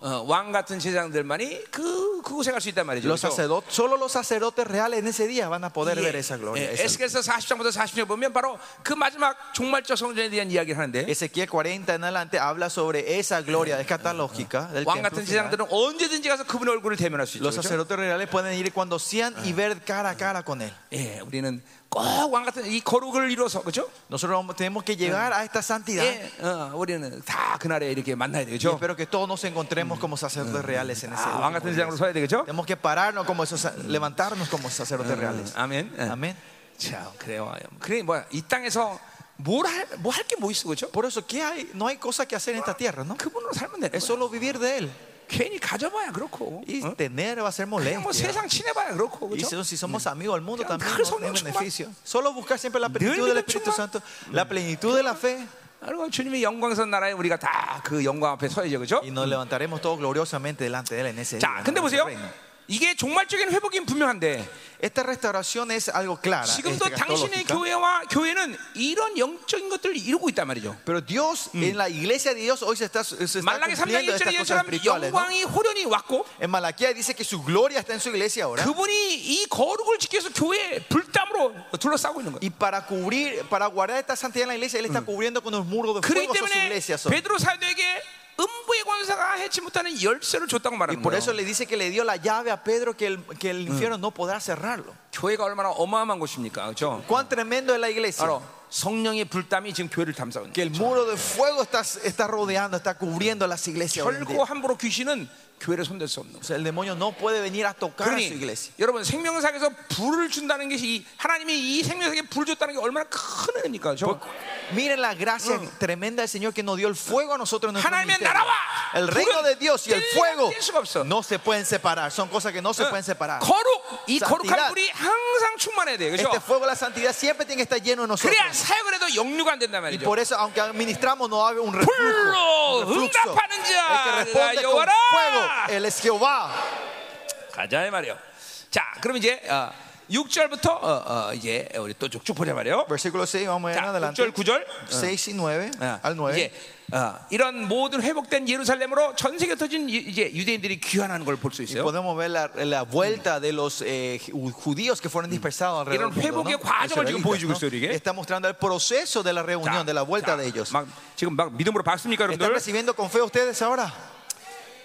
S2: 어어왕 같은 제장들만이 그 그곳에 갈 수 있단 말이죠.
S1: Los
S2: 그렇죠?
S1: sacerdotes, solo los sacerdotes reales en ese día van a poder ver esa gloria.
S2: 예,
S1: esa-
S2: 에스겔서 40장부터 40장 보면 바로 그 마지막 종말적 성전에 대한 이야기를 하는데
S1: Ezequiel 40 en adelante habla sobre esa gloria escatológica del
S2: 왕
S1: templo
S2: 같은
S1: final.
S2: 제장들은 언제든지 가서 그분의 얼굴을 대면할 수 있죠.
S1: Los
S2: 그렇죠?
S1: sacerdotes reales pueden ir cuando sean y ver cara a cara con él.
S2: 예, 우리는 꼭 왕 같은 이 거룩을 이뤄서 그렇죠?
S1: Nosotros vamos- tenemos que llegar a esta santidad.
S2: 예, 어, 우리는 다 그날에 이렇게 만나야
S1: Y
S2: 되죠.
S1: espero que todos nos encontremos como sacerdotes reales en ese
S2: 아, 왕
S1: día.
S2: 같은 제장으로 서야 되겠죠?
S1: Tenemos que pararnos como esos, sa- levantarnos como sacerdotes reales.
S2: 아멘. 예.
S1: Amén.
S2: 자, 그래요. 그래 뭐야? 이 땅에서 뭘할뭐할 게 뭐 있어, 그렇죠?
S1: Por eso, ¿qué hay? No hay cosa que hacer en esta tierra, ¿no?
S2: 그분으로 살면 되는
S1: Es
S2: 거야.
S1: solo vivir de él.
S2: 괜히 가져봐야 그렇고. 어?
S1: Y
S2: 응?
S1: tener va a ser
S2: 그냥 뭐
S1: molestia.
S2: 세상 친해봐야 그렇고
S1: Y
S2: 그렇죠?
S1: si, si somos amigos del mundo
S2: 그냥
S1: también
S2: 늘
S1: no
S2: 성령
S1: tiene
S2: 충만.
S1: beneficio. Solo buscar siempre la plenitud
S2: 늘
S1: del
S2: 믿음
S1: Espíritu
S2: 충만.
S1: Santo, la plenitud de la fe.
S2: 그리고 주님의 영광선 나라에 우리가 다 그 영광 앞에 서야죠, 그렇죠?
S1: Y nos levantaremos todos gloriosamente delante de él en ese
S2: 자,
S1: día.
S2: 근데
S1: ¿no?
S2: 보세요.
S1: Ese reino.
S2: 이게 종말적인 회복이 분명한데
S1: Esta restauración es algo clara.
S2: 지금도
S1: este,
S2: 당신의
S1: escatológica.
S2: 교회와 교회는 이런 영적인 것들을 이루고 있단 말이죠.
S1: Pero Dios, en la iglesia de Dios, hoy se está, se está
S2: 말라기 3장
S1: cumpliendo
S2: 1절에
S1: estas cosas
S2: 예처럼
S1: espirituales. ¿no?
S2: 영광이 호련히 왔고
S1: En Malaquía dice que su gloria está en su iglesia
S2: 네.
S1: ahora.
S2: 그분이 이 거룩을 지기 위해서 교회에 불담으로 둘러싸고 있는 거예요.
S1: Y para cubrir, para guardar esta santidad en la iglesia, él está cubriendo con los muros de
S2: 그렇기
S1: fuego a su
S2: 때문에
S1: iglesia. sobre.
S2: 베드로 사도에게 음부의 권사가 해치 못하는 열쇠를 줬다고
S1: Y
S2: 말하는
S1: por
S2: 거예요.
S1: eso le dice que le dio la llave a Pedro que el, que el infierno no podrá cerrarlo.
S2: 교회가 얼마나 어마어마한 곳입니까, 그렇죠?
S1: Cuán tremendo es la iglesia.
S2: 바로 성령의 불담이 지금 교회를 담싸고 있는
S1: Que
S2: 거예요.
S1: el muro de fuego está, está rodeando, está cubriendo las iglesias. hoy en día.
S2: 결코 함부로 귀신은 교회를 손댈 수 없는
S1: O
S2: 거예요.
S1: sea, el demonio no puede venir a tocar a su
S2: 그러니
S1: iglesia.
S2: 여러분 생명사에서 불을 준다는 것이 이- 하나님이 이 생명사에 불 줬다는 게 얼마나 큰 은혜입니까, 그렇죠?
S1: Miren la gracia tremenda del Señor que nos dio el fuego a nosotros en nuestro
S2: 하나님의
S1: ministerio.
S2: 나라와
S1: El reino
S2: 불은
S1: de Dios y el
S2: 뗄래야
S1: fuego
S2: 뗄 수가 없어.
S1: no se pueden separar. Son cosas que no se pueden
S2: 아.
S1: separar.
S2: 거룩 이
S1: Santidad.
S2: 거룩한 불이 항상 충만해야 돼요,
S1: Este
S2: 그렇죠?
S1: fuego de la santidad siempre tiene que estar lleno de nosotros.
S2: 그래야 사역을 해도 영류가 안 된단
S1: Y
S2: 말이죠.
S1: por eso, aunque administramos, no hay un reflujo.
S2: 불로
S1: un refluxo.
S2: 응답하는
S1: El que
S2: 자
S1: responde con
S2: 여호와라
S1: fuego, él es Jehová.
S2: 가자 이 말이요. 자, 그럼 이제 어, 6절부터 어, 어, 이제 우리 또 쭉쭉 보자 말이요.
S1: Versículo 6, vamos a ir
S2: 자,
S1: adelante.
S2: 6절 9절
S1: 6 y 9
S2: Ah.
S1: al 9.
S2: 이제 어, 이런 모든 회복된 예루살렘으로 전 세계 터진 이- 이제 유대인들이 귀환하는 걸 볼 수
S1: Y
S2: 있어요.
S1: podemos ver la, la vuelta de los eh, ju- judíos que fueron dispersados alrededor
S2: 이런
S1: del mundo,
S2: 회복의
S1: ¿no?
S2: 과정을 지금
S1: israelitas,
S2: 보여주고
S1: ¿no?
S2: 있어요, 이게.
S1: Está mostrando el proceso de la reunión, de la vuelta
S2: 자,
S1: de ellos.
S2: 막 지금 막 믿음으로 받습니까,
S1: ¿Están
S2: 여러분들?
S1: recibiendo con fe ustedes ahora?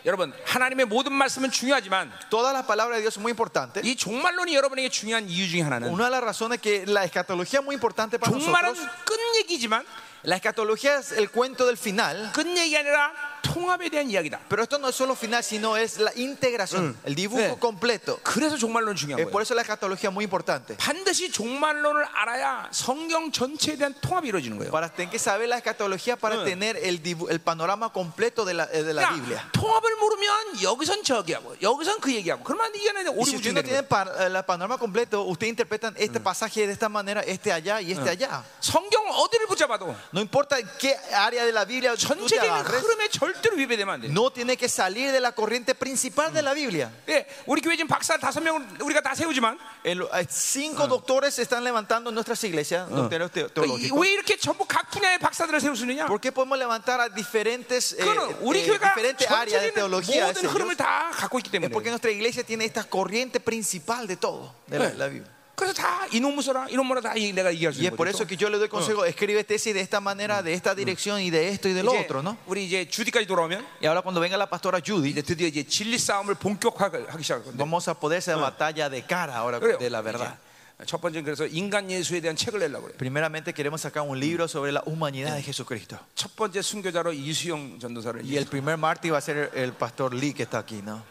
S2: 여러분, 하나님의 모든 말씀은 중요하지만
S1: Todas las palabras de Dios es muy importante.
S2: 이 종말론이 여러분에게 중요한 이유 중에 하나는
S1: Una de las razones que la escatología es muy importante para
S2: 종말은
S1: nosotros.
S2: 끝 얘기지만
S1: La escatología es el cuento del final.
S2: 끝 얘기 아니라 통합에 대한 이야기다.
S1: Pero esto no es solo final, sino es la integración, el dibujo
S2: Sí. Ah,
S1: completo.
S2: 그래서 종말론 중요한
S1: Es
S2: 거예요.
S1: por eso la escatología es muy importante.
S2: 반드시 종말론을 알아야 성경 전체에 대한 통합이 이루어지는 거예요.
S1: Para tener que saber la escatología para tener el, dibu- el panorama completo de la, eh, de la Biblia.
S2: 그러니까 통합을 모르면 여기선 저기 하고 여기선 그 얘기하고 그러면 이게
S1: Y
S2: 오리
S1: si
S2: 무
S1: usted
S2: 중
S1: no
S2: 되는 거예요.
S1: tiene pa- el panorama completo, usted interpretan este pasaje de esta manera, este allá y este allá.
S2: 성경 어디를 붙잡아도
S1: No importa en qué área de la Biblia tú te
S2: 전체적인
S1: agarres,
S2: 흐름의 절대 절대로 위배되면 안 돼. 요
S1: No tiene que salir de la corriente principal de la Biblia.
S2: 예, 우리 교회 지금 박사 다섯 명을 우리가 다 세우지만
S1: El- eh, cinco doctores se están levantando en nuestras iglesias, doctores teo-
S2: 이-
S1: teológicos.
S2: 왜 이렇게 전부 각 분야의 박사들을 세울 수 있느냐?
S1: ¿Por qué podemos levantar a diferentes, eh,
S2: 그거는 우리
S1: eh,
S2: 교회가
S1: diferentes áreas de
S2: 전체적인
S1: teología?
S2: 모든 흐름을 다 갖고 있기 때문에.
S1: Porque nuestra iglesia tiene esta corriente principal de todo, de la, la Biblia.
S2: 그래서 다 이놈 무서라 이놈 뭐라 다 이- 내가 얘기할 수
S1: Eh. Y Ah. es
S2: 있는
S1: por
S2: 거죠.
S1: eso que yo le doy consejo, escribe tesis de esta manera, de esta dirección y de esto Mm. y de lo
S2: 이제
S1: otro, ¿no?
S2: 우리 이제 주디까지 돌아오면
S1: Y ahora cuando venga la pastora
S2: 이제
S1: Judy,
S2: 드디어 이제 진리 싸움을 본격화하기 시작할 건데.
S1: vamos a poder hacer batalla de cara ahora
S2: 그래요.
S1: de la verdad.
S2: 이제 첫 번째는 그래서 인간 예수에 대한 책을 내려고 그래요.
S1: Primeramente queremos sacar un libro sobre la humanidad de Jesucristo.
S2: 첫 번째 순교자로 이수영 전도사를
S1: Y el primer mártir va a ser el pastor Lee que está aquí, ¿no?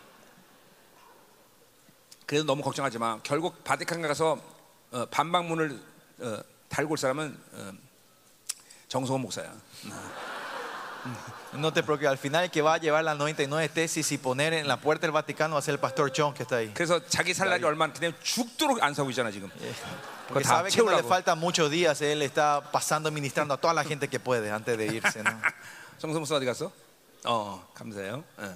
S2: 그래도 너무 걱정하지 마. 결국 바티칸 가서 어, 반박문을 어, 달고 올 사람은 어, 정성호 목사야.
S1: No te preocupes, al final el que va a llevar las 99 tesis y poner en la puerta del Vaticano va a ser el pastor John que está ahí.
S2: 그래서 자기 살 날이 얼마 안 그냥 죽도록 안 사고 있잖아 지금. 그거
S1: Porque
S2: 다
S1: sabe que no le
S2: 채우려고.
S1: faltan muchos días, él está pasando, ministrando a toda la gente que puede antes de irse, ¿no?
S2: 정성호 목사 어디 갔어? 어 감사해요. 예.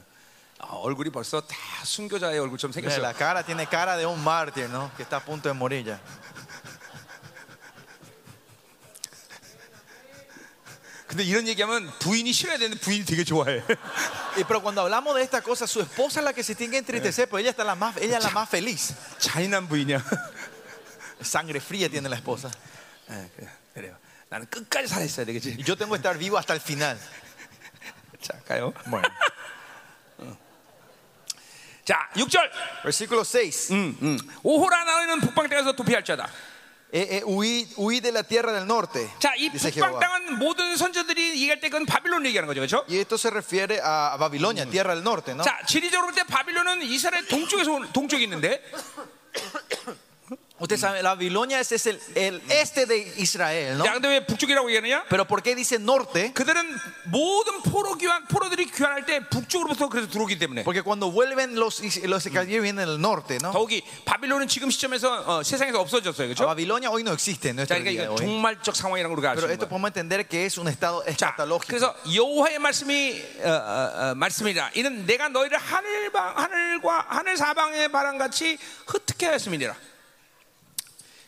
S2: 아, 얼굴이 벌써 다 순교자의 얼굴처럼
S1: Mira,
S2: 생겼어요.
S1: La cara tiene cara de un mártir, ¿no? Que está a punto de morir ya.
S2: 근데 이런 얘기하면 부인이 싫어야 되는데 부인이 되게 좋아해.
S1: Y, pero cuando hablamos de esta cosa, su esposa es la que se tiene que entristecer, pero ella, está la más, ella es la más feliz.
S2: 잔인한 부인이야.
S1: Sangre fría tiene la esposa.
S2: 예, 그래, 그래요. 나는 끝까지 살아있어야 되겠지.
S1: Y yo tengo que estar vivo hasta el final.
S2: 자 가요.
S1: Bueno.
S2: 자 6절.
S1: Versículo 6.
S2: 음, 음. 오호라 나오는 북방 땅에서 도피할 자다.
S1: Eh, eh, huí, huí de la tierra del norte.
S2: 자, 이
S1: dice Jehová.
S2: 북방 땅은 모든 선조들이 얘기할 때 그건 바빌론 얘기하는 거죠, 그렇죠?
S1: Y esto se refiere a Babilonia, tierra del norte, ¿no?
S2: 자, 지리적으로 볼 때 바빌론은 이스라엘 동쪽에서 온- 동쪽에 있는데,
S1: Usted sabe, la Babilonia es, es el, el este de Israel, ¿no?
S2: 자, 근데 왜 북쪽이라고 얘기하느냐?
S1: Pero ¿por qué dice norte?
S2: 그들은 모든 포로 귀환 포로들이 귀환할 때 북쪽으로부터 그래서 들어오기 때문에
S1: Porque cuando vuelven los, is- los esclavos vienen del norte, ¿no?
S2: 더욱이 바빌론은 지금 시점에서 어, 세상에서 없어졌어요,
S1: A
S2: 그렇죠?
S1: Babilonia hoy no existe en
S2: 자,
S1: nuestro
S2: 그러니까
S1: día de
S2: 이거
S1: hoy.
S2: 종말적 상황이라는 걸 우리가 알 수
S1: Pero
S2: 있는
S1: esto
S2: 거예요.
S1: podemos entender que es un estado
S2: 자,
S1: escatológico.
S2: 그래서 여호와의 말씀이 어, 어, 어, 말씀이라. 이는 내가 너희를 하늘 방 하늘과 하늘 사방의 바람 같이 흩게 하였음이니라.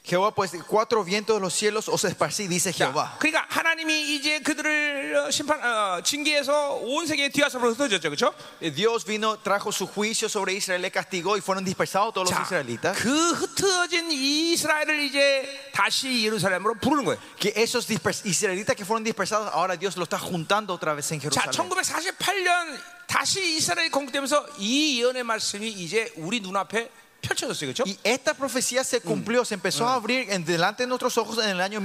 S1: Jehová, pues cuatro vientos de los cielos os esparcí, dice
S2: 자,
S1: Jehová.
S2: 그러니까 하나님이 이제 그들을 어, 심판 어, 징계해서 온 세계 뒤아섭으로 흩어졌죠, 그렇죠?
S1: Dios vino, trajo su juicio sobre Israel, le castigó y fueron dispersados todos los
S2: 자,
S1: israelitas.
S2: 그 흩어진 이스라엘을 이제 다시 예루살렘으로 부르는 거예요.
S1: Que esos dispers- israelitas que fueron dispersados, ahora Dios lo está juntando otra vez en
S2: 자,
S1: Jerusalén.
S2: 1948년 다시 이스라엘이 건국되면서 이 예언의 말씀이 이제 우리 눈앞에 펼쳐졌어요, 그렇죠?
S1: Y esta profecía se cumplió, se empezó a abrir en delante de nuestros ojos en el año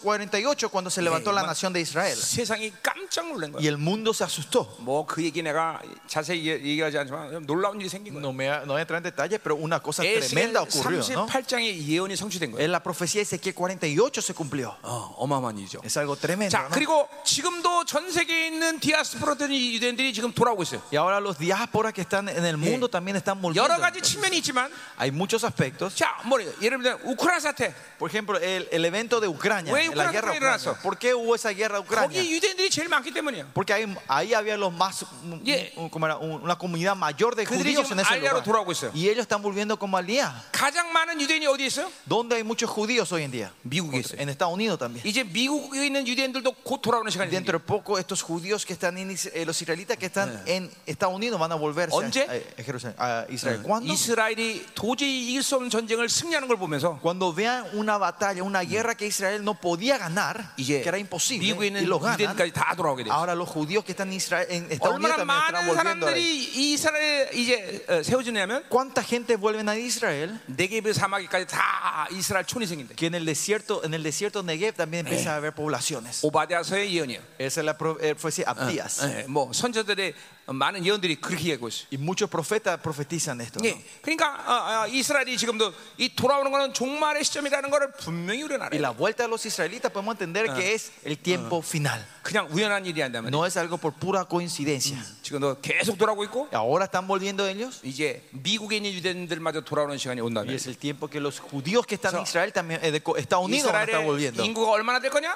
S1: 1948 cuando se levantó la
S2: man.
S1: nación de Israel.
S2: 세상이 깜짝 놀란
S1: Y
S2: 거예요.
S1: el mundo se asustó.
S2: 뭐 그 얘기 내가 자세히 얘- 얘기하지 않지만 놀라운 일이 생긴 거예요.
S1: No, me, no voy a entrar en detalles, pero una cosa
S2: 에스겔
S1: tremenda ocurrió. ¿no?
S2: 38장의 예언이 성취된 거예요.
S1: En la profecía de Ezequiel 48 se cumplió.
S2: 어, 어마어마한 일이죠.
S1: Es algo tremendo.
S2: 자
S1: ¿no?
S2: 그리고 지금도 전 세계에 있는 디아스포라든 유대인들이 지금 돌아오고 있어요.
S1: Y ahora los diásporas que están en el mundo también están
S2: 여러
S1: volviendo.
S2: 가지 측면이 있지만
S1: Hay muchos aspectos.
S2: 자, 뭐 예를 들면 우크라이나 사태
S1: Por ejemplo, el, el evento de Ucrania,
S2: Güey,
S1: la
S2: Ucrania
S1: guerra
S2: está
S1: Ucrania.
S2: irrazo.
S1: ¿Por qué hubo esa guerra Ucrania?
S2: 거기 유대인들이 제일 많기 때문이에요.
S1: Porque ahí, ahí había los más, un-
S2: Yeah.
S1: un- como era, un- una comunidad mayor de
S2: 그들이
S1: judíos
S2: 지금
S1: en ese
S2: 알리아로
S1: lugar.
S2: 돌아오고 있어요.
S1: Y ellos están volviendo como alía.
S2: 가장 많은 유대인이 어디 있어요?
S1: ¿Dónde hay muchos judíos hoy en día?
S2: 미국에 있어요.
S1: En Estados Unidos también.
S2: 이제 미국에 있는 유대인들도 곧 돌아오는 시간이 생겨요.
S1: Dentro de poco estos judíos que están en Is- eh, los israelitas que están
S2: Eh.
S1: en Estados Unidos van a volverse a-
S2: ¿Onde?
S1: a, a Jerusalén, a
S2: Eh.
S1: Israel. ¿Cuándo?
S2: 이스라엘이 도저히 이길 수 없는 전쟁을 승리하는 걸 보면서
S1: Cuando vean una batalla, una guerra que Israel no podía ganar,
S2: 이제
S1: que era imposible,
S2: 미국에
S1: y
S2: 있는
S1: lo ganan,
S2: 유대인까지 다 돌아오게 돼요.
S1: ahora los judíos que están en, Israel, en Estados Unidos
S2: 얼마나
S1: también están
S2: 많은
S1: volviendo. ahí.
S2: 사람들이 이 이스라엘 이제 어, 세워지냐면
S1: ¿Cuánta gente vuelven a Israel?
S2: 네게브 사막에까지 다 이스라엘 촌이 생긴대.
S1: que en el desierto, en el desierto Negev también empieza a haber poblaciones.
S2: 오바댜서의 예언이에요.
S1: Esa es la pro- eh, profecía Abdías.
S2: 예, 뭐 선조들의 많은 예언들이 그렇게 얘기하고 있어요.
S1: Y muchos profetas profetizan esto. ¿no?
S2: 예, 그러니까 어, 어, 이스라엘이 지금도 이 돌아오는 거는 종말의 시점이라는 거를 분명히 우리는
S1: Y
S2: 알아요.
S1: la vuelta de los israelitas podemos entender que es el tiempo final.
S2: 그냥 우연한 일이 아니다면
S1: No es algo por pura coincidencia.
S2: 지금 너 계속 돌아오고 있고
S1: Ahora están volviendo ellos.
S2: 이제 미국에 있는 유대인들마저 돌아오는 시간이 온다면
S1: Y es el tiempo que los judíos que están en
S2: So,
S1: Israel también, eh, de Co- Estados Unidos van a estar
S2: 이스라엘의 어?
S1: volviendo.
S2: 인구가 얼마나 될 거냐?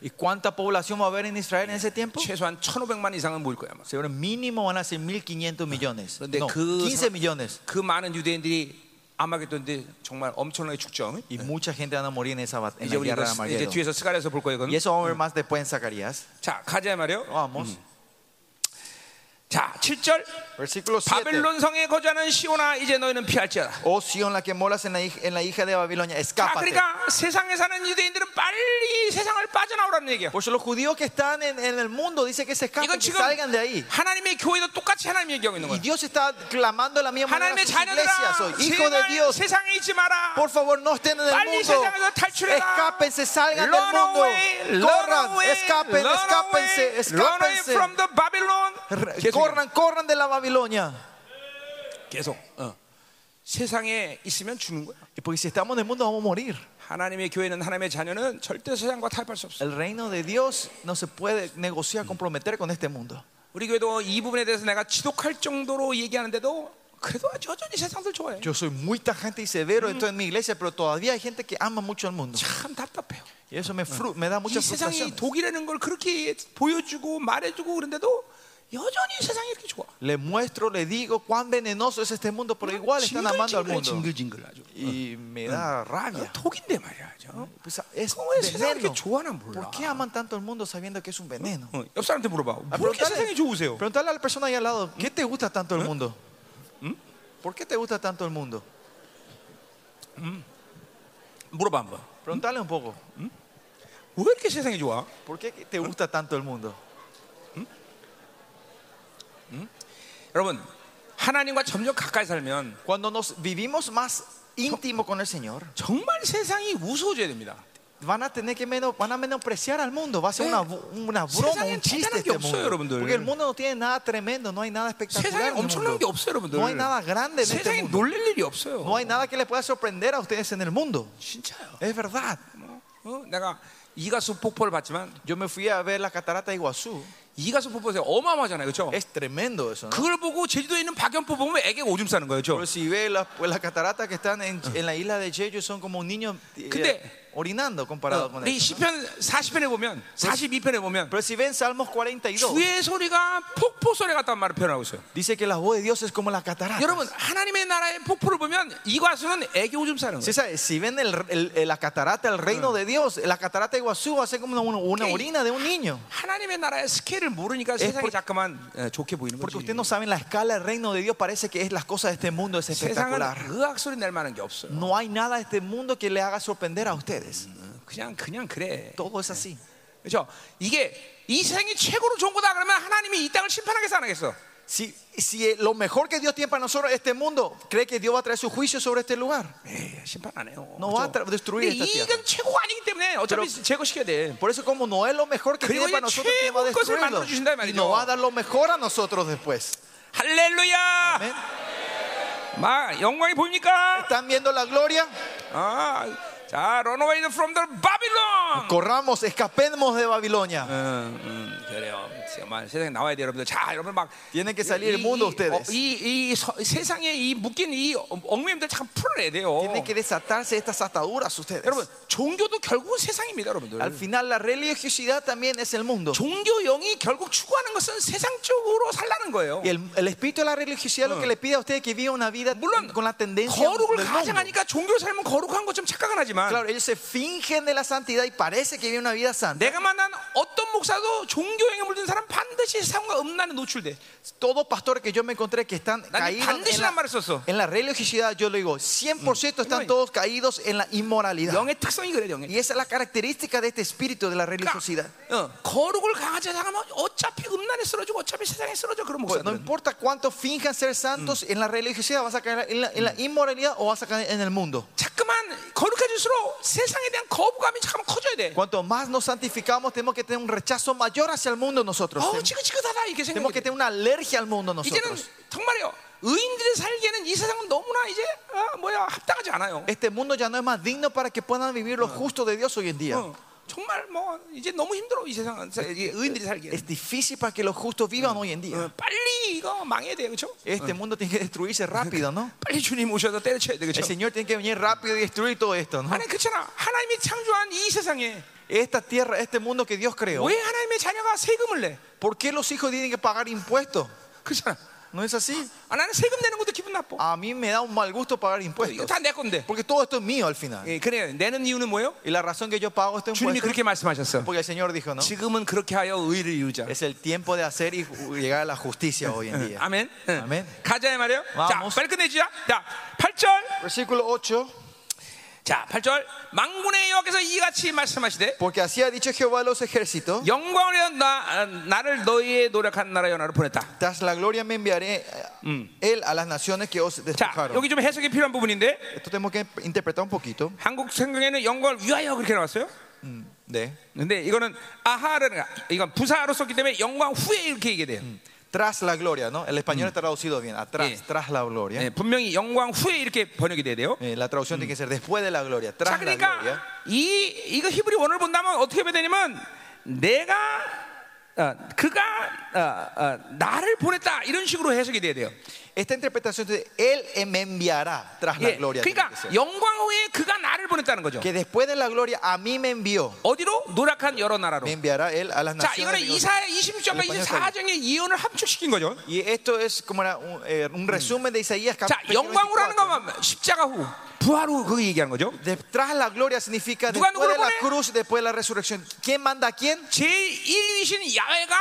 S1: ¿Y cuánta población va a haber en Israel en ese tiempo?
S2: 최소한 1,500만 이상은 모일 거야. 아마.
S1: Seguro mínimo van a ser 1.500 millones.
S2: Donde
S1: No,
S2: que-
S1: 15 millones.
S2: 그 많은 유대인들이 아마겟돈데 정말 엄청나게 죽죠. 응?
S1: Y mucha gente van a morir en esa bat- en
S2: 이제
S1: la
S2: 우리
S1: guerra de Mm.
S2: 이거 스- 이제
S1: Armagedón.
S2: 뒤에서 스가랴서 볼 거예요.
S1: Y
S2: 그건.
S1: eso vamos a ver más después en Zacarías.
S2: 자, 가자 말이요.
S1: Vamos.
S2: 자, 7절.
S1: Versículo 7.
S2: 바벨론 성에 거주하는 시온아 이제 너희는 피할지어다.
S1: Oh Sion, la que moras en la, hij- en la hija de Babilonia,
S2: 자,
S1: escápate.
S2: 그러니까 세상에 사는 유대인들은 빨리 세상을 빠져나오라는 얘기야.
S1: Por eso los judíos que están en, en el mundo dice que se escapen,
S2: 이건
S1: que
S2: 지금
S1: salgan de ahí.
S2: 하나님의 교회도 똑같이 하나님 얘기하고 있는
S1: Y
S2: 거야.
S1: Dios está clamando de la misma manera a
S2: 하나님의
S1: sus iglesias hoy.
S2: 자녀들아,
S1: Hijo de
S2: 제발
S1: Dios,
S2: 세상에 있지 마라.
S1: por favor no estén en el
S2: 빨리
S1: mundo.
S2: 세상에서 탈출해라.
S1: Escápense, salgan del
S2: Run
S1: mundo.
S2: away, run
S1: Corran,
S2: away,
S1: escapen,
S2: run
S1: escápense,
S2: away, Run away
S1: escápense.
S2: from the Babylon.
S1: Re-
S2: 계속,
S1: Corran, corran de la Babilonia.
S2: 계속. 어. 세상에 있으면 죽는 거야.
S1: Y porque si estamos en el mundo vamos a morir.
S2: 하나님의 교회는 하나님의 자녀는 절대 세상과 타협할 수 없어.
S1: El reino de Dios no se puede negociar, comprometer con este mundo.
S2: 우리 교회도 이 부분에 대해서 내가 지독할 정도로 얘기하는데도 그래도 여전히 세상을 좋아해.
S1: Yo soy muy tajante y severo esto en mi iglesia, pero todavía hay gente que ama mucho al mundo.
S2: 참 답답해요. 뭐
S1: Y eso me, fru- me da mucha
S2: 이 세상이
S1: frustración.
S2: 독이라는 걸 그렇게 보여주고 말해주고 그런데도 여전히 세상이 이렇게 좋아.
S1: Le muestro, le digo cuán venenoso es este mundo, pero igual están amando al
S2: 징글징글해,
S1: mundo.
S2: 징글징글 아주.
S1: Y me da rabia.
S2: 독인데 그 말이야. 음. 그죠?
S1: Pues, es
S2: ¿Cómo es? ¿Saben
S1: veneno.
S2: que Juana 몰라?
S1: ¿Por qué aman tanto al mundo sabiendo que es un veneno?
S2: 어, 옆 사람한테 물어봐.
S1: Ah,
S2: 왜 이렇게 세상이 좋으세요?
S1: preguntale a la persona ahí al lado, ¿qué te gusta tanto el mundo? ¿Mm? ¿Por qué te gusta tanto el mundo?
S2: 물어봐 한번.
S1: Preguntale un poco,
S2: 왜 이렇게 세상이 좋아?
S1: ¿por qué te gusta tanto el mundo?
S2: 여러분 하나님과 점점 가까이 살면
S1: Cuando nos vivimos más íntimo con el Señor,
S2: 정말 세상이 우스워져야 됩니다.
S1: van a tener que menos, van a menospreciar al mundo, va a ser
S2: Eh,
S1: una, bu- una broma,
S2: 세상엔
S1: un chiste
S2: 대단한
S1: este
S2: 게 없어요,
S1: mundo.
S2: 여러분들.
S1: Porque el mundo no tiene nada tremendo, no hay nada espectacular.
S2: 세상에
S1: en el
S2: 엄청난 게
S1: mundo.
S2: 없어요, 여러분들.
S1: No hay nada grande en este
S2: 세상에 뭐
S1: mundo.
S2: 놀랄 일이 없어요.
S1: No hay nada que les pueda sorprender a ustedes en el mundo.
S2: 진짜요.
S1: Es verdad.
S2: 뭐, 어, 내가 이가수 폭포를 봤지만
S1: Yo me fui a ver la catarata de Iguazú.
S2: 이가수 폭포에서 어마어마잖아요, 그렇죠?
S1: Es tremendo eso. ¿no?
S2: 그걸 보고 제주도에 있는 박연포 보면 애기가 오줌 싸는 거예요,
S1: Pero
S2: 그렇죠?
S1: si ve las pues, las cataratas que están en, en la isla de Jeju son como niños eh,
S2: 근데-
S1: orinando comparado con
S2: 우리
S1: eso. ¿no?
S2: 어. 시편 40편에 보면 42편에 보면
S1: Pero si ven Salmos 42,
S2: 주의 소리가 폭포 소리 같단 말을 표현하고 있어요.
S1: dice que la voz de Dios es como la catarata.
S2: 여러분 하나님의 나라의 폭포를 보면 이과수는 애기 오줌 싸는
S1: Sí,
S2: 거예요.
S1: ¿sabes? Si ven el- el- el- la catarata, el reino de Dios, la catarata de Iguazú va a ser como una, una
S2: ¿Qué?
S1: orina de un niño.
S2: 하나님의 나라의 스케일을 모르니까 세상이
S1: por-
S2: 자꾸만 예, 좋게 보이는
S1: Porque
S2: 거지.
S1: ustedes no saben la escala del reino de Dios, parece que es las cosas de este mundo, es
S2: 세상은
S1: espectacular.
S2: 의학 소리 낼 만한 게 없어요.
S1: No hay nada de este mundo que le haga sorprender a ustedes.
S2: 그냥 그냥 그래.
S1: Todo es así.
S2: 그렇죠? 이게 이 세상이 최고로 좋은 거다 그러면 하나님이 이 땅을 심판하겠어 안 하겠어?
S1: Si, si lo mejor que Dios tiene para nosotros este mundo, cree que Dios va a traer su juicio sobre este lugar.
S2: 에이, 심판 안 해요.
S1: No va a
S2: 그렇죠?
S1: destruir
S2: 근데
S1: esta tierra.
S2: 이건 최고가 아니기 때문에 어차피 제거시켜야 돼.
S1: Por eso, como no es lo mejor que
S2: 그리고
S1: tiene para
S2: 이제
S1: nosotros, Dios va a
S2: 최고 것을
S1: destruirlo.
S2: 만들어주신다, 이
S1: Y
S2: 말이죠.
S1: nos va a dar lo mejor a nosotros después.
S2: 할렐루야!
S1: Amén.
S2: 막 영광이 보입니까?
S1: ¿Están viendo la gloria?
S2: 아, 자, run away from the Babylon.
S1: Corramos, escapemos de Babilonia.
S2: 음, 음, 그래요. 정말 세상에 나와야 돼요, 여러분들. 자, 여러분 막
S1: Tienen que salir el
S2: 이-
S1: mundo
S2: 이-
S1: ustedes.
S2: 어, 이, 이 서- 세상에 이 묶인 이 엉매임들 참 풀어내야 돼요.
S1: Tienen que desatarse de estas ataduras ustedes.
S2: 여러분, 종교도 결국은 세상입니다,
S1: Al
S2: 여러분들.
S1: final, la religiosidad también es el mundo.
S2: 종교 영이 결국 추구하는 것은 세상적으로 살라는 거예요.
S1: Y el, el espíritu de la religiosidad lo que le pide a ustedes que viva una vida
S2: 물론
S1: con la tendencia del
S2: 거룩을
S1: mundo.
S2: 가장하니까 종교 삶은 거룩한 것처럼 착각은 하지만
S1: Claro, ellos se fingen de la santidad y parece que viven una vida santa.
S2: 내가 만난 어떤 목사도 종교행에 물든 사람 반드시 세상과 음란에 노출돼.
S1: Todos pastores que yo me encontré que están
S2: 나는
S1: caídos en
S2: 반드시란
S1: la,
S2: 말을 썼어.
S1: en la religiosidad, yo le digo, 100% están todos caídos en la inmoralidad.
S2: 영의 특성이 그래, 영의.
S1: Y esa es la característica de este espíritu de la religiosidad.
S2: 그러니까, 어, 거룩을 강하지 않으면 어차피 음란에 쓰러지고 어차피 세상에 쓰러져 그런
S1: Pues, no
S2: 목사들은.
S1: importa cuánto finjan ser santos en la religiosidad, vas a caer en la, en la inmoralidad o vas a caer en el mundo.
S2: 자꾸만 거룩해질수록 세상에 대한 거부감이 잠깐 커져야 돼.
S1: Cuanto más nos santificamos, tenemos que tener un rechazo mayor hacia el mundo nosotros.
S2: 어우
S1: Tenemos-
S2: 지긋지긋하다 이렇게
S1: Tenemos que
S2: 생각해.
S1: tener una alergia al mundo
S2: 이제는
S1: nosotros.
S2: 정말요 의인들이 살기에는 이 세상은 너무나 이제 아, 뭐야 합당하지 않아요.
S1: Este mundo ya no es más digno para que puedan vivir lo justo de Dios hoy en día.
S2: 어, 정말 뭐 이제 너무 힘들어 이 세상은 이 의인들이 살기에
S1: Es difícil para que los justos vivan hoy en
S2: 어,
S1: día.
S2: 빨리 이거 망해야 돼요 그렇죠?
S1: Este mundo tiene que destruirse rápido, ¿no?
S2: 빨리 주님 오셔서 때려쳐야 돼
S1: El
S2: 그렇죠?
S1: Señor tiene que venir rápido y destruir todo esto, ¿no?
S2: 아니 그렇잖아 하나님이 창조한 이 세상에
S1: Esta tierra, este mundo que Dios creó,
S2: 왜 하나님의 자녀가 세금을 내?
S1: ¿por qué los hijos tienen que pagar impuestos?
S2: 그렇잖아
S1: ¿No es así?
S2: 아, 나는 세금 내는 것도 기분 나빠
S1: A mí me da un mal gusto pagar
S2: 이거
S1: impuestos.
S2: 다 내 건데
S1: Porque todo esto es mío al final.
S2: 예, 그래 내는 이유는 뭐예요?
S1: Y la razón que Eh. yo pago este
S2: 주님이
S1: impuesto
S2: 그렇게 말씀하셨어
S1: porque el Señor dijo, ¿no?
S2: 지금은 그렇게 하여 의를 이루자
S1: Es el tiempo de hacer y llegar a la justicia hoy en día.
S2: 예. 아멘. 응.
S1: 아멘.
S2: 가자 이 말이에요. 자,
S1: Vamos.
S2: 빨리 끝내주자. 자, 8절.
S1: Versículo 8.
S2: 자, 8절. 망군의 여호와께서 이같이 말씀하시되
S1: Porque así ha dicho Jehová a los ejércitos.
S2: 영광을 위하여 나, 아, 나를 너희의 노력한 나라 연하로 보냈다.
S1: Tras la gloria me enviaré eh, él a las naciones que os
S2: 자,
S1: despojaron.
S2: 여기 좀 해석이 필요한 부분인데
S1: Esto tenemos que interpretar un poquito.
S2: 한국 성경에는 영광을 위하여 그렇게 나왔어요.
S1: De.
S2: 근데 이거는 아하라는 이건 부사로 썼기 때문에 영광 후에 이렇게 얘기돼요.
S1: Tras la gloria, ¿no? El
S2: Mm.
S1: español está traducido bien. Atrás,
S2: Sí.
S1: tras la gloria.
S2: 예, 분명히 영광 후에 이렇게 번역이 돼야 돼요.
S1: Eh, la traducción
S2: mm.
S1: tiene que ser después de la gloria. Tras
S2: 자,
S1: la
S2: 그러니까
S1: gloria.
S2: 이 이거 히브리 원을 본다면 어떻게 봐야 되냐면 내가 어, 그가 어, 어, 나를 보냈다 이런 식으로 해석이 돼야 돼요.
S1: Esta interpretación de él em, me enviará tras la
S2: 예,
S1: gloria. tiene
S2: 그러니까
S1: que ser.
S2: 영광 후에 그가 나를 보냈다는 거죠.
S1: Que después de la gloria a mí me envió.
S2: 어디로 노력한 여러 나라로.
S1: Me enviará él a las
S2: 자, 이거는
S1: naciones. que os-
S2: 이사야 26장과 24장의 예언을 합축시킨 거죠.
S1: Y esto es como era un, eh,
S2: Mm.
S1: un resumen de Isaías
S2: 자,
S1: capítulo
S2: 영광으로
S1: 24.
S2: 하는 거면 십자가 후 부활 후 그거 얘기하는 거죠.
S1: Detrás la gloria significa después
S2: ¿Nuga, nuga,
S1: de la
S2: nuga?
S1: cruz, después de la resurrección. ¿Quién manda a quién?
S2: 제 1위신 야훼가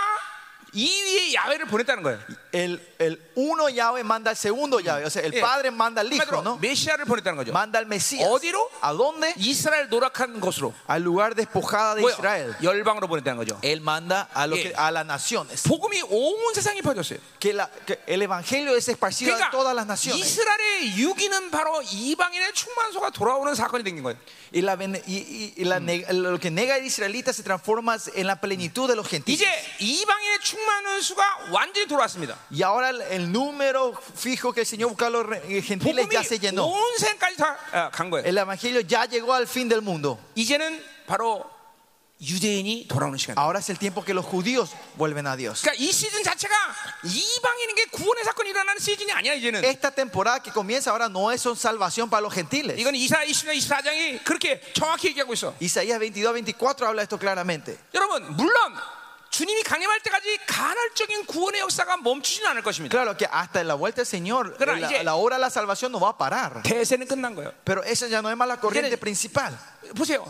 S2: 2위의 야훼를 보냈다는 거예요.
S1: El, el uno llave manda al segundo llave. O sea, el
S2: Eh.
S1: padre manda al hijo,
S2: 한마디로
S1: ¿no?
S2: 메시아를 보냈다는 거죠.
S1: Manda al Mesías.
S2: ¿Odiro?
S1: ¿A dónde?
S2: 이스라엘 노력한 곳으로
S1: Al lugar despojada de
S2: 뭐요?
S1: Israel.
S2: 열방으로 보냈다는 거죠.
S1: Él manda a, lo
S2: Eh.
S1: que- a las naciones.
S2: 복음이 온 세상에 퍼졌어요.
S1: Que, la- que el evangelio es esparcido a
S2: 그러니까
S1: todas las naciones.
S2: 이스라엘의 유기는 바로 이방인의 충만소가 돌아오는 사건이 생긴 거예요.
S1: Y, la bene- y- y- y la neg- lo que nega el israelita se transforma en la plenitud de los gentiles.
S2: 이제 이방인의 충만의 수가 완전히 돌아왔습니다.
S1: Y ahora el, el número fijo que el Señor busca a los re- eh, gentiles
S2: 복음이
S1: ya se llenó.
S2: 온 세상까지 다 아, 간 거예요.
S1: El evangelio ya llegó al fin del mundo.
S2: 이제는 바로 유대인이 돌아오는 시간.
S1: Ahora es el tiempo que los judíos vuelven a Dios.
S2: 그러니까 이 시즌 자체가 이방인에게 구원의 사건이 일어나는 시즌이 아니야 이제는.
S1: Esta temporada que comienza ahora no es son salvación para los gentiles.
S2: 이건 이사 20장 24장이 그렇게 정확히 얘기하고 있어.
S1: Isaías 22 24 habla esto claramente.
S2: 여러분 물론 주님이 강림할 때까지 간헐적인 구원의 역사가 멈추진 않을 것입니다.
S1: Claro que hasta la vuelta del Señor, eh,
S2: Claro,
S1: la,
S2: 이제-
S1: la obra de la salvación no va a parar.
S2: 대세는 끝난 거예요.
S1: Pero esa ya no es más la corriente
S2: 이제는-
S1: principal.
S2: 보세요.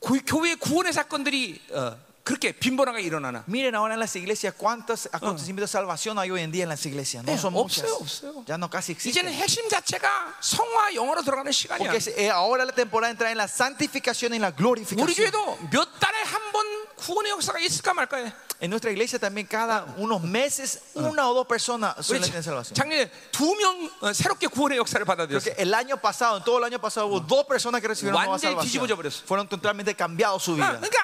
S2: 구- 교회 구원의 사건들이 어, 그렇게 빈번하게 일어나나?
S1: Miren ahora en las iglesias cuántos acontecimientos de salvación hay hoy en día en las iglesias. No
S2: Eh,
S1: son
S2: 없어요,
S1: muchas.
S2: 없어요.
S1: Ya no casi existen.
S2: 이제는 핵심 자체가 성화 영어로 들어가는 시간이야.
S1: Porque es- eh, ahora la temporada entra en la santificación y en la
S2: 우리
S1: glorificación.
S2: 교회도 몇 달에 한 번 구원의 역사가 있을까 말까해.
S1: En nuestra iglesia también cada unos meses una o dos personas
S2: 우리
S1: suelen tener salvación.
S2: 작년에 두 명 어, 새롭게 구원의 역사를 받아들였어.
S1: Porque el año pasado, en todo el año pasado hubo dos personas que recibieron nueva
S2: 완전히 뒤집어져
S1: salvación.
S2: 버렸어.
S1: Fueron totalmente cambiados su
S2: 아,
S1: vida.
S2: 그러니까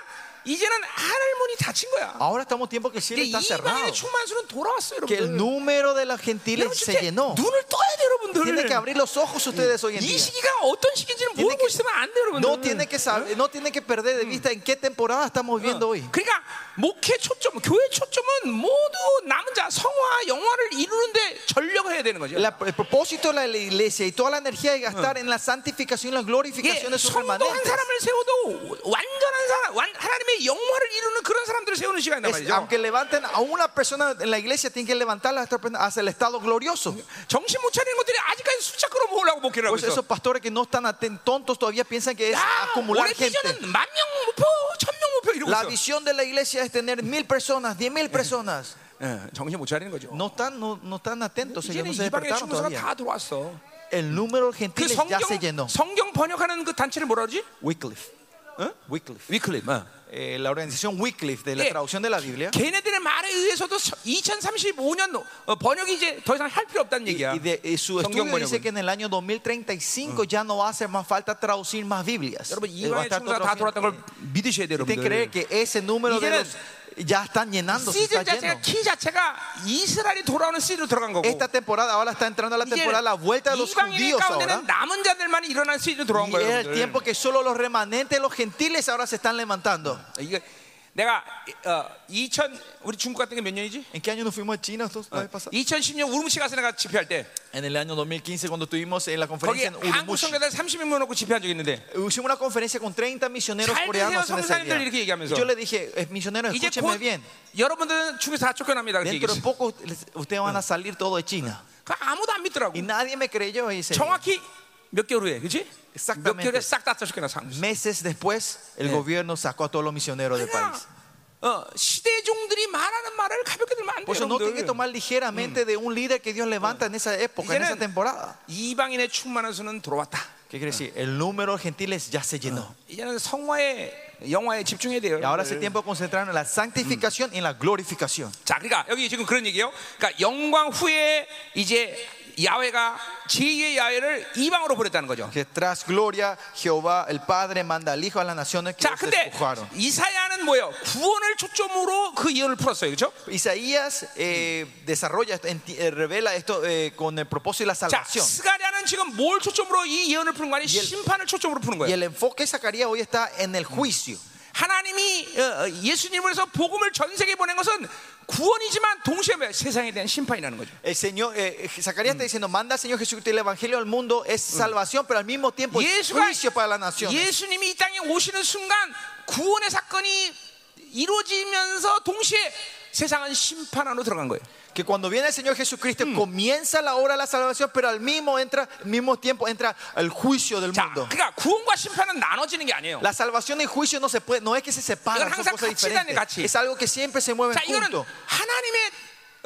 S2: 이제는 하늘 문이 닫힌 거야.
S1: Ahora estamos en tiempo que el cielo
S2: 아, 이제
S1: está cerrado.
S2: 이방의 충만수는 돌아왔어요,
S1: Que el
S2: 여러분들.
S1: número de los gentiles
S2: 여러분
S1: se
S2: 진짜
S1: llenó.
S2: 눈을 떠야 돼요,
S1: Tienen que
S2: 여러분들.
S1: abrir los ojos ustedes hoy en
S2: 이
S1: día.
S2: 시기가 어떤 시기인지는
S1: Tiene
S2: 모르고
S1: que-
S2: 있으면 안 돼요,
S1: No
S2: 여러분들.
S1: tienen que saber, no tienen que perder de vista en qué temporada estamos viviendo hoy.
S2: 그러니까 목회 초점, 교회 초점은 모두 남은 자 성화 영화를 이루는데 전력을 해야 되는 거죠.
S1: La- el propósito de la iglesia y toda la energía de gastar en la santificación y la
S2: 이게
S1: glorificación de sus
S2: 성도 한
S1: remanentes.
S2: 사람을 세워도 완전한 사람, 완- 하나님의 영화를 이루는 그런 사람들을 세우는 시간이란
S1: Es-
S2: 말이죠.
S1: aunque levanten a una persona en la iglesia, tienen que levantarla hasta- hacia el estado glorioso.
S2: 정신 못 차리는 것들이 아직까지 숫자 끌어모으려고 목회를 하고
S1: Pues
S2: 있어.
S1: esos pastores que no están aten- tontos todavía piensan que es
S2: 야,
S1: acumular
S2: 올해
S1: gente.
S2: 비전은 만 명 목표, 천 명 목표 이러고
S1: La
S2: 있어.
S1: visión de la iglesia es tener mil personas, diez mil personas.
S2: 예, 정신 못 차리는 거죠.
S1: No están, no, no están atentos, ellos
S2: 이제는
S1: no se
S2: 이방의
S1: despertaron
S2: 충분수가
S1: todavía.
S2: 다 들어왔어.
S1: El número de
S2: 그
S1: gentiles ya se llenó.
S2: 성경, 성경 번역하는 그 단체를 뭐라 그러지? 어?
S1: Wycliffe. Wycliffe.
S2: 위클립.
S1: Eh, la organización Wycliffe de la
S2: Eh.
S1: traducción de la Biblia.
S2: 걔네들의 말에 의해서도 2035년 어, 번역이 이제 더 이상 할 필요 없다는 얘기야.
S1: Y de, eh, su estudio
S2: 성경
S1: dice
S2: 번역은.
S1: que en el año 2035 ya no va a hacer más falta traducir más Biblias.
S2: 여러분
S1: Eh, va a
S2: 이방의
S1: estar
S2: 충분수가
S1: todo
S2: 다
S1: traducido.
S2: 돌았다는 걸 믿으셔야 돼요,
S1: Tienen que creer
S2: 여러분들.
S1: que ese número de
S2: 이제는
S1: los ya están llenando, se está
S2: 시즌 자체가
S1: lleno.
S2: 키 자체가 이스라엘이 돌아오는 시즌으로 들어간 거고
S1: Esta temporada ahora está entrando la
S2: 이제
S1: temporada la vuelta de los
S2: 이방인
S1: judíos ahora.
S2: 가운데는 남은 자들만 일어난 시즌으로 들어온
S1: Y es
S2: 거예요
S1: el
S2: 여러분들.
S1: tiempo que solo los remanentes, los gentiles ahora se están levantando.
S2: 어, 이게 내가 어, 2000 우리 중국 같은 게 몇 년이지?
S1: ¿En qué año nos fuimos a China estos-
S2: Ah,
S1: la vez pasada?
S2: 2010년 우르무치 가서 내가 집회할 때
S1: En el año 2015 cuando estuvimos en la
S2: 거기
S1: conferencia en
S2: 한국
S1: Urumqi.
S2: 성교단 30명 놓고 집회한 적이 있는데
S1: Hicimos una conferencia con 30 misioneros
S2: 잘
S1: coreanos
S2: 드세요,
S1: en ese día.
S2: 성교사님들 이렇게
S1: Y
S2: 얘기하면서.
S1: yo le dije, eh, misioneros,
S2: 이제 곧
S1: escúchenme bien.
S2: 여러분들은 중국에서 다 쫓겨납니다 그렇게
S1: Dentro de
S2: 얘기했어요
S1: poco les- ustedes van a salir todo de China.
S2: 그 아무도 안 믿더라고
S1: Y nadie me creyó. Y dice,
S2: 정확히 몇 개월 후에 그치? 몇
S1: Exactamente.
S2: 개월 후에 싹 다 쫓겨나서 한국
S1: meses después, el
S2: Eh.
S1: gobierno sacó a todos los misioneros del
S2: 그러니까,
S1: país.
S2: 어, 시대종들이 말하는 말을 가볍게 들면 안 돼요.
S1: Por eso no tiene que
S2: 여러분들.
S1: tomar ligeramente de un líder que Dios levanta en esa época, en esa
S2: 이제는-
S1: temporada.
S2: 이방인의 충만한 수는 들어왔다.
S1: ¿Qué quiere decir? El número de gentiles ya se llenó.
S2: 이제는 성화에 영화에 집중해야 돼요.
S1: Y ahora es el tiempo de concentrarnos en la santificación y en la glorificación.
S2: 자, 그러니까 여기 지금 그런 얘기예요. 그러니까 영광 후에 이제 야훼가 제2의 야훼를 이방으로 보냈다는 거죠.
S1: Que tras gloria, Jehová, el Padre, manda al Hijo a las naciones que
S2: 자,
S1: los
S2: 근데
S1: despojaron.
S2: 이사야는 뭐예요? 구원을 초점으로 그 예언을 풀었어요. 그렇죠?
S1: Isaías eh, desarrolla, esto, enti- eh, revela esto eh, con el propósito de la
S2: 자,
S1: salvación.
S2: 스가랴는 지금 뭘 초점으로 이 아, 예언을 푸는 거 아니 심판을 초점으로 푸는
S1: Y
S2: 거예요.
S1: el enfoque de Zacarías hoy está en el juicio.
S2: 하나님이 어, 어, 예수님을 해서 복음을 전 세계에 보낸 것은 구원이지만 동시에 뭐예요? 세상에 대한 심판이라는 거죠.
S1: El Señor, eh, Zacarías está diciendo, manda al Señor Jesucristo el Evangelio al mundo, es salvación, pero al mismo tiempo Mm. es
S2: 예수가
S1: juicio para la nación.
S2: 예수님이 이 땅에 오시는 순간 구원의 사건이 이루어지면서 동시에 세상은 심판 안으로 들어간 거예요.
S1: Que cuando viene el Señor Jesucristo comienza la obra de la salvación, pero al mismo, entra, al mismo tiempo entra el juicio del
S2: 자,
S1: mundo.
S2: 그러니까 구원과 심판은 나눠지는 게 아니에요.
S1: La salvación y el juicio no se puede, no es que se separan,
S2: 이건
S1: son
S2: 항상
S1: cosas
S2: 같이 다녀요,
S1: diferentes.
S2: 같이.
S1: Es algo que siempre se mueve
S2: 자, 이거는
S1: junto.
S2: 하나님의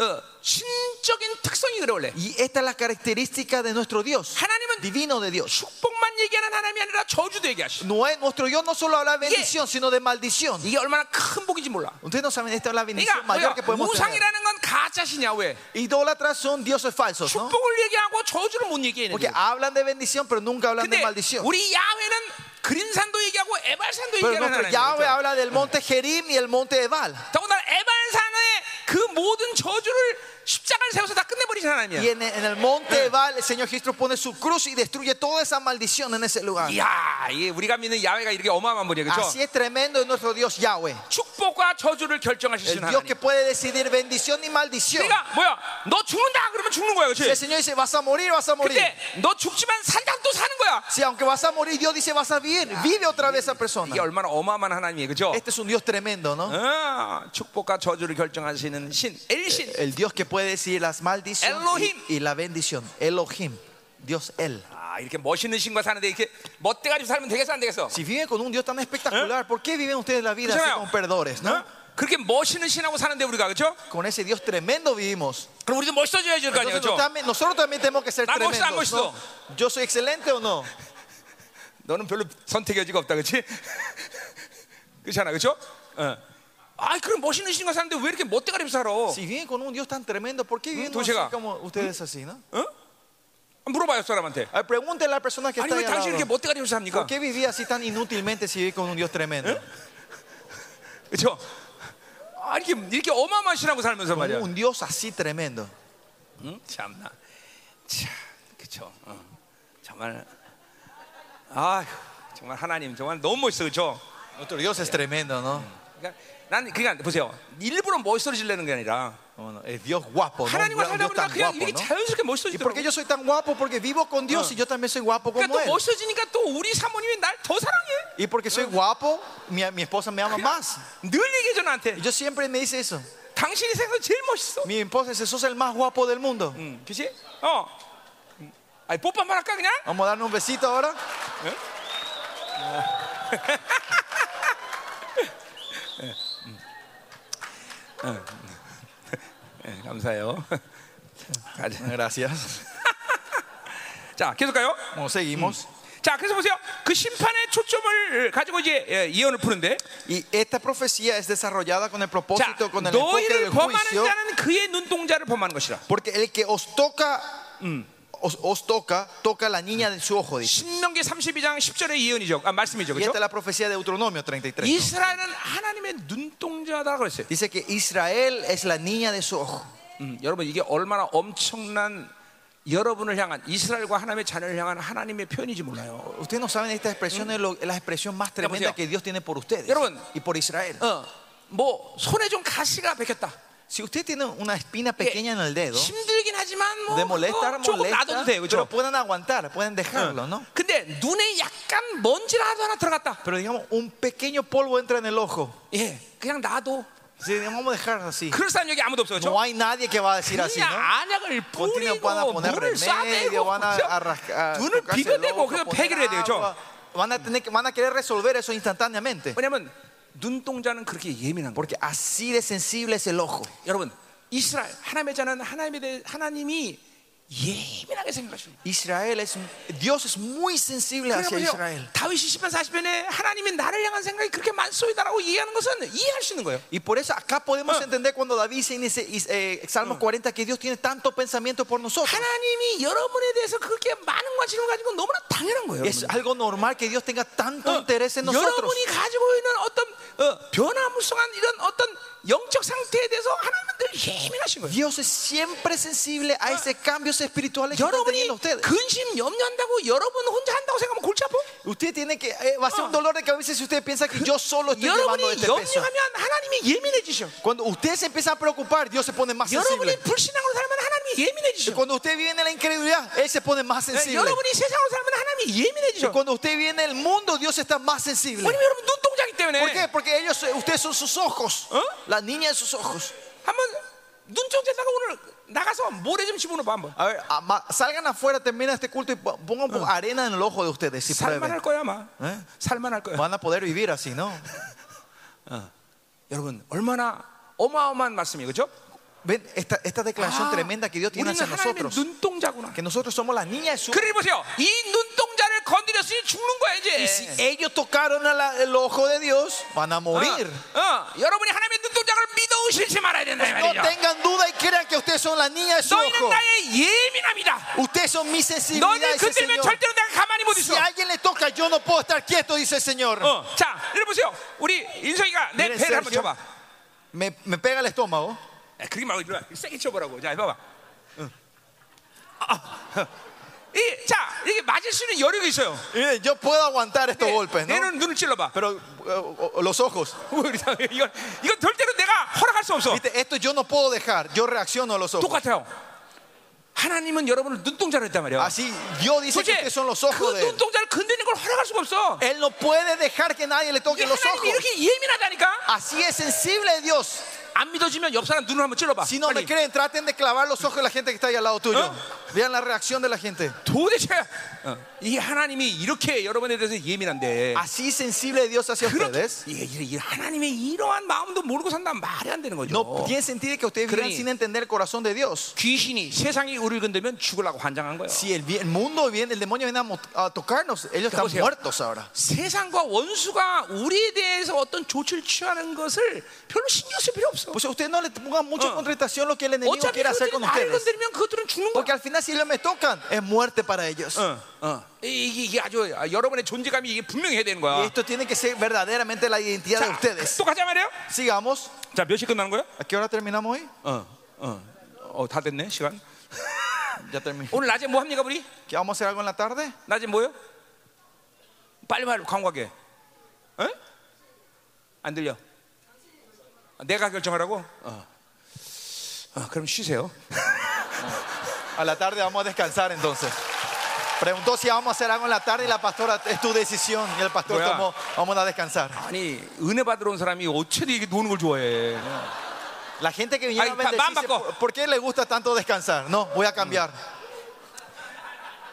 S2: 어, 신적인 특성이 그래 원래.
S1: Y esta es la característica de nuestro Dios,
S2: 하나님은 네
S1: divino de Dios.
S2: 축복만 얘기하는 하나님이 아니라 저주도 얘기하시.
S1: No es, nuestro Dios no solo habla de
S2: 이게-
S1: bendición, sino de maldición.
S2: 이게 얼마나 큰 복인지 몰라.
S1: Ustedes no saben, esta es la bendición mayor
S2: 그러니까
S1: que podemos tener.
S2: 우상이라는 건 가짜시냐 왜?
S1: 어? Idólatras son dioses falsos, ¿no?
S2: 축복을 얘기하고 저주를 못 얘기해.
S1: Porque hablan de bendición, pero nunca hablan de
S2: 근데
S1: maldición.
S2: 우리 야훼는 그린산도 얘기하고 에발산도
S1: Pero
S2: 얘기하는
S1: nuestro
S2: 하나님이에요.
S1: Yahweh habla del monte Jerim y el monte Ebal.
S2: 더군다나 에발산의 그 모든 저주를 십자가를 세워서 다 끝내버리신
S1: Y
S2: 하나님이야.
S1: en, en el monte Ebal, el Señor Jesús pone su cruz y destruye toda esa maldición en ese lugar.
S2: 이야, 이게 우리가 믿는 야훼가 이렇게 어마어마한 분이에요, 그렇죠?
S1: Así es tremendo es nuestro Dios Yahweh.
S2: 축복과 저주를
S1: El
S2: 결정하시는
S1: Dios
S2: 하나님.
S1: que puede decidir bendición y maldición.
S2: 그러니까 뭐야? 너 죽는다 그러면 죽는 거야,
S1: Si el
S2: 그렇지?
S1: Señor dice vas a morir, vas a morir.
S2: 근데 너 죽지만 산다 또 사는 거야.
S1: Si aunque vas a morir, Dios dice vas a vivir, vive otra vez esa persona.
S2: 이게 얼마나 어마어마한 하나님이에요, 그렇죠?
S1: Este es un Dios tremendo,
S2: ¿Eh?
S1: ¿no?
S2: 아, 축복과 저주를 결정하시는 신, 엘신.
S1: El Dios que puede decidir las maldiciones
S2: Elohim.
S1: y, y la bendición. Elohim, Dios Él.
S2: 아, 이렇게 멋있는 신과 사는데 이렇게 멋대가지고 살면 되겠어 안 되겠어?
S1: Si viven con un Dios tan espectacular, ¿por qué viven ustedes la vida así
S2: 그렇잖아요.
S1: con perdores, no?
S2: 어? 그렇게 멋있는 신하고 사는데 우리가 그렇죠?
S1: Con ese Dios tremendo vivimos.
S2: 그럼 우리도 멋있어져야지 될 거 아니야,
S1: Entonces, nos
S2: 그렇죠?
S1: también- nosotros también tenemos que ser
S2: 나 멋있어, 안
S1: tremendos. ¿no? Yo soy excelente o no?
S2: 너는 별로 선택의 여지가 없다, 그렇지? 그렇잖아, 그렇죠? 어. 아, 그럼 멋있는 신과 사는데 왜 이렇게 멋대가리 살아?
S1: Si viven con un Dios tan tremendo, ¿por qué viven así
S2: Dulcega.
S1: como ustedes así, no?
S2: 물어봐요 사람한테.
S1: A ver, pregúntele a la persona que
S2: 아니
S1: está
S2: 왜
S1: ahí. al
S2: 당신 이렇게
S1: lado.
S2: 멋대가리 삽니까?
S1: ¿Por qué vivía así tan inútilmente si vive con un Dios tremendo?
S2: 그렇죠? 아, 이렇게 이렇게 어마어마한 신하고 살면서
S1: Con
S2: 말이야.
S1: un Dios así tremendo.
S2: 응? 참나. 참, 그쵸. 어. 정말, 아, 정말 하나님 정말 너무 멋있어, 그쵸?
S1: Nuestro Dios es tremendo, ¿no?
S2: 그러니까 난 그러니까 보세요. 일부러 멋있어지려는 게 아니라
S1: Bueno, es Dios guapo, ¿no? Un
S2: 하나님과
S1: gran
S2: 살다
S1: Dios tan
S2: 보니까 그냥
S1: guapo,
S2: 이렇게
S1: ¿no?
S2: 자연스럽게
S1: ¿Y por qué
S2: 멋있어지더라고.
S1: yo soy tan guapo? Porque vivo con Dios y yo también soy guapo como
S2: 그러니까
S1: Él.
S2: 또 멋있어지니까 또 우리 사모님이 날 더 사랑해.
S1: Y porque soy guapo, mi, mi esposa me ama más.
S2: 늘 얘기해줘 나한테.
S1: Y yo siempre me dice eso.
S2: 당신이 생각해서 제일 멋있어.
S1: Mi esposa dice, sos el más guapo del mundo.
S2: 응, 그치? 어. 음. 아니 뽀뽀 한번 할까 그냥?
S1: Vamos a darnos un besito ahora.
S2: 네, 감사해요. 가자.
S1: Gracias.
S2: 자, 계속 가요.
S1: Bueno, seguimos.
S2: 자, 그래서 보세요. 그 심판의 초점을 가지고 이제 예, 예언을 푸는데.
S1: Y esta profecía es desarrollada con el
S2: 자,
S1: propósito, con el enfoque
S2: 너희를
S1: del
S2: 범하는
S1: juicio,
S2: 자는 그의 눈동자를 범하는 것이라.
S1: porque el que os toca mm, os, os toca, toca la niña de su ojo, dice.
S2: 신명기 32장 10절의 예언이죠. 아, 말씀이죠.
S1: Y
S2: 그렇죠?
S1: esta es la profecía de Deuteronomio 33. ¿no?
S2: 이스라엘은 하나님의 눈동자다 그랬어요.
S1: Dice que Israel es la niña de su ojo.
S2: 음, 여러분 이게 얼마나 엄청난 여러분을 향한 이스라엘과 하나님의 자녀를 향한 하나님의 표현인지 몰라요.
S1: Ustedes no saben, esta expresión es lo- es la expresión más tremenda
S2: Demasiado.
S1: que Dios tiene por ustedes
S2: Hermano.
S1: y por Israel.
S2: 어, 뭐 손에 좀 가시가 베꼈다.
S1: Si usted tiene una espina
S2: 이게
S1: pequeña en el dedo,
S2: 힘들긴 하지만 뭐
S1: de molestar,
S2: 그거 조금 놔둬도
S1: molesta,
S2: 돼요, 그렇죠?
S1: pero pueden aguantar, pueden dejarlo, ¿no?
S2: 근데 눈에 약간 먼지라도 하나 들어갔다.
S1: Pero digamos, un pequeño polvo entra en el ojo.
S2: 예, 그냥 놔둬.
S1: Si vamos a dejar así.
S2: 그럴 사람 여기 아무도 없어요, 그렇죠?
S1: No hay nadie que va a decir así,
S2: 그냥
S1: ¿no?
S2: 안약을
S1: Continuo van a
S2: 뿌리고
S1: poner
S2: 물을
S1: remedio,
S2: 쏴대고
S1: van a, a rasca- a
S2: 그렇죠? 눈을
S1: tocarse el
S2: 비벼대고
S1: ojo,
S2: 그래서
S1: poner
S2: 해결해야 돼요,
S1: agua.
S2: 그렇죠?
S1: Van a tener que- van a querer resolver eso instantáneamente.
S2: 왜냐면 눈동자는 그렇게 예민한 거예요.
S1: Porque así de sensible es el ojo.
S2: 여러분, 이스라엘 하나님의 자는 하나님에 대해 하나님이 예민하게 생각하시는 거예요.
S1: Israel es Dios es muy sensible hacia
S2: 그러니까
S1: Israel.
S2: 보세요. 다윗이 10편 40편에 하나님이 나를 향한 생각이 그렇게 많소이다라고 얘기하는 것은 이해할 수 있는 거예요.
S1: Y por eso acá podemos
S2: Ah.
S1: entender cuando David dice en ese, is- eh, Salmos 40 que Dios tiene tanto pensamiento por nosotros.
S2: 하나님이 여러분에 대해서 그렇게 많은 관심을 가지고 너무나 당연한 거예요.
S1: Es
S2: 여러분.
S1: algo normal que Dios tenga
S2: Ah.
S1: tanto interés en nosotros.
S2: 여러분이 가지고 있는 어떤 어, 변화무쌍한 이런 어떤 영적 상태에 대해서 하나님은 늘 예민하신 거예요.
S1: Dios es siempre sensible a ese cambios espirituales que están
S2: 여러분이
S1: teniendo ustedes.
S2: 근심 염려한다고 여러분 혼자 한다고 생각하면 골치 아파.
S1: Usted tiene que eh, va a ser un dolor de cabeza si usted piensa que yo solo estoy llevando
S2: 여러분이
S1: este peso.
S2: 염려하면 하나님이 예민해지셔.
S1: Cuando usted se empieza a preocupar, Dios se pone más
S2: 여러분이
S1: sensible.
S2: 불신앙으로 살면 하나님이 예민해지셔.
S1: Cuando usted viene la incredulidad, él se pone más
S2: 네,
S1: sensible.
S2: 여러분이 세상으로 살면 하나님이 예민해지셔.
S1: Cuando usted viene el mundo, Dios está más sensible.
S2: 왜냐면 여러분 눈동자기
S1: ¿Por qué?
S2: 때문에
S1: Porque ellos, eh, ustedes son sus ojos,
S2: ¿Eh?
S1: la niña de sus ojos.
S2: 한번 눈동자다가 오늘 나가서 모래 좀 집어넣어봐 한번.
S1: A ver, ama- salgan afuera, termina este culto y po- pongan un poco arena en el ojo de ustedes si
S2: 살만할
S1: prueben.
S2: 거야 뭐? 아마.
S1: 네?
S2: 살만할 거야.
S1: Van a poder vivir así, ¿no?
S2: 여러분 얼마나 어마어마한 말씀이에요, 그렇죠?
S1: Ven, esta, esta declaración
S2: Ah.
S1: tremenda que Dios tiene
S2: 아, 우리는
S1: hacia
S2: 하나님의
S1: nosotros,
S2: 눈동자구나.
S1: que nosotros somos la niña de su
S2: 그래 보세요. 이 눈동자를 건드렸으니 죽는 거야 이제.
S1: Si ellos tocaron a la- el ojo de Dios, van a
S2: 어,
S1: morir.
S2: 어, 여러분이 하나님의 눈동자를 믿어 의심치 말아야 된다 이
S1: No
S2: 말이죠.
S1: tengan duda y crean que ustedes son la niña de su
S2: 너희는
S1: ojo.
S2: 나의 예민함이다.
S1: Ustedes son mi sensibilidad,
S2: 너희를
S1: dice el
S2: 건들면
S1: Señor.
S2: 절대로 내가 가만히 못
S1: Si
S2: 있어.
S1: a alguien le toca, yo no puedo estar quieto, dice el Señor.
S2: 어, 자, 이리 보세요. 우리 인성이가 내
S1: 미래
S2: 배를 한번
S1: 세르시오.
S2: 쳐봐.
S1: Me, me pega el estómago.
S2: 야, 그게 말고 이리 와. 세게 쳐보라고. 자, 봐봐. 응. 아, 아. 이, 자, 이게 맞을 수 있는 여력이 있어요.
S1: Mire, Yo puedo aguantar estos golpes, ¿no?
S2: 얘는 눈을 찔러봐.
S1: Pero eh, o- o- los ojos.
S2: 뭐 이리 다- 이건 이건 절대로 내가 허락할 수 없어.
S1: Viste, esto yo no puedo dejar. Yo reacciono a los ojos.
S2: 똑같아요. 아, 하나님은 여러분을 눈동자로 했단 말이야.
S1: Así, Dios dice que
S2: 도대체
S1: ustedes son los
S2: 그
S1: ojos de Él.
S2: 눈동자를 건드리는 걸 허락할 수가 없어.
S1: Él no puede dejar que nadie le
S2: 이게
S1: toque los
S2: 하나님이
S1: ojos.
S2: 이렇게 예민하다니까.
S1: Así es sensible Dios.
S2: 안 믿어지면 옆 사람 눈을 한번 찔러봐.
S1: Si no me
S2: 빨리.
S1: creen, traten de clavar los ojos de la gente que está ahí al lado tuyo.
S2: ¿Eh?
S1: Vean la reacción de la gente.
S2: 도대체 어, 이 하나님이 이렇게 여러분에 대해서 예민한데.
S1: Así sensible Dios hacia
S2: 그렇게
S1: ustedes.
S2: 예, 예, 예, 하나님의 이러한 마음도 모르고 산다면 말이 안 되는 거죠.
S1: No tiene sentido que ustedes vivan
S2: Creo.
S1: sin entender el corazón de Dios.
S2: 귀신이 세상이 우리를 건들면 죽으려고 환장한 거예요.
S1: Si el, vi- el mundo viene, el demonio viene a, mo- a tocarnos, ellos están
S2: Creo.
S1: muertos ahora.
S2: 세상과 원수가 우리에 대해서 어떤 조치를 취하는 것을 별로 신경 쓸 필요 없어.
S1: Pues ustedes no le pongan mucha
S2: Ah.
S1: contratación lo que el enemigo
S2: 어차피
S1: quiere hacer
S2: 그들이
S1: con ustedes.
S2: 나를 건드리면 그들은 죽는 거야.
S1: Porque al final si ellos me tocan, es muerte para ellos.
S2: 어, 어. 이- 이게, 이게 아주 아, 여러분의 존재감이 이게 분명히 해야 되는
S1: Y
S2: 거야.
S1: esto tiene que ser verdaderamente la identidad de
S2: 자,
S1: ustedes.
S2: 또 가자 말이에요.
S1: Sigamos.
S2: 자, 몇 시 끝나는 거야?
S1: ¿A qué hora terminamos hoy?
S2: 어, 어, 어, 다 됐네 시간.
S1: Ya terminé.
S2: 오늘 낮에 뭐 합니까 우리?
S1: ¿Qué vamos a hacer algo en la tarde?
S2: 낮에 뭐요? 빨리 말로 광고하게. 에? 안 들려? 아, 내가 결정하라고? 어. 어, 그럼 쉬세요.
S1: A la tarde vamos a descansar entonces. Preguntó si vamos a hacer algo en la tarde y la pastora, es tu decisión. Y el pastor
S2: Bueno.
S1: tomó, vamos a descansar.
S2: 아니 은혜 받으러 온 사람이 어쩌니 이게 노는 걸 좋아해?
S1: La gente que viene
S2: Ay,
S1: a
S2: pa-
S1: bendecirse,
S2: bambaco.
S1: ¿por, por qué le gusta tanto descansar? No, voy a cambiar.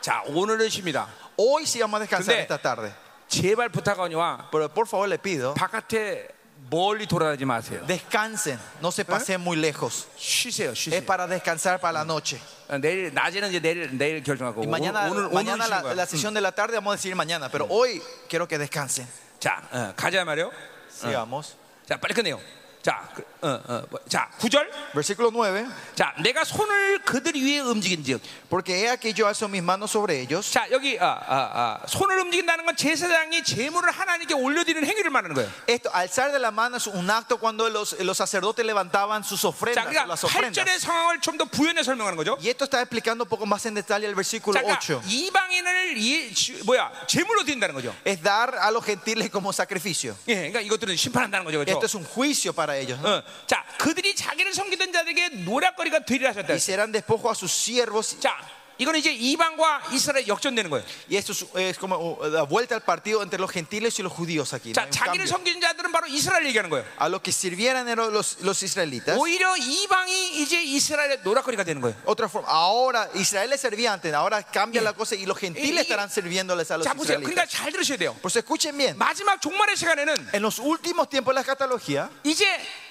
S2: 자 오늘은 쉽니다.
S1: Hoy sí vamos a descansar
S2: Pero-
S1: esta tarde.
S2: 제발 부탁하니와
S1: Pero por favor le
S2: 어.
S1: pido,
S2: 바깥에 멀리 돌아다니지 마세요.
S1: descansen, no
S2: ¿Eh?
S1: se pasen muy lejos.
S2: 쉬세요,
S1: Es
S2: 쉬세요.
S1: para descansar para la noche.
S2: 어, 내일 낮에는 이제 내일 내일 결정하고
S1: Y mañana,
S2: 오늘 오늘
S1: mañana
S2: 쉬는
S1: la,
S2: 거야.
S1: la sesión de la tarde vamos a decir mañana,
S2: Mm. Ah.
S1: pero hoy quiero que descansen.
S2: 자 어, 가자 말이요.
S1: Sigamos.
S2: 자 빨리 끝내요. 자, 그, 어, 어, 뭐, 자, 9절.
S1: Versículo 9.
S2: 자, 내가 손을 그들 위에 움직인즉.
S1: Porque he aquí yo alzo mis manos sobre ellos.
S2: 자, 여기 아, 아, 아, 손을 움직인다는 건 제사장이 제물을 하나님께 올려드리는 행위를 말하는 거예요.
S1: Esto, alzar de la mano es un acto cuando los, los sacerdotes levantaban sus
S2: 자,
S1: ofrendas,
S2: 그러니까
S1: las ofrendas.
S2: 8절의 상황을 좀 더 부연해 설명하는 거죠.
S1: Y esto está explicando un poco más en detalle el versículo
S2: 자, 그러니까
S1: 8.
S2: 이방인을 예, 지- 뭐야 제물로 드린다는 거죠.
S1: Es dar a los gentiles como sacrificio.
S2: 예, 그러니까 이것들은 심판한다는 거죠, 그렇죠?
S1: Esto es un juicio para ellos. ¿no?
S2: 어, 자, 그들이 자기를 섬기던 자들에게 노략거리가 되리라 하셨다.
S1: Y serán despojo a sus siervos.
S2: 자, 이건 이제 이방과 이스라엘 역전되는 거예요.
S1: Y esto es, es como uh, la vuelta al partido entre los gentiles y los judíos aquí. ¿no? Hay
S2: 자,
S1: un cambio.
S2: 자기를 섬기는 자들은 바로 이스라엘 얘기하는 거예요.
S1: A los que sirvieran eran los, los israelitas.
S2: 오히려 이방이 이제 이스라엘의 노략거리가 되는 거예요.
S1: Otra forma, ahora Israel les servía antes, ahora cambia la cosa y los
S2: Y- y-
S1: gentiles estarán sirviéndoles a los
S2: 자, 보세요. 그러니까
S1: israelitas.
S2: 잘 들으셔야 돼요.
S1: Pues escuchen bien,
S2: 마지막 종말의 시간에는
S1: en los últimos tiempos de la escatología,
S2: 이제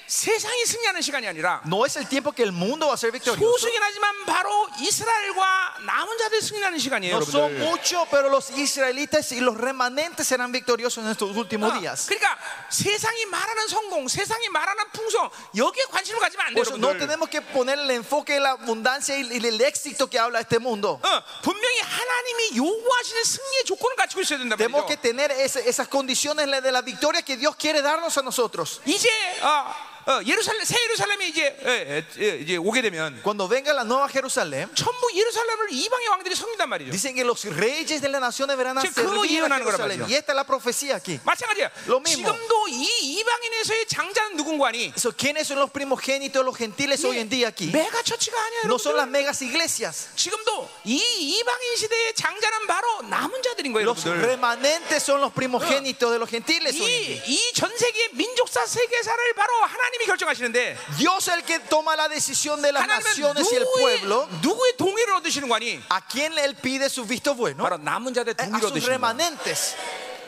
S2: 세상이 승리하는 시간이 아니라
S1: no es el tiempo que el mundo va a ser victorioso.
S2: 소수긴 하지만 바로 이스라엘과 남은 자들이 승리하는 시간이에요,
S1: No son
S2: 여러분들.
S1: muchos, pero los israelitas y los remanentes serán victoriosos en estos últimos
S2: 아,
S1: días.
S2: 그러니까 세상이 말하는 성공, 세상이 말하는 풍성 여기에 관심을 가지면 안 돼요,
S1: Por eso no
S2: 여러분들.
S1: tenemos que poner el enfoque en la abundancia y y el éxito que habla este mundo.
S2: 어, 분명히 하나님이 요구하시는 승리의 조건을 갖추고 있어야 된다
S1: Tenemos
S2: 말이죠.
S1: que tener ese- esas condiciones de la victoria que Dios quiere darnos a nosotros.
S2: 이제 어, 어, 예루살렘 새 예루살렘이 이제 예, 예, 예, 이제 오게 되면
S1: Cuando venga la nueva Jerusalén,
S2: 전부 예루살렘을 이방의 왕들이 섬긴단 말이죠.
S1: Dicen que los reyes de las naciones verán a
S2: Sí, 그거
S1: servir a
S2: 예언하는 거란
S1: Jerusalén.
S2: 말이죠.
S1: Y esta es la profecía aquí.
S2: 마찬가지야.
S1: Lo mismo.
S2: 지금도 이 이방인에서의 장자는 누군가니?
S1: So, ¿Quiénes son los primogénitos, los gentiles hoy en día aquí?
S2: 예, 메가 처치가 아니야.
S1: No son las
S2: 여러분들.
S1: megas iglesias.
S2: 지금도 이 이방인 시대의 장자는 바로 남은 자들인 거예요,
S1: Los
S2: 여러분들.
S1: remanentes son los primogénitos de los gentiles hoy en día.
S2: 이이전 세계 민족사 세계사를 바로 하나님이 결정하시는데
S1: Dios es el que toma la decisión de las
S2: 하나님은
S1: naciones y el
S2: 누구의,
S1: pueblo.
S2: 누구의 동의를 얻으시는 거니?
S1: ¿A quién él pide su visto bueno?
S2: 바로 남은 자들의
S1: Eh, A
S2: 동의를
S1: sus
S2: 얻으시는 거예요.
S1: remanentes.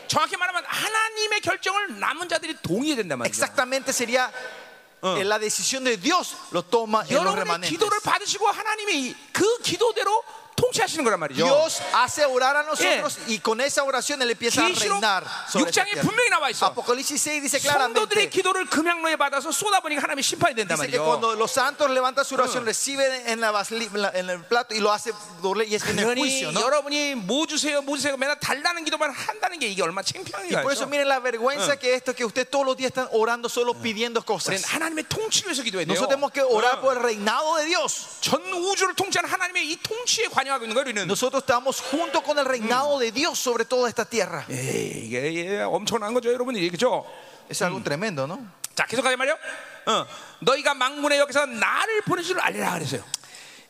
S2: 정확히 말하면 하나님의 결정을 남은 자들이 동의해야 된단 말이죠.
S1: Exactamente sería eh, la decisión de Dios lo toma en los
S2: 여러분의
S1: remanentes.
S2: 기도를 받으시고 하나님이 그 기도대로 통치하시는 거란 말이죠.
S1: Dios hace orar a nosotros y con esa oración Él empieza a
S2: 계시록
S1: reinar. sobre esta
S2: 6장에
S1: tierra.
S2: 분명히 나와 있어.
S1: Apocalipsis 6 dice claramente:
S2: 성도들의 기도를 금양로에 받아서 쏟아보니까 하나님이 심판이 된단
S1: dice que
S2: 말이죠.
S1: cuando los santos levantan su oración,
S2: Mm.
S1: reciben en, la vasli- en la- en el plato y lo hace doble y es en el
S2: 그러니
S1: juicio. ¿no?
S2: 여러분이 뭐 주세요, 뭐 주세요 맨날 달라는 기도만 한다는 게 이게 얼마나
S1: Y
S2: 창피한가
S1: por eso, Ah. miren la vergüenza que esto que usted todos los días están orando solo pidiendo
S2: 우리는
S1: cosas.
S2: 하나님의 통치를 위해서 기도해야 돼요.
S1: Nosotros tenemos que orar
S2: 어.
S1: por el reinado de Dios.
S2: 전 우주를 통치하는 하나님의 이 통치에 관여하고 있는 거예요 우리는.
S1: Nosotros estamos junto con el reinado de Dios sobre toda esta tierra.
S2: 에이, 이게 예, 엄청난 거죠 여러분이 그죠?
S1: Es algo tremendo, ¿no?
S2: 자 계속하자 말이요. 어, 너희가 망군의 역에서 나를 보내줄 알리라 그랬어요.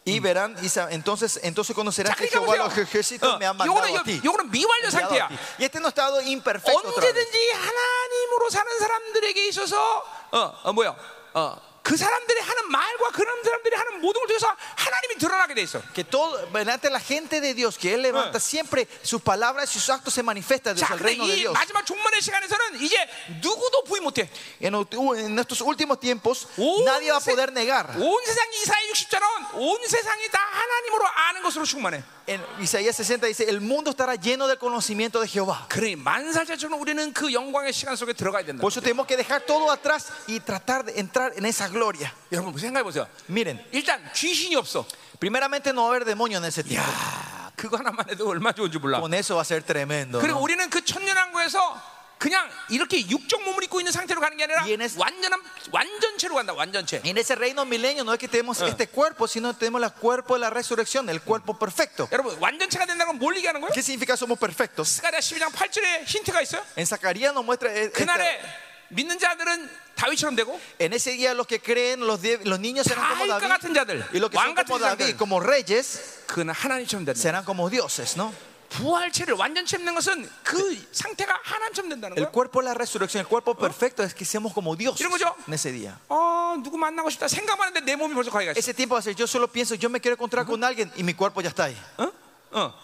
S1: Y verán, y sa- entonces, entonces
S2: 자
S1: conocerás que
S2: 그러니까
S1: Jehová los
S2: 보세요.
S1: ejércitos
S2: 어,
S1: me han
S2: 요거는
S1: mandado a ti.
S2: 요- 요거는 미완료
S1: enviado a
S2: 상태야.
S1: ti. Y este no estado imperfecto. otra vez.
S2: 언제든지 하나님으로 사는 사람들에게 있어서 어, 어 뭐야? 어, 그 사람들이 하는 말과 그 사람들이 하는 모든 걸 통해서 하나님이 드러나게 돼 있어.
S1: Que todo, delante de la gente de Dios, que Él levanta
S2: Eh.
S1: siempre sus palabras y sus actos se manifiestan desde
S2: 자,
S1: el
S2: 근데
S1: reino de
S2: 이
S1: Dios.
S2: 마지막 종말의 시간에서는 이제 누구도 부인 못해.
S1: En, ulti- en estos últimos tiempos,
S2: 온
S1: nadie va a
S2: 세-
S1: poder negar.
S2: 온 세상이 이사의 60자는 온 세상이 다 하나님으로 아는 것으로 충만해.
S1: En Isaías 60 dice: El mundo estará lleno del conocimiento de Jehová.
S2: 그러니 만살자처럼 우리는 그 영광의 시간 속에 들어가야 된다.
S1: Por eso tenemos que dejar todo atrás y tratar de entrar en esa gloria.
S2: 여러분 생각해 보세요.
S1: Miren,
S2: 일단 귀신이 없어.
S1: primeramente no va a haber demonio en ese tiempo.
S2: 야, 그거 하나만 해도 얼마 나 좋은지 몰라.
S1: Con eso va a ser tremendo.
S2: 그리고
S1: ¿no?
S2: 우리는 그 천년왕국에서 그냥 이렇게 육적 몸을 입고 있는 상태로 가는 게 아니라
S1: 얘네-
S2: 완전한 완전체로 간다. 완전체.
S1: En ese reino milenio no es que tenemos este cuerpo, sino tenemos el cuerpo de la resurrección, el cuerpo perfecto.
S2: 여러분 완전체가 된다는 건 뭘 얘기하는 거예요?
S1: ¿Qué significa somos perfectos?
S2: 스가랴 12장 8절에 힌트가 있어요.
S1: En Zacarías nos muestra eh, esta-
S2: 그날에 믿는 자들은 다윗처럼 되고
S1: en ese día los que creen los, die- los niños serán como
S2: 다윗과
S1: David
S2: 같은 자들,
S1: y los que
S2: 왕
S1: son
S2: 같은
S1: como David
S2: 자들,
S1: como reyes
S2: 그는 하나님처럼 된다.
S1: serán como dioses, ¿no?
S2: 부활체를 완전체 입는 것은 그 상태가 하나님처럼 된다는
S1: El
S2: 거예요.
S1: cuerpo de la resurrección, el cuerpo perfecto es que seamos como dioses
S2: 이런 거죠?
S1: en ese día.
S2: 어, 누구 만나고 싶다 생각만 하는데 내 몸이 벌써 거기 가 있어.
S1: Ese tiempo va a ser yo solo pienso, yo me quiero encontrar con alguien y mi cuerpo ya está ahí.
S2: 어? 어.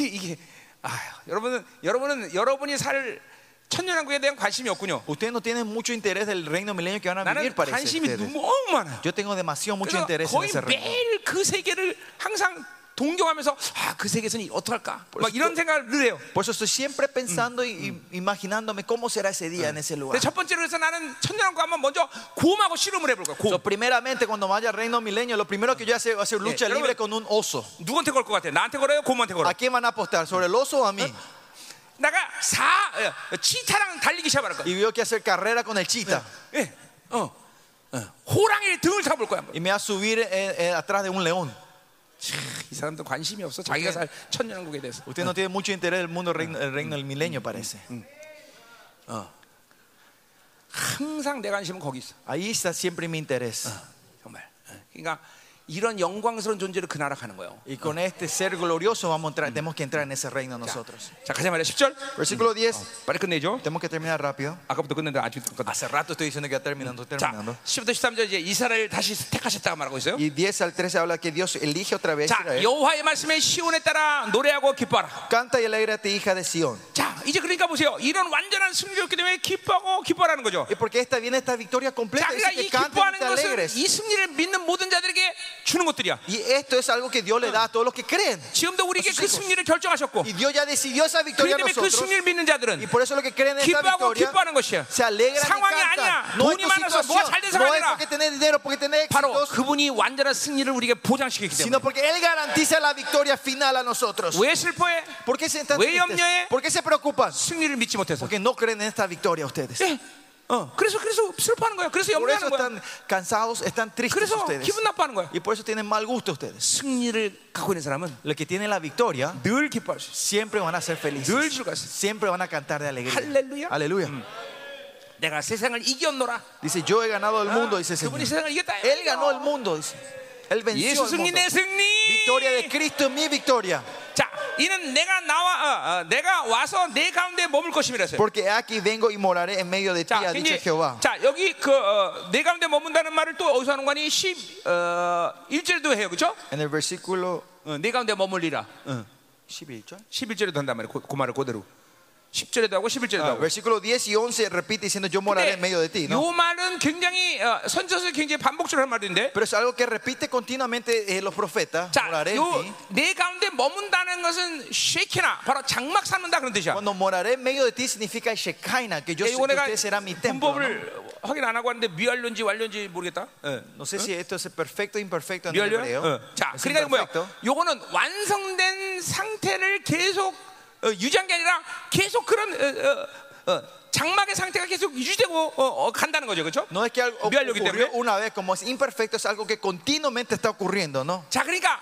S2: 이- 이게 아, 여러분은 여러분은 여러분이 살 천년왕국에 대한 관심이 없군요.
S1: Ustedes no tienen mucho interés del reino milenio que van a
S2: 나는
S1: vivir, parece.
S2: 관심이
S1: ustedes.
S2: 너무 많아요.
S1: Yo tengo demasiado mucho
S2: 그래서
S1: interés en
S2: 거의
S1: ese reino.
S2: 매일 그 세계를 항상 동경하면서 아 그 세계에서는 어떡할까 막 이런 생각을 늘 해요.
S1: Por eso estoy siempre pensando y, y imaginándome cómo será ese día en ese
S2: 근데
S1: lugar.
S2: 첫 번째로 해서 나는 천년왕국 한번 먼저 곰하고 씨름을 해볼 거야. 곰.
S1: So, primeramente, cuando vaya al reino milenio, lo primero que yo hago es hacer lucha
S2: Yeah,
S1: libre
S2: 여러분.
S1: con un oso.
S2: 누구한테 걸 것 같아? 나한테 걸어요? 곰한테 걸어?
S1: ¿A quién van a apostar? ¿Sobre el oso o a mí?
S2: 내가 사 어, 치타랑 달리기 시작할 거야.
S1: Y veo que hacer carrera con el chita.
S2: 예, 어, 어. 호랑이의 등을 잡을 거야. 한번.
S1: Y me va a subir eh, eh, atrás de un león.
S2: 이 사람도 관심이 없어. 자기가 살 천년왕국에 대해서.
S1: Usted no tiene mucho interés del mundo reino- el reino del milenio, parece.
S2: 항상 내 관심은 거기 있어.
S1: Ahí está siempre mi interés.
S2: 정말. 어. 그러니까 이런 영광스러운 존재로 그 나라 가는 거예요.
S1: Y con este ser glorioso vamos a entrar, tenemos que entrar en ese reino nosotros.
S2: 자 가자 말이야. 10절.
S1: Versículo 10.
S2: 빨리 끝내죠.
S1: Tenemos que terminar rápido.
S2: 아까부터 끝냈는데 아직 끝났다.
S1: Hace rato estoy diciendo que ya terminando,
S2: 자,
S1: terminando.
S2: 10부터 13절 이제 이스라엘 다시 택하셨다고 말하고 있어요.
S1: Y 10 al 13 habla que Dios elige otra vez. a
S2: 자,
S1: Israel.
S2: 여호와의 말씀에 시온에 따라 노래하고 기뻐하라.
S1: Canta y alégrate, hija de Sión.
S2: 자, 이제 그러니까 보세요. 이런 완전한 승리였기 때문에 기뻐하고 기뻐하라는 거죠.
S1: Y porque esta viene esta victoria
S2: 자,
S1: completa,
S2: 그러니까
S1: dice
S2: 이
S1: que canten y
S2: 기뻐하는
S1: te
S2: 것은
S1: alegres.
S2: 이 승리를 믿는 모든 자들에게 주는 것들이야.
S1: Y esto es algo que Dios le da a todos los que creen.
S2: 지금도 우리에게 그 승리를 결정하셨고,
S1: Y Dios ya decidió esa
S2: 그
S1: victoria a
S2: 때문에 그
S1: nosotros.
S2: 승리를 믿는
S1: Y
S2: 자들은
S1: por eso lo que creen en esta
S2: 기뻐하고
S1: victoria
S2: 기뻐하는 것이야.
S1: se alegran y
S2: 상황이 아니야.
S1: cantan. No es
S2: 돈이
S1: tu
S2: 많아서 뭐가
S1: situación,
S2: 잘 된
S1: no es
S2: 사람이라.
S1: porque tenés dinero, porque tenés
S2: 바로
S1: éxitos,
S2: 그분이 완전한 승리를 우리에게 보장시키기 때문에.
S1: sino porque Él garantiza la victoria final a nosotros.
S2: 왜 슬퍼해?
S1: ¿Por qué se, están
S2: Güey,
S1: tristes?
S2: hombre.
S1: ¿Por qué se preocupan?
S2: 승리를 믿지 못해서.
S1: Porque no creen en esta victoria ustedes.
S2: 예. 어. 그래서 그래서 슬퍼하는 거야. 그래서
S1: Por eso
S2: 염려하는
S1: están
S2: 거야.
S1: cansados, están tristes
S2: 그래서
S1: ustedes.
S2: 기분 나빠하는 거야.
S1: Y por eso tienen mal gusto ustedes.
S2: 승리를 갖고 있는 사람은
S1: Los que tienen la victoria
S2: 늘 기뻐할 수 있어.
S1: siempre van a ser
S2: 늘
S1: felices.
S2: 즐거워.
S1: Siempre van a cantar de alegría.
S2: Aleluya.
S1: Aleluya.
S2: 내가 세상을 이겼노라.
S1: Dice, yo he ganado el mundo, dice el Señor.
S2: 그분이 세상을 이겼다.
S1: Él ganó el mundo, dice. Él venció
S2: 예수
S1: el
S2: 승리
S1: mundo.
S2: 내 승리.
S1: Victoria de Cristo es mi victoria.
S2: 자, 이는 내가 나와 어, 어, 내가 와서 내 가운데 머물 것임이라서요.
S1: Porque aquí vengo y moraré en medio de ti,
S2: 자,
S1: ha dicho
S2: 굉장히-
S1: Jehová.
S2: 자, 여기 그내 가운데 머문다는 말을 또 어디서 하는 거니? 10 어, 1절도 해요. 그렇죠?
S1: En el versículo uh,
S2: 내 가운데 머물리라.
S1: 18.
S2: 11절에도 한단 말이에요. 그, 그 말을 그대로. 10절에도 하고 11절에도
S1: Ah,
S2: 하고.
S1: versículo 10 y 11 repite diciendo, yo moraré en medio de ti.
S2: 근데
S1: ¿no?
S2: 요 말은 굉장히 어, 선지자서 굉장히 반복적으로 한 말인데.
S1: Pero es algo que repite continuamente eh, los profetas.
S2: 자,
S1: moraré en ti.
S2: 요 내 가운데 머문다는 것은 쉐키나 바로 장막 삼는다 그런 뜻이야. 예,
S1: Cuando moraré en medio de ti significa Shekinah, que yo sé
S2: 이거
S1: que
S2: 내가
S1: usted será mi templo. ¿no? Eh,
S2: 문법을 확인 안 하고 왔는데 미완료인지 완료인지 모르겠다. 예.
S1: No sé si esto es perfecto o imperfecto en el
S2: 미완료야?
S1: hebreo.
S2: 어. 자,
S1: Es
S2: 그러니까 뭐야?
S1: imperfecto.
S2: 요거는 완성된 상태를 계속 어, 유지한 게 아니라 계속 그런 어, 어, 어, 장막의 상태가 계속 유지되고 어, 어, 간다는 거죠, 그렇죠?
S1: No es que algo
S2: 미완료기
S1: ocurrió
S2: 때문에.
S1: una vez, como es imperfecto, es algo que continuamente está ocurriendo, ¿no?
S2: 자, 그러니까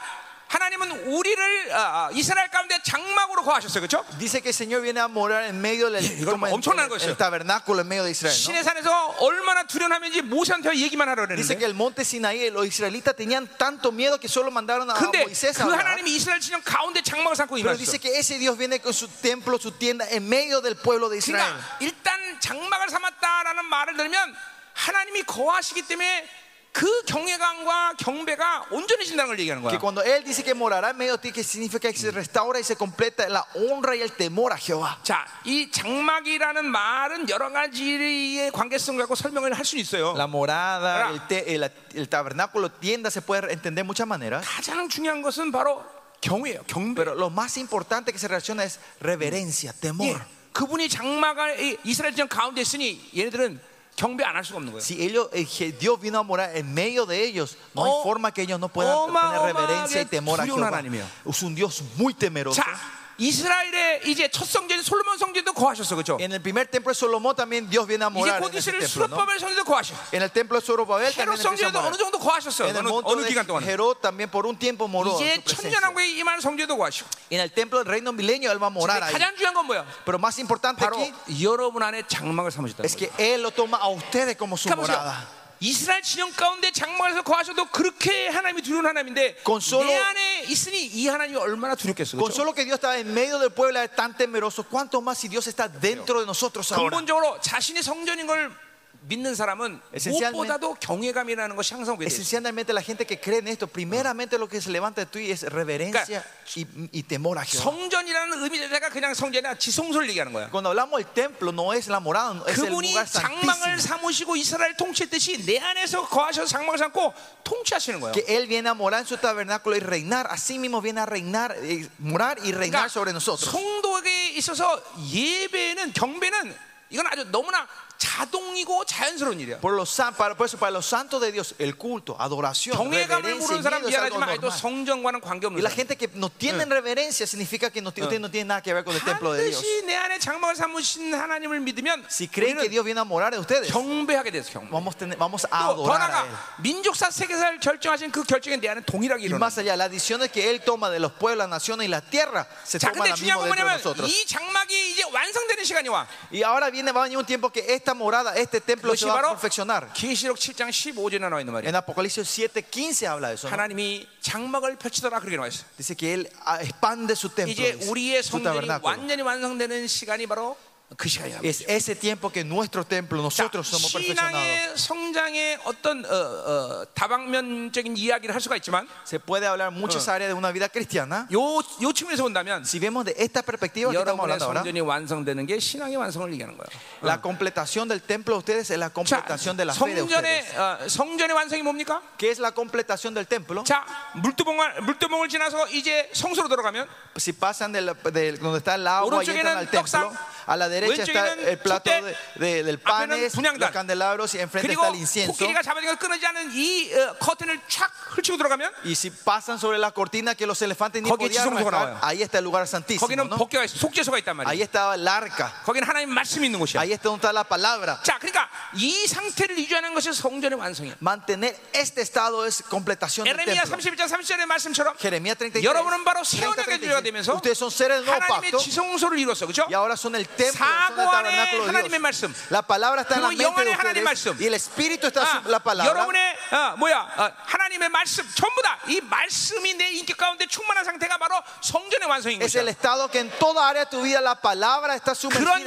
S2: 하나님은 우리를 아, 아, 이스라엘 가운데 장막으로 거하셨어요, 그렇죠?
S1: Dice que el Señor viene a morar en medio del
S2: 이건
S1: como en-
S2: 엄청난
S1: en-
S2: 것이죠.
S1: el tabernáculo en medio de Israel. ¿no?
S2: 신의 산에서 얼마나 두려움하면지 모세한테 얘기만 하라고
S1: Dice
S2: 그랬는데.
S1: que el monte Sinaí, los israelitas tenían tanto miedo que solo mandaron a
S2: 근데
S1: Moisés a
S2: 그
S1: hablar.
S2: 하나님이 이스라엘 그러니까 진영 가운데 장막을 삼고
S1: Pero
S2: 임하셨어.
S1: dice que ese Dios viene con su templo, su tienda en medio del pueblo de Israel.
S2: 그러니까 일단 장막을 삼았다라는 말을 들으면 하나님이 거하시기 때문에 그 경외감과 경배가 온전해진다는 걸 얘기하는
S1: Que
S2: 거야.
S1: cuando Él dice que morará en medio de ti, que significa que se restaura y se completa la honra y el temor a Jehová.
S2: 자, 이 장막이라는 말은 여러 가지의 관계성을 갖고 설명을 할 수 있어요.
S1: La morada,
S2: Ahora-
S1: el, te- el- el tabernáculo, tienda, se puede entender de muchas maneras.
S2: 가장 중요한 것은 바로 경외예요. 경배.
S1: Pero lo más importante que se relaciona es reverencia,
S2: 예,
S1: temor.
S2: 그분이 장막을 이- 이스라엘 지역 가운데 있으니 얘네들은 경배 안 할 수가 없는 거예요.
S1: Si ellos, eh, que Dios vino a morar en medio de ellos, no
S2: Oh,
S1: hay forma que ellos no puedan
S2: 어마어마하게
S1: tener reverencia y temor a
S2: 두려운
S1: Jehová.
S2: 하나님이에요.
S1: Es un Dios muy temeroso.
S2: 자, 이스라엘의 이제 첫 성전 솔로몬 성전도 거하셨어, 그렇죠?
S1: En el primer templo de Solomón también Dios viene a
S2: 이제
S1: morar
S2: 곧
S1: en ese
S2: 이스라엘
S1: templo. ¿no?
S2: 수로바벨 성전도 거하셔.
S1: En el templo de Zorobabel
S2: 헤롯
S1: también empieza a
S2: 성전도
S1: morar.
S2: 어느 정도 거하셨어요.
S1: En el
S2: 어느,
S1: monte
S2: 어느 기간
S1: de
S2: 동안.
S1: Jerod también por un tiempo moró. en
S2: 이제
S1: su presencia.
S2: 천년왕국에 임하는 성전도 거하시고.
S1: En el templo del reino milenio él va a morar ahí.
S2: 가장 중요한 건 뭐야?
S1: Pero más importante
S2: 바로
S1: aquí
S2: 여러분 안에 장막을 삼으셨다.
S1: es que él lo toma a ustedes como su morada.
S2: 이스라엘 진영 가운데 장막에서 거하셔도 그렇게 하나님이 두려운 하나님인데
S1: Con solo-
S2: 내 안에 있으니 이 하나님이 얼마나 두렵겠어.
S1: Con
S2: 그렇죠?
S1: solo que Dios está en medio del pueblo es tan temeroso, cuánto más si Dios está dentro de nosotros ahora.
S2: 근본적으로 자신이 성전인 걸 믿는 사람은
S1: Esencialmente-
S2: 무엇보다도 경외감이라는 것이 항상 오게 돼.
S1: Esencialmente la gente que cree en esto, primeramente lo que se levanta de ti es reverencia y, y temor a Jehová.
S2: 성전이라는 의미 자체가 그냥 성전이나 지성소를 얘기하는 거야.
S1: Cuando hablamos del templo no es la morada, es el
S2: 그분이
S1: lugar
S2: 장망을
S1: santísimo.
S2: 삼으시고 이스라엘 통치했듯이 내 안에서 거하셔서 장망을 삼고 통치하시는 거예요.
S1: Que él viene a morar en su tabernáculo y reinar, así mismo viene a reinar, eh, morar y reinar sobre nosotros.
S2: 성도에게 있어서 예배는 경배는 이건 아주 너무나 자동이고 자연스러운 일이야.
S1: Por, los, san- para, por eso, para los santos de Dios, el culto, adoración,
S2: 경외감을
S1: reverencia y
S2: 모르는 뭐, 사람
S1: miedo es algo
S2: 미안하지만 또
S1: normal.
S2: 성전과는
S1: Y
S2: 뭐, 관계없는
S1: la
S2: 사람.
S1: gente que no tiene reverencia significa que no, usted no tiene nada que ver con el templo de Dios.
S2: 반드시 내 안에 장막을 삼으신 하나님을 믿으면
S1: Si creen que
S2: 우리는
S1: Dios viene a morar en ustedes,
S2: 경배하게 돼서 경배.
S1: vamos, a tener- vamos a
S2: 또 더
S1: adorar a Él.
S2: 나가 민족사 세계사를 결정하신 그 결정에 내 안에 동일하게
S1: Y
S2: 일어나.
S1: más allá, las decisiones que Él toma de los pueblos, las naciones y la tierra se
S2: 자,
S1: toman
S2: 근데
S1: la misma
S2: 중요한 건
S1: dentro de
S2: 뭐냐면
S1: nosotros.
S2: 이 장막이 이제 완성되는 시간이 와.
S1: Y ahora viene, va a venir un tiempo que esta morada, este templo
S2: 그것이
S1: se va a
S2: 바로
S1: perfeccionar.
S2: 계시록 7장 15절에 나와 있는 말이야.
S1: En Apocalipsis 7:15 habla de eso. ¿no?
S2: 하나님이 장막을 펼치더라 그렇게 나와 있어.
S1: Dice que Él ah, expande su templo,
S2: 이제
S1: dice,
S2: 우리의
S1: su
S2: 성전이
S1: tabernáculo.
S2: 완전히 완성되는 시간이 바로 그 시간이야.
S1: Es ese tiempo que nuestro templo,
S2: 자,
S1: nosotros somos perfeccionados.
S2: 신앙의 성장의 어떤 어, 어, 다방면적인 이야기를 할 수가 있지만
S1: Se puede hablar muchas áreas de una vida cristiana.
S2: 요, 요 측면에서 본다면
S1: Si vemos de esta perspectiva que estamos
S2: 여러분의
S1: hablando ahora,
S2: 성전이 완성되는 게 신앙의 완성을 얘기하는 거예요.
S1: la completación del templo de ustedes es la
S2: 자,
S1: completación de la fe de ustedes.
S2: 성전의 어, 성전의 완성이 뭡니까?
S1: ¿Qué es la completación del templo?
S2: 자, 물두멍을 물두멍을 지나서 이제 성소로 들어가면
S1: Si pasan de, la- de donde está el agua y entran al
S2: 오른쪽에는
S1: templo, a la derecha está
S2: 왼쪽에는
S1: el plato de- de- del pan,
S2: 앞에는
S1: es,
S2: 분향단.
S1: los candelabros y enfrente
S2: 그리고
S1: está el incienso.
S2: 코끼리가 잡아당겨 끊어지지 않은 이 어, 커튼을 촥 펼치고 들어가면
S1: Y si pasan sobre la cortina que los elefantes ni
S2: 거기에
S1: podían
S2: 지성소가
S1: arrancar,
S2: 나와요.
S1: ahí está el lugar santísimo.
S2: 거기는
S1: ¿no?
S2: 복개가 있어, 속죄소가 있단 말이에요.
S1: Ahí estaba el arca,
S2: 거기는 하나님 말씀이 있는 곳이야.
S1: ahí está donde está la palabra.
S2: 자, 그러니까 이 상태를 유지하는 것이 성전의 완성이야.
S1: Mantener este estado es completación del
S2: 에레미야
S1: templo.
S2: 31장 30절의 말씀처럼
S1: Jeremías 33.
S2: 여러분은 바로
S1: 30,
S2: 세원의
S1: 35.
S2: 교회가 되면서
S1: Ustedes son seres del nuevo
S2: 하나님의
S1: pacto
S2: 지성소를 이뤘어. 그렇죠?
S1: y ahora son el templo, son el
S2: 사고 안에
S1: tabernáculo de
S2: 하나님의
S1: Dios.
S2: 말씀.
S1: La palabra está en la
S2: 그리고
S1: mente
S2: 영안에
S1: de
S2: 하나님의
S1: ustedes
S2: 말씀.
S1: y el espíritu está
S2: 아,
S1: en la palabra.
S2: 여러분의 어, 뭐야 어, 하나님의 말씀 전부 다 이 말씀이 내 인격 가운데 충만한 상태가 바로 성전의 완성인
S1: Es el
S2: 것이야.
S1: estado que en toda área de tu vida la palabra está sumergida
S2: 그런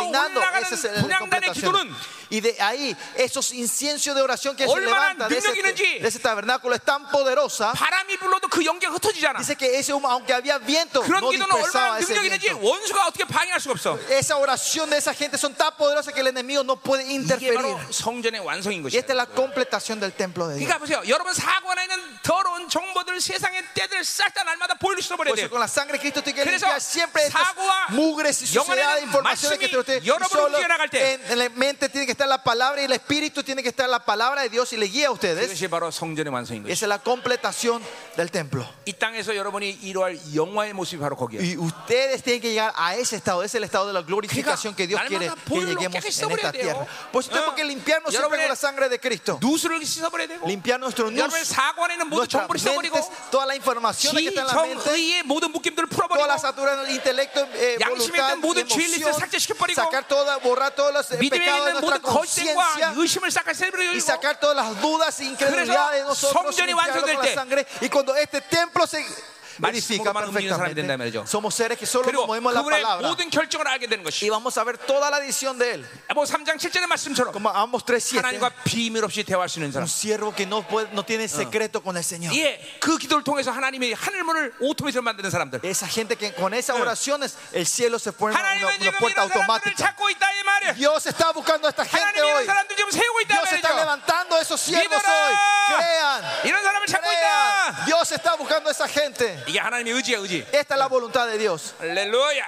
S1: y reinando.
S2: 올라가는
S1: Esa es la
S2: 분양단의
S1: completación.
S2: 기도는
S1: Y de ahí, esos inciencios de oración que se
S2: 얼마나
S1: levantan de ese,
S2: 능력이 있는지.
S1: de ese tabernáculo es tan poderosa.
S2: 바람이 불러도 그 연기가 흩어지잖아.
S1: Dice que ese humo, aunque había viento,
S2: 그런
S1: no
S2: 기도는 얼마나
S1: dispersaba ese
S2: 능력이 있는지
S1: viento.
S2: 원수가 어떻게 방해할 수가 없어.
S1: Esa oración de esa gente son tan poderosas que el enemigo no puede
S2: 이게
S1: interferir.
S2: 바로 성전의 완성인
S1: Y
S2: 것이야.
S1: esta es la completación del templo de Dios.
S2: 그러니까 보세요. 여러분 사고 안에 있는 더러운 정보들, 세상의 때들 싹 다 날마다 보일로 씻어버려야
S1: Por
S2: 돼요.
S1: eso con la sangre de Cristo tiene que
S2: 그래서
S1: limpiar siempre estas
S2: 사고와
S1: mugres y suciedad
S2: 영안에는
S1: de informaciones que
S2: 말씀이
S1: usted y
S2: 여러분을
S1: solo
S2: 이끌어갈 때
S1: en, en la mente tiene que estar la palabra y el espíritu tiene que estar la palabra de Dios y le guía a ustedes.
S2: 이것이 바로 성전의 완성인 것이죠.
S1: Esa es la completación del templo.
S2: 이 땅에서 여러분이 이루할 영화의 모습이 바로 거기에요.
S1: Y ustedes tienen que llegar a ese estado, ese es el estado de la glorificación que Dios quiere
S2: 날마다
S1: que
S2: 보일로
S1: lleguemos en
S2: 깨끗이
S1: esta
S2: 씻어버려야 돼요.
S1: tierra. Por eso tenemos
S2: 어.
S1: que limpiarnos siempre
S2: 여러분의
S1: con la sangre de Cristo.
S2: 누수를 씻어버려야 되고
S1: Limpiar nuestro nus,
S2: 여러분의 사고 안에 있는 모든
S1: nuestras
S2: 정보를 씻어버리고
S1: mentes, toda la información que está en la mente.
S2: 지정의의 모든 묶임들을
S1: toda
S2: 풀어버리고
S1: la satura del intelecto, eh, voluntad,
S2: 양심에 있던 모든 죄일리스를
S1: emoción,
S2: 삭제시켜버리고,
S1: sacar toda, borrar todos los eh,
S2: 믿음에
S1: pecados de
S2: 있는
S1: nuestra
S2: 모든
S1: conciencia
S2: 거짓과 의심을 싹까지
S1: y
S2: 세버리고
S1: sacar todas las dudas e incredulidades de nosotros
S2: 성전이
S1: limpiarlo con
S2: 완성될
S1: la
S2: 때
S1: sangre. Y cuando este templo se edifica
S2: 말씀으로만 움직이는 사람이 된다는
S1: perfectamente,
S2: 말이죠.
S1: somos seres que solo
S2: 그리고
S1: movemos la
S2: 그분의
S1: palabra
S2: 모든 결정을 알게 되는 것이
S1: y vamos a ver toda la edición de él,
S2: 뭐 3장 7절의 말씀처럼
S1: como ambos tres
S2: 하나님과 비밀 없이 대화할 수 있는
S1: Un
S2: 사람
S1: siervo que no, puede, no tiene secreto con el Señor.
S2: 예, 그 기도를 통해서 하나님의 하늘문을 오토메이션 만드는 사람들
S1: Esa gente que con esas oraciones el cielo se pone una,
S2: 하나님은
S1: una
S2: 지금
S1: puerta
S2: 이런 사람들을
S1: automática.
S2: 찾고 있다 이 말이야
S1: Dios está buscando a esta gente
S2: 하나님이 이런
S1: hoy.
S2: 사람들 지금 세우고 있다
S1: Dios
S2: 이
S1: está
S2: 말이죠
S1: levantando a esos siervos
S2: Libera.
S1: hoy. Crean.
S2: 이런 사람을 찾고
S1: Crean.
S2: 있다
S1: Dios está buscando a esa gente.
S2: 이게 하나님의 의지야 의지
S1: Esta es la voluntad de Dios.
S2: 할렐루야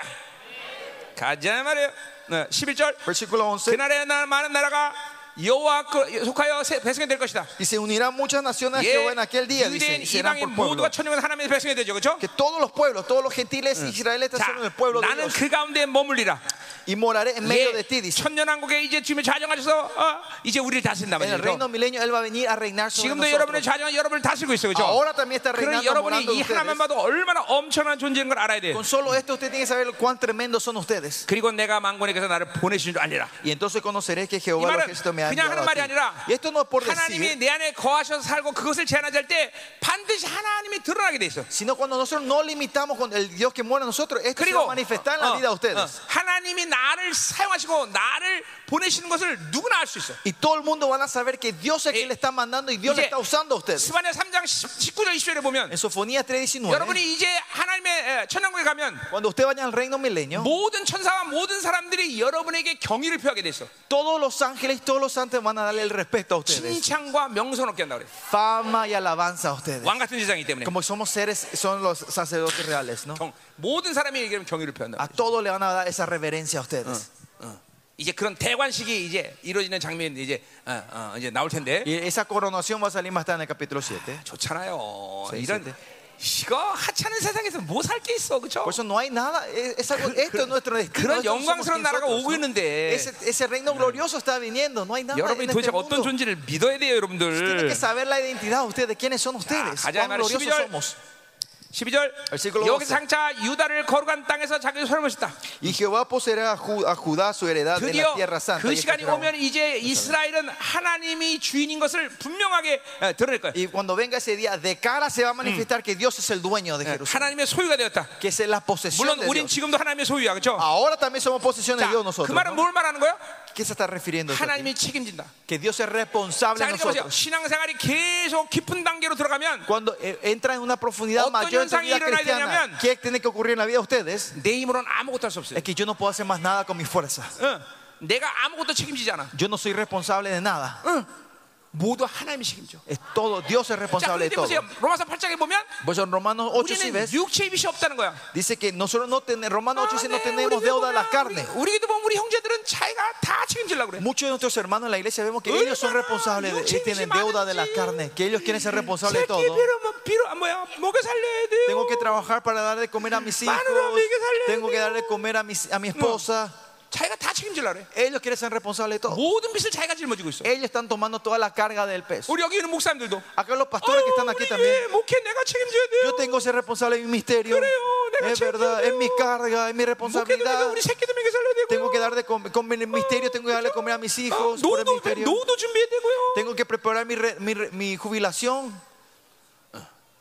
S2: 가자 말이에요 네, 11절
S1: Versículo 11.
S2: 그날에 나- 많은 나라가 여호와 그- 속하여 세- 배승이 될 것이다 예,
S1: Y se unirán muchas naciones a Jehová en aquel día, dice,
S2: 유대인
S1: y serán
S2: 이방인
S1: por pueblo.
S2: 모두가 천년간 하나님의 배승이 되죠 그렇죠?
S1: Que todos los pueblos, todos los gentiles este israelitas
S2: 자,
S1: son el pueblo de
S2: 나는
S1: Dios.
S2: 그 가운데 머물리라
S1: Y moraré en medio de ti,
S2: 예,
S1: dice.
S2: 천년왕국에 이제 주님이 좌정하셔서 어, 이제 우리를 다스린다
S1: En el reino
S2: 말이죠
S1: milenio Él va a venir a reinar sobre
S2: 지금도 여러분의
S1: nosotros.
S2: 좌정 여러분을 다스리고 있어요 그렇죠?
S1: Ahora también está
S2: 그러니
S1: reinando morando
S2: 여러분이
S1: en
S2: 이
S1: ustedes.
S2: 하나만 봐도 얼마나 엄청난 존재인 걸 알아야 돼요
S1: Con solo esto usted tiene que saber cuán tremendos son ustedes.
S2: 그리고 내가 망군에게서 나를 보내신 줄 알리라
S1: Y entonces conoceré que
S2: 이
S1: Jehová los
S2: 말은
S1: ejércitos me ha 한
S2: 그냥
S1: 자와
S2: 하는 말이
S1: 같은.
S2: 아니라
S1: Y esto no es por
S2: 하나님이
S1: decir,
S2: 내 안에 거하셔서 살고 그것을 제한하지 할 때 반드시 하나님이 드러나게 돼 있어.
S1: sino cuando nosotros no limitamos con el Dios que muere en nosotros, esto se va a
S2: 그리고
S1: manifestar en la
S2: 어,
S1: vida de
S2: 어,
S1: ustedes.
S2: 하나님이 나를 사용하시고 나를 보내시는 것을 누구나 알 수 있어.
S1: Y todo el mundo van a saber que Dios es
S2: Eh,
S1: quien le está mandando y Dios le
S2: 이제
S1: está usando a ustedes.
S2: 스바냐 3장 19절 20절에 보면
S1: En Sofonía 3.19,
S2: 여러분이 이제 하나님의 에, 천왕국에 가면
S1: cuando usted vaya al reino milenio,
S2: 모든 천사와 모든 사람들이 여러분에게 경의를 표하게 돼 있어.
S1: todos los ángeles, todos los santos van a darle el respeto
S2: 네,
S1: a ustedes.
S2: 칭찬과 명성을 얻게 한다 그래.
S1: Fama y alabanza a ustedes.
S2: 왕 같은 세상이기 때문에
S1: Como somos seres, son los sacerdotes reales, ¿no?
S2: 경- 모든 사람이 얘기하면 경의를 표한다.
S1: A todos le van a dar esa reverencia a ustedes.
S2: 이제 그런 대관식이 이제 이루어지는 장면이 이제 어, 어, 이제 나올 텐데
S1: Y esa coronación va a salir más tarde en el capítulo 7.
S2: 좋잖아요.
S1: 세,
S2: 이런
S1: 세.
S2: 네. 이거 하찮은 세상에서 뭐 살 게 있어, 그렇죠?
S1: Por eso no hay nada. eh, es algo- esto es nuestro destino.
S2: 그런
S1: esto somos
S2: 영광스러운 나라가
S1: nosotros,
S2: 오고
S1: ¿no?
S2: 있는데
S1: ese, ese reino glorioso está viniendo. No hay nada. en
S2: 여러분이
S1: este
S2: 도대체 어떤
S1: mundo.
S2: 존재를 믿어야 돼요,
S1: Tienen
S2: 여러분들.
S1: que saber la identidad de ustedes, de quiénes son ustedes, cuán
S2: 가자, 말이야.
S1: gloriosos
S2: 12절.
S1: somos.
S2: 12절
S1: Versículo
S2: 여기
S1: 12.
S2: 장차 유다를 거룩한 땅에서 자기를 설명했다.
S1: Y Jehová poseerá a, Ju- a Judá su heredad en
S2: 드디어
S1: la tierra santa.
S2: 그
S1: Y este
S2: 아, 시간이
S1: dragón.
S2: 오면 이제 이스라엘은 하나님이 주인인 것을 분명하게 예, 드러낼 거예요.
S1: Y cuando venga ese día, de cara se va a manifestar que Dios es el dueño de Jerusalén,
S2: 하나님의 소유가 되었다.
S1: que es la posesión
S2: 물론
S1: de
S2: 우린
S1: Dios.
S2: 지금도 하나님의 소유야, 그렇죠?
S1: Ahora también somos posesión de Dios
S2: 그
S1: nosotros.
S2: 말은
S1: ¿no?
S2: 뭘 말하는 거예요?
S1: ¿Qué se está refiriendo? esto aquí?
S2: 하나님이 책임진다.
S1: Que Dios es responsable
S2: 자,
S1: de
S2: 그러니까 보세요.
S1: nosotros.
S2: 신앙생활이 계속 깊은 단계로 들어가면
S1: Cuando eh, entra en una profundidad
S2: 어떤
S1: mayor en su
S2: 현상이
S1: vida
S2: 일어나야
S1: cristiana,
S2: 되냐면-
S1: ¿qué tiene que ocurrir en la vida de ustedes?
S2: 내 힘으로는 아무것도 할 수 없어요.
S1: Es que yo no puedo hacer más nada con mis fuerzas.
S2: 응. 내가 아무것도 책임지지 않아.
S1: Yo no soy responsable de nada.
S2: 응. 모두 하나님이 책임져.
S1: Es todo, Dios es
S2: 자,
S1: responsable de
S2: 근데
S1: todo.
S2: 보세요. 로마서 8장에 보면
S1: Por eso en Romanos 8 si
S2: 우리는
S1: ves,
S2: 육체의 빚이 없다는 거야.
S1: dice que nosotros no tenemos, Romanos 8 si no
S2: 네,
S1: tenemos
S2: 우리도
S1: deuda a la
S2: 보면
S1: carne.
S2: 우리, 우리도 보면 우리 형제들은 자기가 다 책임지려고 그래.
S1: Muchos de nuestros hermanos en la iglesia vemos que ellos son responsables, de, ellos tienen deuda de la carne, que ellos quieren ser responsables de
S2: 새끼
S1: todo.
S2: 비로 뭐 비로 뭐야 먹여 살려야 돼요.
S1: Tengo que trabajar para dar de comer a mis hijos, tengo que dar de comer a, mis, a mi esposa.
S2: 자기가 다 책임지려고 그래.
S1: Ellos quieren ser responsables de todo.
S2: 모든 빚을 자기가 짊어지고 있어.
S1: Ellos están tomando toda la carga del peso.
S2: 우리 여기 있는 목사님들도
S1: Acá los pastores que están aquí
S2: 우리
S1: también.
S2: 왜 목회 내가 책임져야 아, 돼요.
S1: Yo tengo que ser responsable de mi misterio.
S2: Creo, de la
S1: Es verdad, es mi carga, es mi
S2: 목회도 내가
S1: responsabilidad.
S2: 우리 새끼도 먹여 살려야 되고.
S1: Tengo que dar de comer, con el misterio, tengo que darle de comer a mis
S2: 어,
S1: hijos. Por el
S2: 노후도
S1: misterio.
S2: 노후도 준비해야 되고요.
S1: Tengo que preparar mi, re- mi, re- mi jubilación.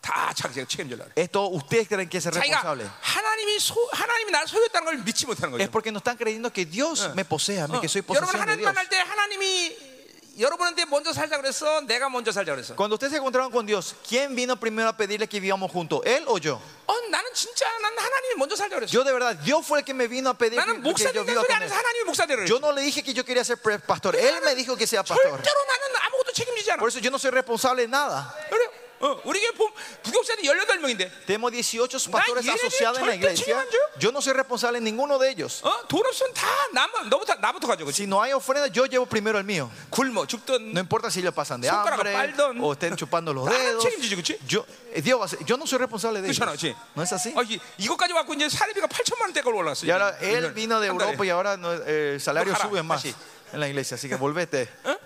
S2: 다 자기가 책임질라 그래.
S1: Esto ustedes creen que es
S2: 자기가
S1: responsable.
S2: 하나님이 소, 하나님이 나를 소유했다는 걸 믿지 못하는
S1: Es
S2: 거죠.
S1: porque no están creyendo que Dios me posea, a mí, que soy
S2: 어, 여러분
S1: posesión de
S2: 하나님
S1: Dios.
S2: 만날 때 하나님이 여러분한테 먼저 살자 그랬어. 내가 먼저 살자 그랬어.
S1: Cuando ustedes se encontraron con Dios, ¿quién vino primero a pedirle que vivamos juntos? ¿Él o yo?
S2: 어, 나는 진짜 난 하나님이 먼저 살자 그랬어.
S1: Yo de verdad, Dios fue el que me vino a pedir
S2: 나는
S1: que,
S2: 목사
S1: que yo
S2: 된다는
S1: viva
S2: 소리
S1: con
S2: 안
S1: él.
S2: 해서 하나님이 목사 되라
S1: Yo
S2: 그랬어.
S1: no le dije que yo quería ser pre- pastor, él me dijo que sea pastor.
S2: 절대로 나는 아무것도 책임지지 않아.
S1: Por eso yo no soy responsable de nada.
S2: 그래. 어, 우리 교회 보- 부교사들이 18명인데
S1: Tenemos 18 pastores
S2: Nadie,
S1: asociados en la
S2: 절대
S1: iglesia.
S2: 책임 안 져?
S1: Yo no soy responsable de ninguno de ellos.
S2: 어? 돈 없으면 다 나만 너부터 나부터 가져. 그렇지?
S1: Si no hay ofrenda, yo llevo primero el mío.
S2: 굶어 죽든
S1: No importa si ellos pasan de
S2: Son Ah,
S1: hambre
S2: carapaldón.
S1: o estén chupando los
S2: Nadie
S1: dedos.
S2: 책임지지, 그치?
S1: Yo, eh, Dios, va a ser- yo no soy responsable de ellos.
S2: 그렇잖아, 그렇지?
S1: ¿No es así?
S2: 아, 이, 이것까지 갖고 이제 사례비가 8천만 원대가 올라갔어.
S1: Y ahora
S2: 이제.
S1: él vino de
S2: 한 달에.
S1: Europa y ahora no, eh, el salario
S2: Ojalá,
S1: sube más
S2: así.
S1: en la iglesia. Así que volvete.
S2: 응.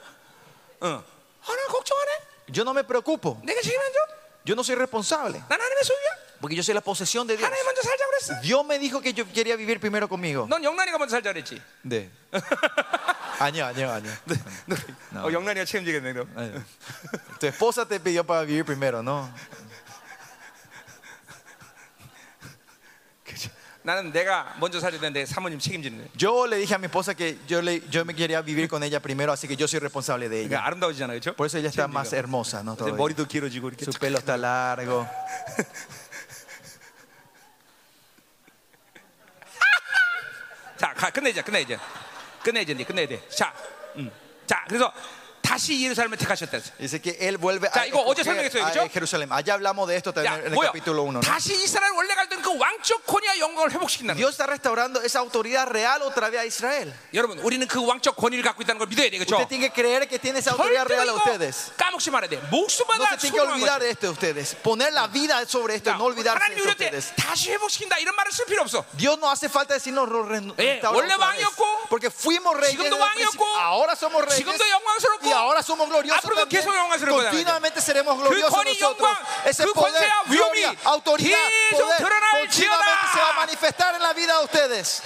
S2: 어. 아, 하나 걱정 안 해?
S1: Yo no me preocupo.
S2: 내가 책임안 줘?
S1: Yo no soy responsable.
S2: 난 하나님의 소유야.
S1: Porque yo soy la posesión de Dios.
S2: 하나님 먼저 살자 그랬어.
S1: Dios me dijo que yo quería vivir primero conmigo.
S2: 넌 영란이가 먼저 살자 그랬지.
S1: De. Año, año, año.
S2: 너, 어, 영란이가 책임지겠네 그럼.
S1: Año. Tu esposa te pidió para vivir primero, ¿no?
S2: 그치. 나는 내가 먼저 살자 되는데 사모님 책임지는 거
S1: Yo le dije a mi esposa que yo, le, yo me quería vivir con ella primero, así que yo soy responsable de ella.
S2: 그러니까 아름다워지잖아요, 그렇죠?
S1: Por eso ella está más hermosa, ¿no? Todavía.
S2: 머리도 길어지고 이렇게.
S1: Su pelo está largo.
S2: 자, 가, 끝내자, 끝내자, 끝내자, 이제 끝내야 돼. 자, 음. 자, 그래서 다시 예루살렘을 택하셨다.
S1: Dice que él vuelve
S2: Ya,
S1: a,
S2: 이거 어제
S1: escoger
S2: 설명했어요,
S1: a
S2: 그죠?
S1: Jerusalén. Allá hablamos de esto
S2: 야,
S1: también en el
S2: 뭐야?
S1: capítulo 1.
S2: 다시 이스라엘 원래 갔던 그 왕적 권위와 영광을 회복시킨다는 거예요.
S1: Dios está restaurando esa autoridad real otra vez a Israel.
S2: 여러분, 우리는 그 왕적 권위를 갖고 있다는 걸 믿어야 돼, 그렇죠?
S1: Usted tiene que creer que tiene esa autoridad real a
S2: 절대로
S1: ustedes.
S2: 이거 까먹지 말아야 돼.
S1: No se
S2: 목숨마다
S1: tiene que
S2: 소중한
S1: olvidar
S2: 거지.
S1: de esto de ustedes. Poner la vida sobre esto, no
S2: 그러니까
S1: olvidarse de
S2: 하나님
S1: esto de
S2: 우리 때
S1: ustedes.
S2: 다시 회복시킨다 이런 말을 쓸 필요 없어.
S1: Dios no hace falta decirnos lo re- restaura
S2: 원래
S1: otra vez.
S2: 왕이었고,
S1: porque fuimos reyes desde
S2: 지금도
S1: el principio.
S2: 왕이었고,
S1: ahora somos reyes
S2: 지금도 영광스럽고,
S1: y ahora somos gloriosos
S2: 앞으로도
S1: también.
S2: 계속 영광스러울 거잖아요,
S1: continuamente seremos gloriosos
S2: 권위,
S1: nosotros
S2: 영광,
S1: ese
S2: 그
S1: poder,
S2: 권세와 위엄이
S1: gloria, autoridad,
S2: 계속
S1: poder
S2: 드러날
S1: continuamente
S2: 지어다.
S1: se va a manifestar en la vida de ustedes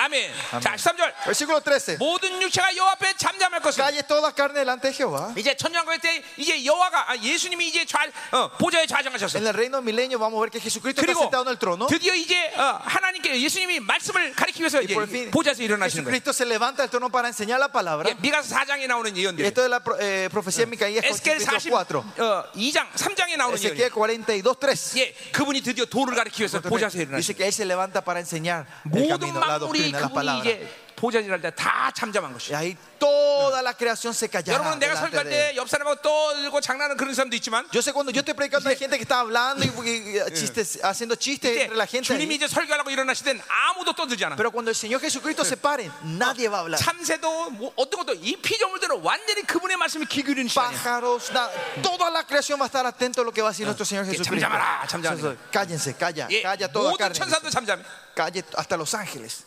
S2: 아멘. 자, 13절.
S1: Versículo 13.
S2: 모든 육체가 여호와 앞에 잠잠할 것을.
S1: Calle toda carne delante de Jehová.
S2: 이제 천년왕국 때 이제 여호와가 아, 예수님이 이제 좌, 어, 보좌에 좌정하셨어요.
S1: En el reino milenio vamos a ver que Jesucristo está
S2: 그리고
S1: sentado en el trono.
S2: 드디어 이제 어, 하나님께 예수님이 말씀을 가리키기 위해서 이제
S1: por fin,
S2: 보좌에서 일어나시는 거예요.
S1: Jesucristo se levanta del trono para enseñar la palabra.
S2: 예, 미가서 4장에 나오는
S1: Y
S2: 예언들.
S1: esto de la pro- eh, profecía de Micaías
S2: 에스겔 40,
S1: 4.
S2: 어, 2장, 3장에 나오는 예언.
S1: Ezequiel 42, 3.
S2: 예, 그분이 드디어 도를 가리키기 위해서 보좌에서 일어나시는
S1: Dice que él se levanta para enseñar el
S2: 모든
S1: camino, la
S2: 만물이
S1: doctrina, las
S2: 그분이
S1: palabras.
S2: 이제 보좌에 일어날 때 다 잠잠한 것이에요.
S1: Y ahí toda la creación se callará.
S2: 여러분은 내가
S1: delante
S2: 설교할
S1: de él.
S2: 때 옆 사람하고 떠들고 장난하는 그런 사람도 있지만
S1: Yo sé cuando yo estoy predicando hay gente que está hablando y, y- y chistes, haciendo chistes
S2: 이제
S1: entre la gente. ahí.
S2: 주님이 이제 설교하려고 일어나실 땐 아무도 떠들지 않아.
S1: Pero cuando el Señor Jesucristo se pare, nadie va a hablar.
S2: 참새도 뭐 어떤 것도 이 피조물들은 완전히 그분의 말씀에 귀 기울이는 시간이에요.
S1: pájaros, na- toda la creación va a estar atento a lo que va a decir nuestro Señor
S2: que
S1: Jesucristo.
S2: 잠잠하라, 잠잠하라.
S1: Entonces, Cállense, calla,
S2: 예,
S1: calla toda
S2: 모든
S1: carne.
S2: 천사도 잠잠해.
S1: Calle hasta los ángeles.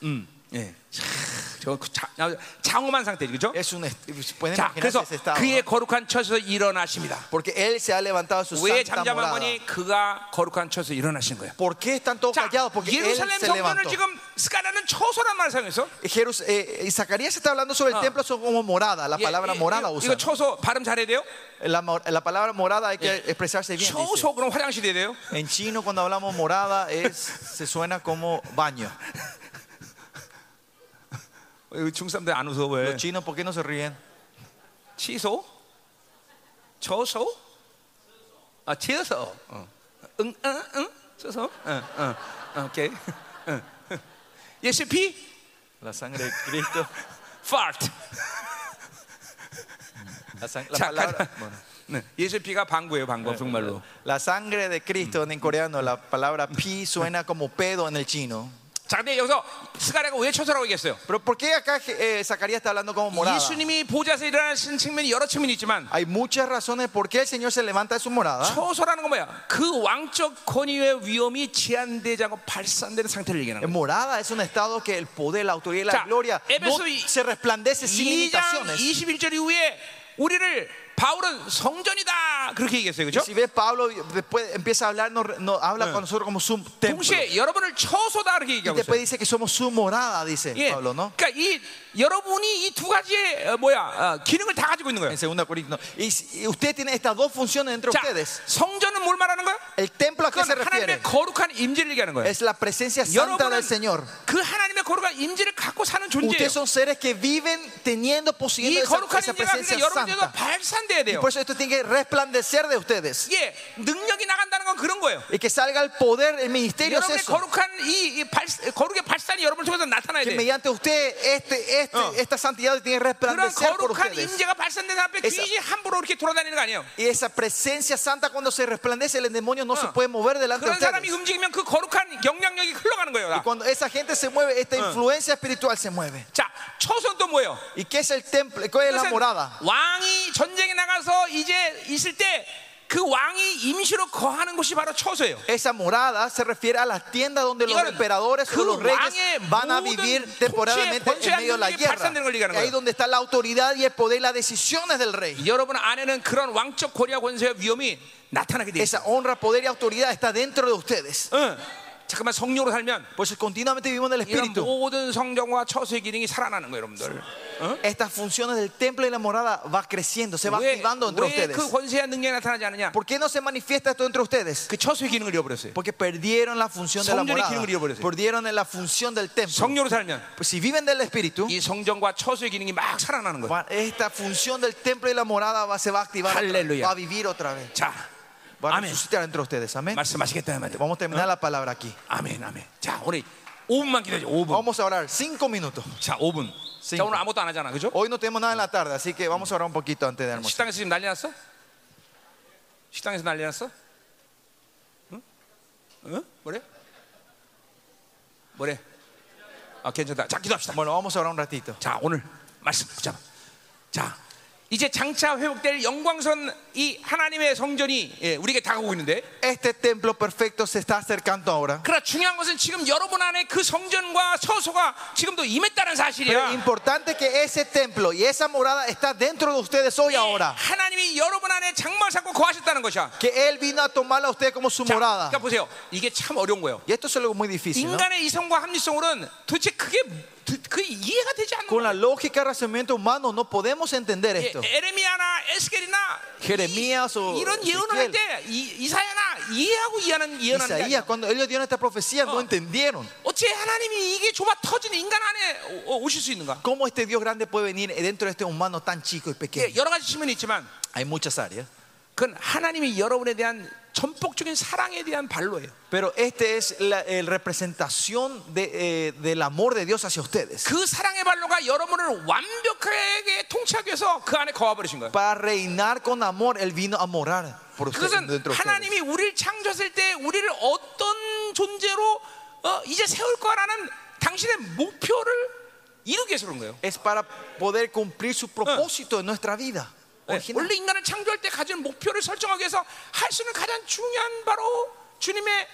S2: 예. 차, 저그 자, 아, 장엄한 상태죠, 그죠
S1: Es un est- pueden
S2: 자,
S1: imaginarse
S2: 예, 그래서
S1: ese estado. ¿no?
S2: 그의 거룩한 처소에서 일어나십니다.
S1: Porque él se ha levantado a su
S2: 왜
S1: santa
S2: 잠잠한
S1: morada.
S2: 거니? 그가 거룩한 처소에서 일어나신 거예요.
S1: ¿Por qué están todos
S2: 자,
S1: callados? Porque él
S2: 예루살렘
S1: se
S2: 성전을
S1: levantó.
S2: 지금 스가라는 처소란 말을 사용해서
S1: Jerus- eh, eh, Zacarías está hablando sobre el templo son como morada. La
S2: 예,
S1: palabra
S2: 예,
S1: morada
S2: 이거,
S1: usa.
S2: 이거 처소 발음 잘해야 돼요.
S1: La, mo- la palabra morada hay que expresarse bien. dice.
S2: 처소 그럼 화장실이 돼요.
S1: En chino cuando hablamos morada es, se suena como baño.
S2: 중삼들안 웃어 왜?
S1: Los chinos, ¿por qué no se ríen?
S2: 취소? 저소? 아, 취소. 어. 응, 응, 응, 저소. 응, 응, 응, 오케이. 응. 예시피?
S1: La sangre de Cristo.
S2: Fart.
S1: La, sang- la
S2: 자,
S1: palabra,
S2: 가자. 네, 예시피가 방구예요, 방구
S1: 네,
S2: 한국말로.
S1: la sangre de Cristo en coreano, la palabra pi suena como pedo en el chino.
S2: 자, 근데 여기서 스가랴가 왜 처소라고 얘기했어요?
S1: Pero ¿por qué acá eh, Zacarías está hablando como morada?
S2: 예수님이 보좌에서 일어나신 측면이 여러 측면이 있지만
S1: Hay muchas razones por qué el Señor se levanta de su morada.
S2: 처소라는 건 뭐야? 그 왕적 권위의 위험이 제한되지 않고 발산되는 상태를 얘기하는 거예요.
S1: Morada es un estado que el poder, la autoridad y la
S2: 자,
S1: gloria no
S2: 에베소 이-
S1: se resplandece sin
S2: 2장
S1: limitaciones.
S2: 21절 이후에 우리를 바울은 성전이다 그렇게 얘기했어요. 그죠?
S1: Si ves, Pablo después empieza a hablar, no, no habla con nosotros como su templo.
S2: 동시에 여러분을 처소다 이렇게
S1: Y
S2: 얘기하고
S1: después
S2: 있어요.
S1: dice que somos su morada, dice
S2: 예.
S1: Pablo, ¿no?
S2: 그러니까 이 여러분이 이 두 가지의 어, 뭐야 어, 기능을 다 가지고 있는 거예요.
S1: En 2 Corintios. Y, si- y usted tiene estas dos funciones entre
S2: 자,
S1: ustedes.
S2: 성전은 뭘 말하는 거예요?
S1: El templo a qué se
S2: 그건
S1: refiere?
S2: 하나님의 거룩한 임재를 얘기하는 거예요.
S1: Es la presencia santa
S2: 여러분은
S1: del Señor.
S2: 그 하나님의 거룩한 임재를 갖고 사는 존재예요.
S1: Ustedes son seres que viven teniendo, poseyendo
S2: 이
S1: esa,
S2: 거룩한
S1: esa
S2: 임재가 근데
S1: presencia
S2: 여러분에게도
S1: santa.
S2: 발산돼야 돼요.
S1: Por eso esto tiene que resplandecer de ustedes.
S2: 예, 능력이 나간다는 건 그런 거예요.
S1: Y que salga el poder, el ministerio es
S2: 여러분의
S1: eso.
S2: 거룩한 이, 이 발, 거룩의 발산이 여러분 통해서 나타나야
S1: Que
S2: 돼.
S1: mediante usted este, este,
S2: 어.
S1: esta santidad tiene que
S2: 그런
S1: resplandecer por
S2: 거룩한
S1: ustedes.
S2: 임재가 발산된 앞에
S1: Esa-
S2: 귀신이 함부로 이렇게 돌아다니는 거 아니에요.
S1: Y esa presencia santa cuando se resplandece, el demonio no se
S2: 어.
S1: puede mover delante de
S2: 그런 사람이
S1: ustedes.
S2: 움직이면 그 거룩한 영향력이 흘러가는 거예요.
S1: Y cuando esa gente se mueve, esta influencia espiritual se mueve.
S2: 자, 초선 또 뭐예요?
S1: ¿Y qué es el templo? ¿Cuál es la
S2: 그것은
S1: morada?
S2: 왕이 전쟁에 나가서 이제 있을 때 그 왕이 임시로 거하는 곳이 바로 초소예요.
S1: Esa morada se refiere a las tiendas donde los
S2: 이거는
S1: emperadores o
S2: 그
S1: los reyes
S2: 왕의
S1: van a
S2: 모든
S1: vivir
S2: 통치의
S1: temporalmente en
S2: 권세와
S1: medio de la
S2: 능력이
S1: guerra.
S2: 발산되는 걸 얘기하는
S1: Y Ahí
S2: 거예요.
S1: donde está la autoridad y el poder y las decisiones del rey.
S2: 여러분 안에는 그런 왕적 고리와 권세의 위험이 나타나게 돼요.
S1: Esa honra, poder y autoridad está dentro de ustedes.
S2: 응. 잠깐만 성령으로 살면
S1: Por eso continuamente vivimos en el
S2: 이런
S1: espíritu.
S2: 모든 성전과 처소의 기능이 살아나는 거예요, 여러분들.
S1: Estas funciones del templo y la morada va creciendo, se va activando entre ustedes.
S2: 왜그 권세와 능력이 나타나지 않느냐?
S1: ¿Por qué no se manifiesta esto entre ustedes?
S2: 그 처소의 기능을 잃어버렸어요.
S1: Porque perdieron la función de la
S2: 성전의
S1: morada.
S2: 기능을 잃어버렸어요.
S1: Perdieron la función del templo.
S2: 성령으로 살면
S1: Pues si viven del espíritu,
S2: 이 성전과 처소의 기능이 막 살아나는 거예요.
S1: va- esta función del templo y la morada va- se va a activar, otra-
S2: Aleluya.
S1: va a vivir otra vez.
S2: 자,
S1: Va a
S2: 아멘.
S1: resucitar entre ustedes. Amén.
S2: 말씀하시겠다 말이에요.
S1: Vamos a terminar la palabra aquí.
S2: 아멘, 아멘. 자, 우리 5분만 기다려. 5분.
S1: Vamos a orar cinco minutos.
S2: 자, 5분. 자,
S1: Cinco.
S2: 오늘 아무것도 안 하잖아, 그죠?
S1: Hoy no tenemos nada en la tarde, así que vamos a orar un poquito antes de almorzar.
S2: 식당에서 지금 난리 났어? 식당에서 난리 났어? 응? 응? 뭐래? 뭐래? 아, 괜찮다. 자, 기도합시다.
S1: Bueno, vamos a orar un ratito.
S2: 자 오늘 말씀 붙잡아 자 이제 장차 회복될 영광선 이 하나님의 성전이 예, 우리에게 다가오고 있는데
S1: Este templo perfecto se está acercando ahora.
S2: 그러나 중요한 것은 지금 여러분 안에 그 성전과 서소가 지금도 임했다는
S1: Pero
S2: 사실이야
S1: importante que ese templo y esa morada está dentro de ustedes hoy ahora.
S2: 하나님이 여러분 안에 장막 삼고 거하셨다는 것이야
S1: Que Él vino a tomarla a usted como su
S2: 자,
S1: morada.
S2: 그러니까 보세요 이게 참 어려운 거예요
S1: Y esto es algo muy difícil. ¿no?
S2: 인간의 이성과 합리성으로는 도대체 그게 들- 그 이해가 되지 않는
S1: Con
S2: 거예요.
S1: la lógica y razonamiento humano no podemos entender
S2: 예,
S1: esto.
S2: 에레미야나 에스겔이나
S1: Jeremías o
S2: 이, 런 예언을
S1: Ezequiel.
S2: 할때 이사야나 이해하고 이해하는 예언하는 게
S1: Isaías,
S2: 아니야.
S1: cuando ellos dieron esta profecía, no entendieron
S2: 어째 하나님이 이게 좁아 터진 인간 안에 오- 오실 수 있는가?
S1: cómo este Dios grande puede venir dentro de este humano tan chico y
S2: 예,
S1: pequeño.
S2: 여러 가지 측면이 있지만
S1: Hay muchas áreas.
S2: 그건 하나님이 여러분에 대한 전폭적인 사랑에 대한 발로예요.
S1: Pero este es la el representación de, eh, del amor de Dios hacia ustedes.
S2: 그 사랑의 발로가 여러분을 완벽하게 통치하기 위해서 그 안에 거와 버리신 거예요.
S1: Para reinar con amor, Él vino a morar por ustedes.
S2: 그것은
S1: dentro de ustedes.
S2: 하나님이 우리를 창조했을 때 우리를 어떤 존재로 어, 이제 세울 거라는 당신의 목표를 이루기 위해서 그런 거예요.
S1: Es para poder cumplir su propósito en nuestra vida.
S2: 네,
S1: original.
S2: 원래 인간을 창조할 때 가진 목표를 설정하기 위해서 할 수 있는 가장 중요한 바로 주님의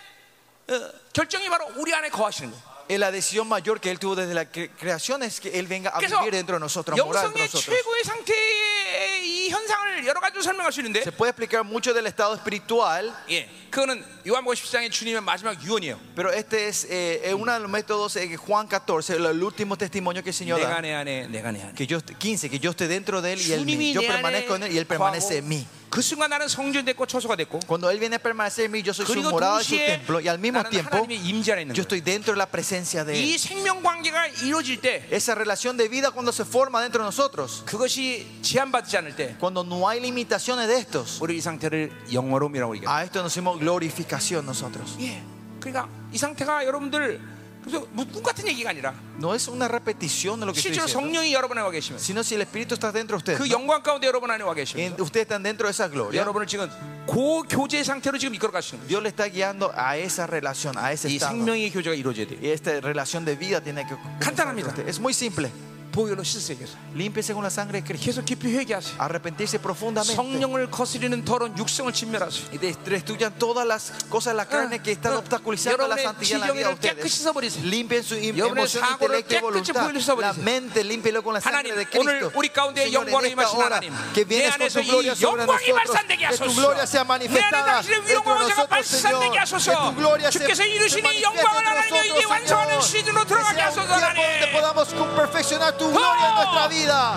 S2: 어, 결정이 바로 우리 안에 거하시는 거예요.
S1: Eh, La decisión mayor que Él tuvo desde la cre- creación es que Él venga a
S2: 그래서
S1: vivir dentro de nosotros, a morar entre
S2: 영성의
S1: nosotros.
S2: 최고의 상태의 이 현상을 여러 가지로 설명할 수 있는데
S1: Se puede explicar mucho del estado espiritual,
S2: 예, 그거는 요한복음 14장의 주님의 마지막 유언이에요.
S1: pero este es eh, eh, uno de los métodos en Juan 14, el, el último testimonio que el Señor
S2: 내가
S1: da.
S2: 내 안에 내가 내 안에.
S1: Que yo, 15, que yo esté dentro de Él y Él en mí.
S2: 주님이
S1: Yo
S2: 내 안에
S1: permanezco en Él y Él permanece en mí.
S2: 거하고, 그 순간 나는 성전 됐고 처소가 됐고
S1: Cuando Él viene a permanecer en mí, yo soy su
S2: 그리고
S1: morada y su
S2: 동시에
S1: templo, y al mismo
S2: 나는
S1: tiempo,
S2: 하나님의 임재 안에 있는
S1: yo
S2: 거예요.
S1: estoy dentro de la presencia de
S2: 이
S1: Él.
S2: 생명 관계가 이루어질 때
S1: Esa relación de vida cuando se forma dentro de nosotros,
S2: 그것이 제한받지 않을 때
S1: cuando no hay limitaciones de estos,
S2: 우리 이 상태를 영어로움이라고 얘기해요.
S1: a esto nos hacemos glorificación nosotros.
S2: 예. 그러니까 이 상태가 여러분들 그래서 뭐꿈 같은 얘기가 아니라
S1: No es una repetición de lo que estoy
S2: 실제로
S1: diciendo,
S2: 성령이 여러분 안에 와 계시면
S1: sino si el Espíritu está dentro de ustedes.
S2: 그 영광 가운데 여러분 안에 와
S1: En-
S2: 계시면
S1: Ustedes están dentro de esa gloria.
S2: 여러분을 지금 고교제 상태로 지금 이끌어 가시는 거예요.
S1: Dios le está guiando a esa relación, a ese
S2: 이
S1: estado.
S2: 생명의 교제가 이루어져야 돼요.
S1: Y esta relación de vida tiene que
S2: Cantar합니다.
S1: Es muy simple.
S2: 보혈로 씻으세요. 그래서.
S1: Límpiese con la sangre de Cristo.
S2: 계속 깊이 회개하세요.
S1: Arrepentirse profundamente.
S2: 성령을 거스리는 더러운 육성을 진멸하세요.
S1: Y des- destruyan todas las cosas de la carne que están
S2: Ah,
S1: obstaculizando la
S2: 여러분의
S1: santidad en la vida de
S2: 지정이를 깨끗이
S1: ustedes.
S2: 써버리세요.
S1: Limpien su im-
S2: 여러분의
S1: emoción,
S2: 사고를
S1: intelecto y
S2: 깨끗이
S1: voluntad.
S2: 보일 수 없어버리세요.
S1: La mente, límpielo con la sangre
S2: 하나님,
S1: de
S2: 오늘
S1: Cristo.
S2: 우리 가운데
S1: Señor, en
S2: 영광을
S1: esta
S2: 임하신
S1: hora
S2: 하나님,
S1: que
S2: 내
S1: vienes con
S2: 안에서
S1: tu
S2: 이
S1: gloria sobre
S2: 영광이
S1: nosotros.
S2: 발산되게
S1: Que tu
S2: 하소서.
S1: gloria sea
S2: 내 안에
S1: manifestada
S2: 당신의
S1: dentro de
S2: 영광을 제가
S1: nosotros, Señor.
S2: 발산되게
S1: Que
S2: 하소서.
S1: tu gloria se
S2: 주께서 이루시는 이 영광을
S1: manifieste
S2: 하나님
S1: entre
S2: 이제
S1: nosotros,
S2: 완성하는
S1: Señor.
S2: 시즌으로
S1: Que
S2: 들어가게
S1: sea un
S2: 하소서
S1: tiempo donde
S2: 하나님.
S1: podamos perfeccionar tu gloria en nuestra vida.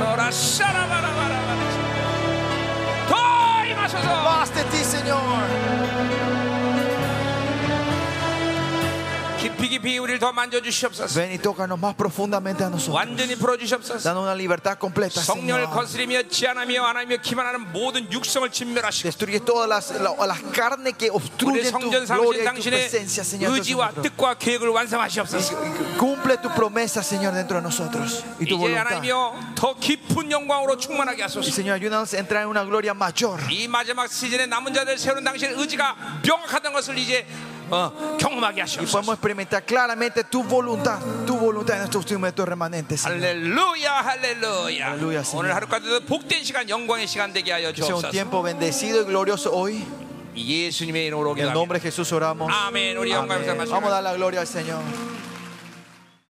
S2: 너라 샤라바라바라바라. 더 임하소서.
S1: Más de ti, Señor.
S2: 깊이 깊이 우리를 더 만져주시옵소서.
S1: Ven y tócanos más profundamente a nosotros.
S2: 완전히 풀어주시옵소서.
S1: Danos una libertad completa. Señor.
S2: 성령을 거스리며 지하나며 안하며 기만하는 모든 육성을 진멸하시고
S1: Destruye todas las, la- las carnes que
S2: 우리
S1: obstruyen tu
S2: 성전 삼신
S1: gloria y tu
S2: 당신의
S1: presencia, Señor. dentro de
S2: 의지와
S1: nosotros.
S2: 뜻과 계획을 완성하시옵소서.
S1: Y Cumple tu promesa, Señor, dentro de nosotros y tu
S2: 이제
S1: voluntad.
S2: 하나님이여 더 깊은 영광으로 충만하게
S1: Y
S2: 하소서.
S1: Señor, ayúdanos a entrar en una gloria mayor.
S2: 이 마지막 시즌에 남은 자들 세우는 당신의 의지가 명확하다는 것을 이제 어, 경험하게
S1: Y podemos
S2: 하시옵소서.
S1: experimentar claramente tu voluntad, tu voluntad en nuestros instrumentos remanentes. Señor.
S2: 할렐루야 할렐루야.
S1: 할렐루야, 시즌.
S2: 오늘 하루까지도 복된 시간 영광의 시간 되게 하여
S1: Que sea un
S2: 주옵소서.
S1: tiempo bendecido y glorioso hoy.
S2: 예수님의 이름으로
S1: En el
S2: 기도합니다.
S1: nombre de Jesús oramos.
S2: 아멘. 우리 영광을
S1: Amén.
S2: 삼아
S1: Vamos a dar la gloria al Señor.